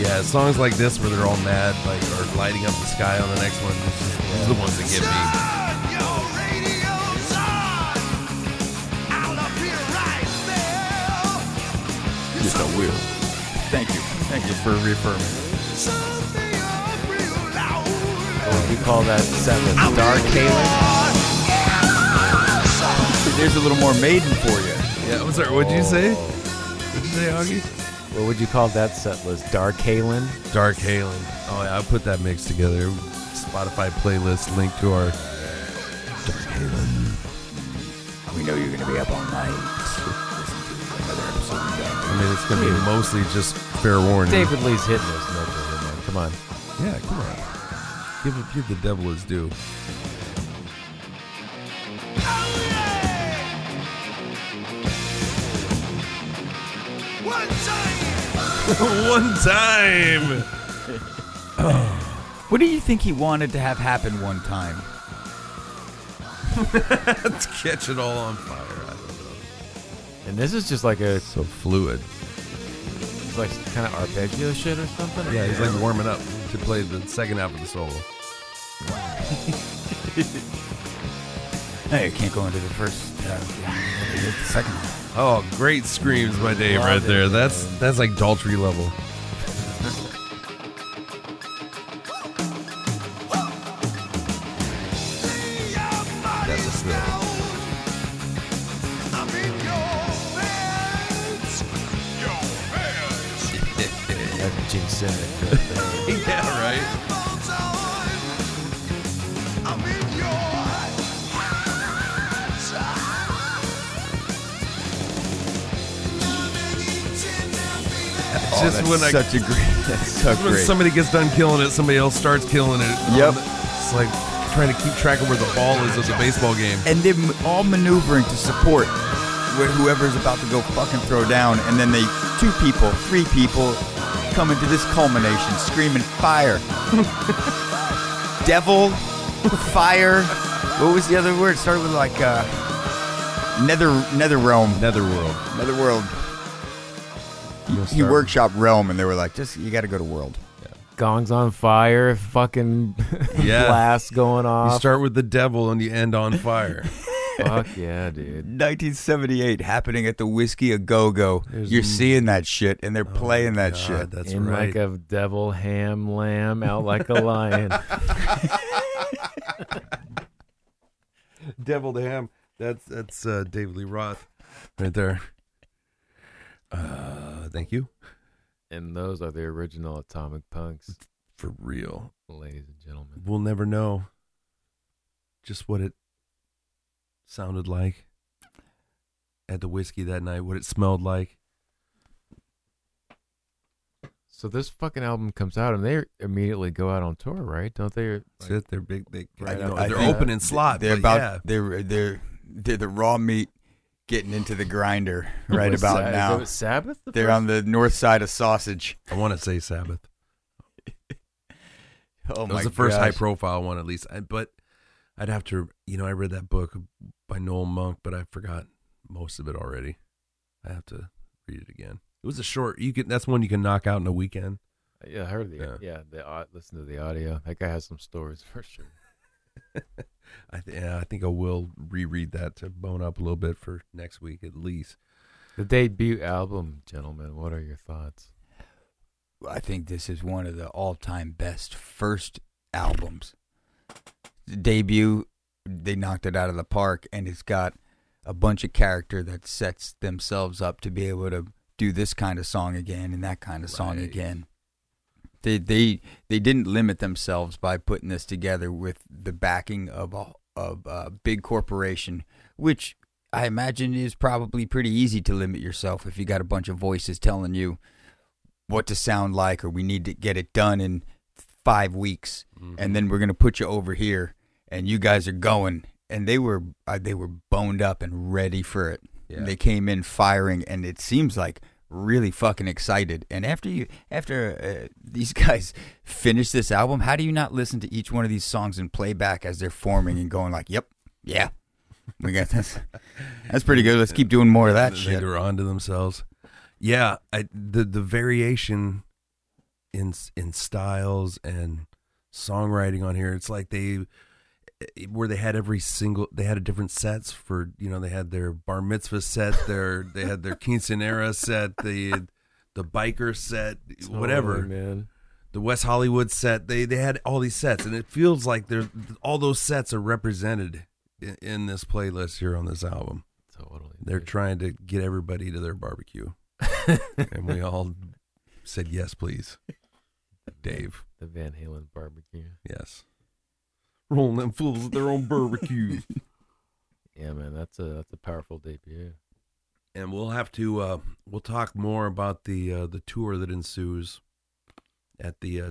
[SPEAKER 2] Yeah, songs like this where they're all mad, like or lighting up the sky on the next one. This is, these are the ones that get me.
[SPEAKER 3] Just a wheel. Thank you. Thank you for reaffirming.
[SPEAKER 4] We call that seven. Dark Halen.
[SPEAKER 3] There's a little more Maiden for you.
[SPEAKER 2] Yeah, I'm sorry. What'd you say? What'd you say, Augie?
[SPEAKER 4] What would you call that set list? Dark Halen.
[SPEAKER 2] Dark Halen. Oh yeah, I put that mix together. Spotify playlist link to our
[SPEAKER 3] We know you're gonna be up all night.
[SPEAKER 2] I mean, it's gonna be mostly just fair warning.
[SPEAKER 4] David Lee's hitting us. No, no, no, no. Come on.
[SPEAKER 2] Yeah, come on. Give, give the devil his due.
[SPEAKER 1] One time!
[SPEAKER 2] One time.
[SPEAKER 3] What do you think he wanted to have happen one time?
[SPEAKER 2] Let's catch it all on fire. I don't know.
[SPEAKER 4] And this is just like a
[SPEAKER 2] So fluid.
[SPEAKER 4] it's like kind of arpeggio shit or something.
[SPEAKER 2] Yeah, he's like warming up to play the second half of the solo.
[SPEAKER 3] No, you can't go into the first. Uh, the second. one.
[SPEAKER 2] Oh, great screams by Dave
[SPEAKER 4] Love
[SPEAKER 2] right
[SPEAKER 4] it,
[SPEAKER 2] there. That's that's like Daltrey level.
[SPEAKER 1] That's a snare.
[SPEAKER 4] That's Gene Simmons.
[SPEAKER 2] yeah, right.
[SPEAKER 3] Oh,
[SPEAKER 2] Just
[SPEAKER 3] that's
[SPEAKER 2] when I-
[SPEAKER 3] such a great. That's so
[SPEAKER 2] When
[SPEAKER 3] great.
[SPEAKER 2] somebody gets done killing it, somebody else starts killing it.
[SPEAKER 3] Yep.
[SPEAKER 2] It's like trying to keep track of where the ball is of the baseball game.
[SPEAKER 3] and they're m- all maneuvering to support wh- whoever's about to go fucking throw down, and then they two people, three people come into this culmination, screaming fire, devil, fire. What was the other word? It started with like uh, nether nether realm,
[SPEAKER 2] Netherworld.
[SPEAKER 3] nether world. He workshop realm, and they were like, just you got to go to world.
[SPEAKER 4] Gongs on fire, fucking
[SPEAKER 2] Yeah.
[SPEAKER 4] blast going
[SPEAKER 2] You
[SPEAKER 4] off.
[SPEAKER 2] start with the devil and you end on fire.
[SPEAKER 4] Fuck yeah, dude.
[SPEAKER 3] 1978 happening at the Whiskey A Go Go.
[SPEAKER 2] There's
[SPEAKER 3] You're
[SPEAKER 2] m-
[SPEAKER 3] seeing that shit, and they're playing that
[SPEAKER 2] God,
[SPEAKER 3] shit.
[SPEAKER 2] That's
[SPEAKER 4] In
[SPEAKER 2] right.
[SPEAKER 4] like a devil ham lamb, out like a lion.
[SPEAKER 2] devil to ham. That's that's uh, David Lee Roth right there. Uh, thank you
[SPEAKER 4] and those are the original Atomic Punks,
[SPEAKER 2] for real.
[SPEAKER 4] ladies and gentlemen.
[SPEAKER 2] We'll never know just what it sounded like at the whiskey that night. What it smelled like.
[SPEAKER 4] So this fucking album comes out, and they immediately go out on tour, right? Don't they?
[SPEAKER 2] That's
[SPEAKER 4] Like,
[SPEAKER 2] it. They're big. They,
[SPEAKER 4] Right
[SPEAKER 2] I know,
[SPEAKER 4] out
[SPEAKER 2] they're
[SPEAKER 4] the bat.
[SPEAKER 2] opening slot.
[SPEAKER 3] They're
[SPEAKER 2] but
[SPEAKER 3] about
[SPEAKER 2] yeah.
[SPEAKER 3] they're they're they're the raw meat getting into the grinder right
[SPEAKER 4] was
[SPEAKER 3] about
[SPEAKER 4] Sa- is
[SPEAKER 3] now.
[SPEAKER 4] it Sabbath. the
[SPEAKER 3] They're
[SPEAKER 4] first-
[SPEAKER 3] on the north side of sausage.
[SPEAKER 2] I want to say Sabbath.
[SPEAKER 3] Oh
[SPEAKER 2] That
[SPEAKER 3] my
[SPEAKER 2] was the first
[SPEAKER 3] gosh.
[SPEAKER 2] high profile one, at least. I, but I'd have to, you know, I read that book by Noel Monk, but I forgot most of it already. I have to read it again. It was a short. You can. That's one you can knock out in a weekend.
[SPEAKER 4] Yeah, I heard the
[SPEAKER 2] Yeah.
[SPEAKER 4] yeah. the au- listen to the audio. That guy has some stories for sure.
[SPEAKER 2] I th- yeah, I think I will reread that to bone up a little bit for next week at least.
[SPEAKER 4] The debut album, gentlemen. What are your thoughts?
[SPEAKER 3] I think this is one of the all-time best first albums. The debut, they knocked it out of the park, and it's got a bunch of character that sets themselves up to be able to do this kind of song again and that kind of song
[SPEAKER 2] Right.
[SPEAKER 3] again. They they they didn't limit themselves by putting this together with the backing of a of a big corporation, which I imagine is probably pretty easy to limit yourself if you got a bunch of voices telling you what to sound like or we need to get it done in five weeks
[SPEAKER 2] Mm-hmm.
[SPEAKER 3] and then we're gonna put you over here and you guys are going and they were uh, they were boned up and ready for it
[SPEAKER 2] Yeah.
[SPEAKER 3] they came in firing and it seems like really fucking excited and after you after uh, these guys finish this album how do you not listen to each one of these songs in playback as they're forming and going like yep yeah we got this that's pretty good let's keep doing more of that
[SPEAKER 2] they
[SPEAKER 3] shit
[SPEAKER 2] are onto themselves. Yeah, I, the the variation in in styles and songwriting on here. It's like they eh, where they had every single they had a different sets for you know they had their bar mitzvah set their they had their quinceanera set the the biker set whatever
[SPEAKER 4] Totally, man.
[SPEAKER 2] the West Hollywood set. They they had all these sets, and it feels like there's all those sets are represented in, in this playlist here on this album.
[SPEAKER 4] Totally.
[SPEAKER 2] They're
[SPEAKER 4] dude.
[SPEAKER 2] trying to get everybody to their barbecue, and we all said yes, please. Dave,
[SPEAKER 4] the Van Halen barbecue.
[SPEAKER 2] yes. Rolling them fools at their own barbecue,
[SPEAKER 4] Yeah, man. That's a that's a powerful debut.
[SPEAKER 2] and we'll have to uh, we'll talk more about the uh, the tour that ensues at the uh,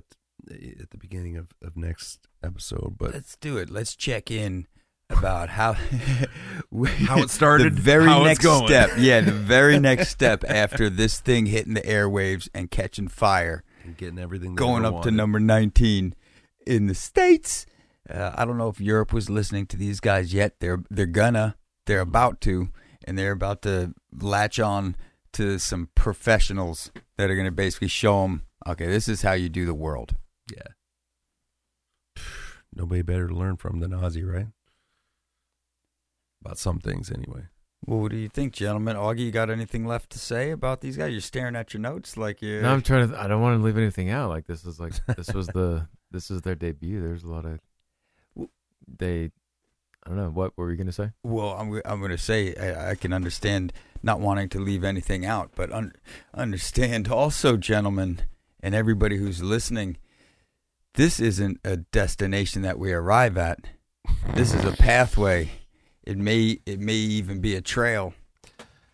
[SPEAKER 2] t- at the beginning of, of next episode. But
[SPEAKER 3] Let's do it. Let's check in about how
[SPEAKER 2] How it started,
[SPEAKER 3] The very
[SPEAKER 2] how it's
[SPEAKER 3] next
[SPEAKER 2] going.
[SPEAKER 3] step. Yeah, the very next step after this thing hitting the airwaves and catching fire,
[SPEAKER 2] and getting everything that
[SPEAKER 3] going
[SPEAKER 2] we
[SPEAKER 3] up to
[SPEAKER 2] wanted.
[SPEAKER 3] number nineteen in the states. Uh, I don't know if Europe was listening to these guys yet. They're they're gonna. They're about to, and they're about to latch on to some professionals that are gonna basically show them. Okay, this is how you do the world.
[SPEAKER 2] Yeah. Nobody better to learn from than Ozzy, right? About some things, anyway.
[SPEAKER 3] Well, what do you think, gentlemen? Augie, you got anything left to say about these guys? You're staring at your notes like you.
[SPEAKER 4] No, I'm trying to. I don't want to leave anything out. Like this is like this was the this is their debut. There's a lot of they. I don't know. What were you gonna say?
[SPEAKER 3] well, I'm I'm going to say I, I can understand not wanting to leave anything out, but un- understand also, gentlemen, and everybody who's listening, this isn't a destination that we arrive at. This is a pathway. It may it may even be a trail.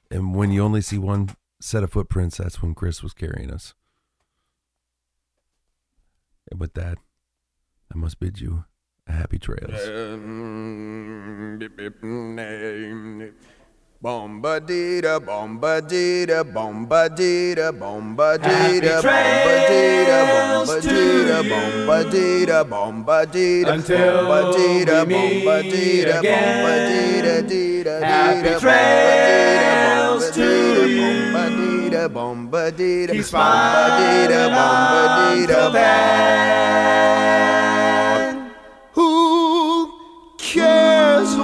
[SPEAKER 2] And when you only see one set of footprints, that's when Chris was carrying us. And with that, I must bid you Happy trails.
[SPEAKER 1] Bombadita, bombadita, bombadita, bombadita, bombadita, bombadita, bombadita, bombadita,
[SPEAKER 7] Until
[SPEAKER 1] bombadita,
[SPEAKER 7] we meet
[SPEAKER 1] bombadita,
[SPEAKER 7] again.
[SPEAKER 1] bombadita, dita,
[SPEAKER 7] Happy
[SPEAKER 1] dita,
[SPEAKER 7] trails to you.
[SPEAKER 1] bombadita, bombadita, bombadita,
[SPEAKER 7] Keep smiling
[SPEAKER 1] bombadita,
[SPEAKER 7] until
[SPEAKER 1] bombadita. Who cares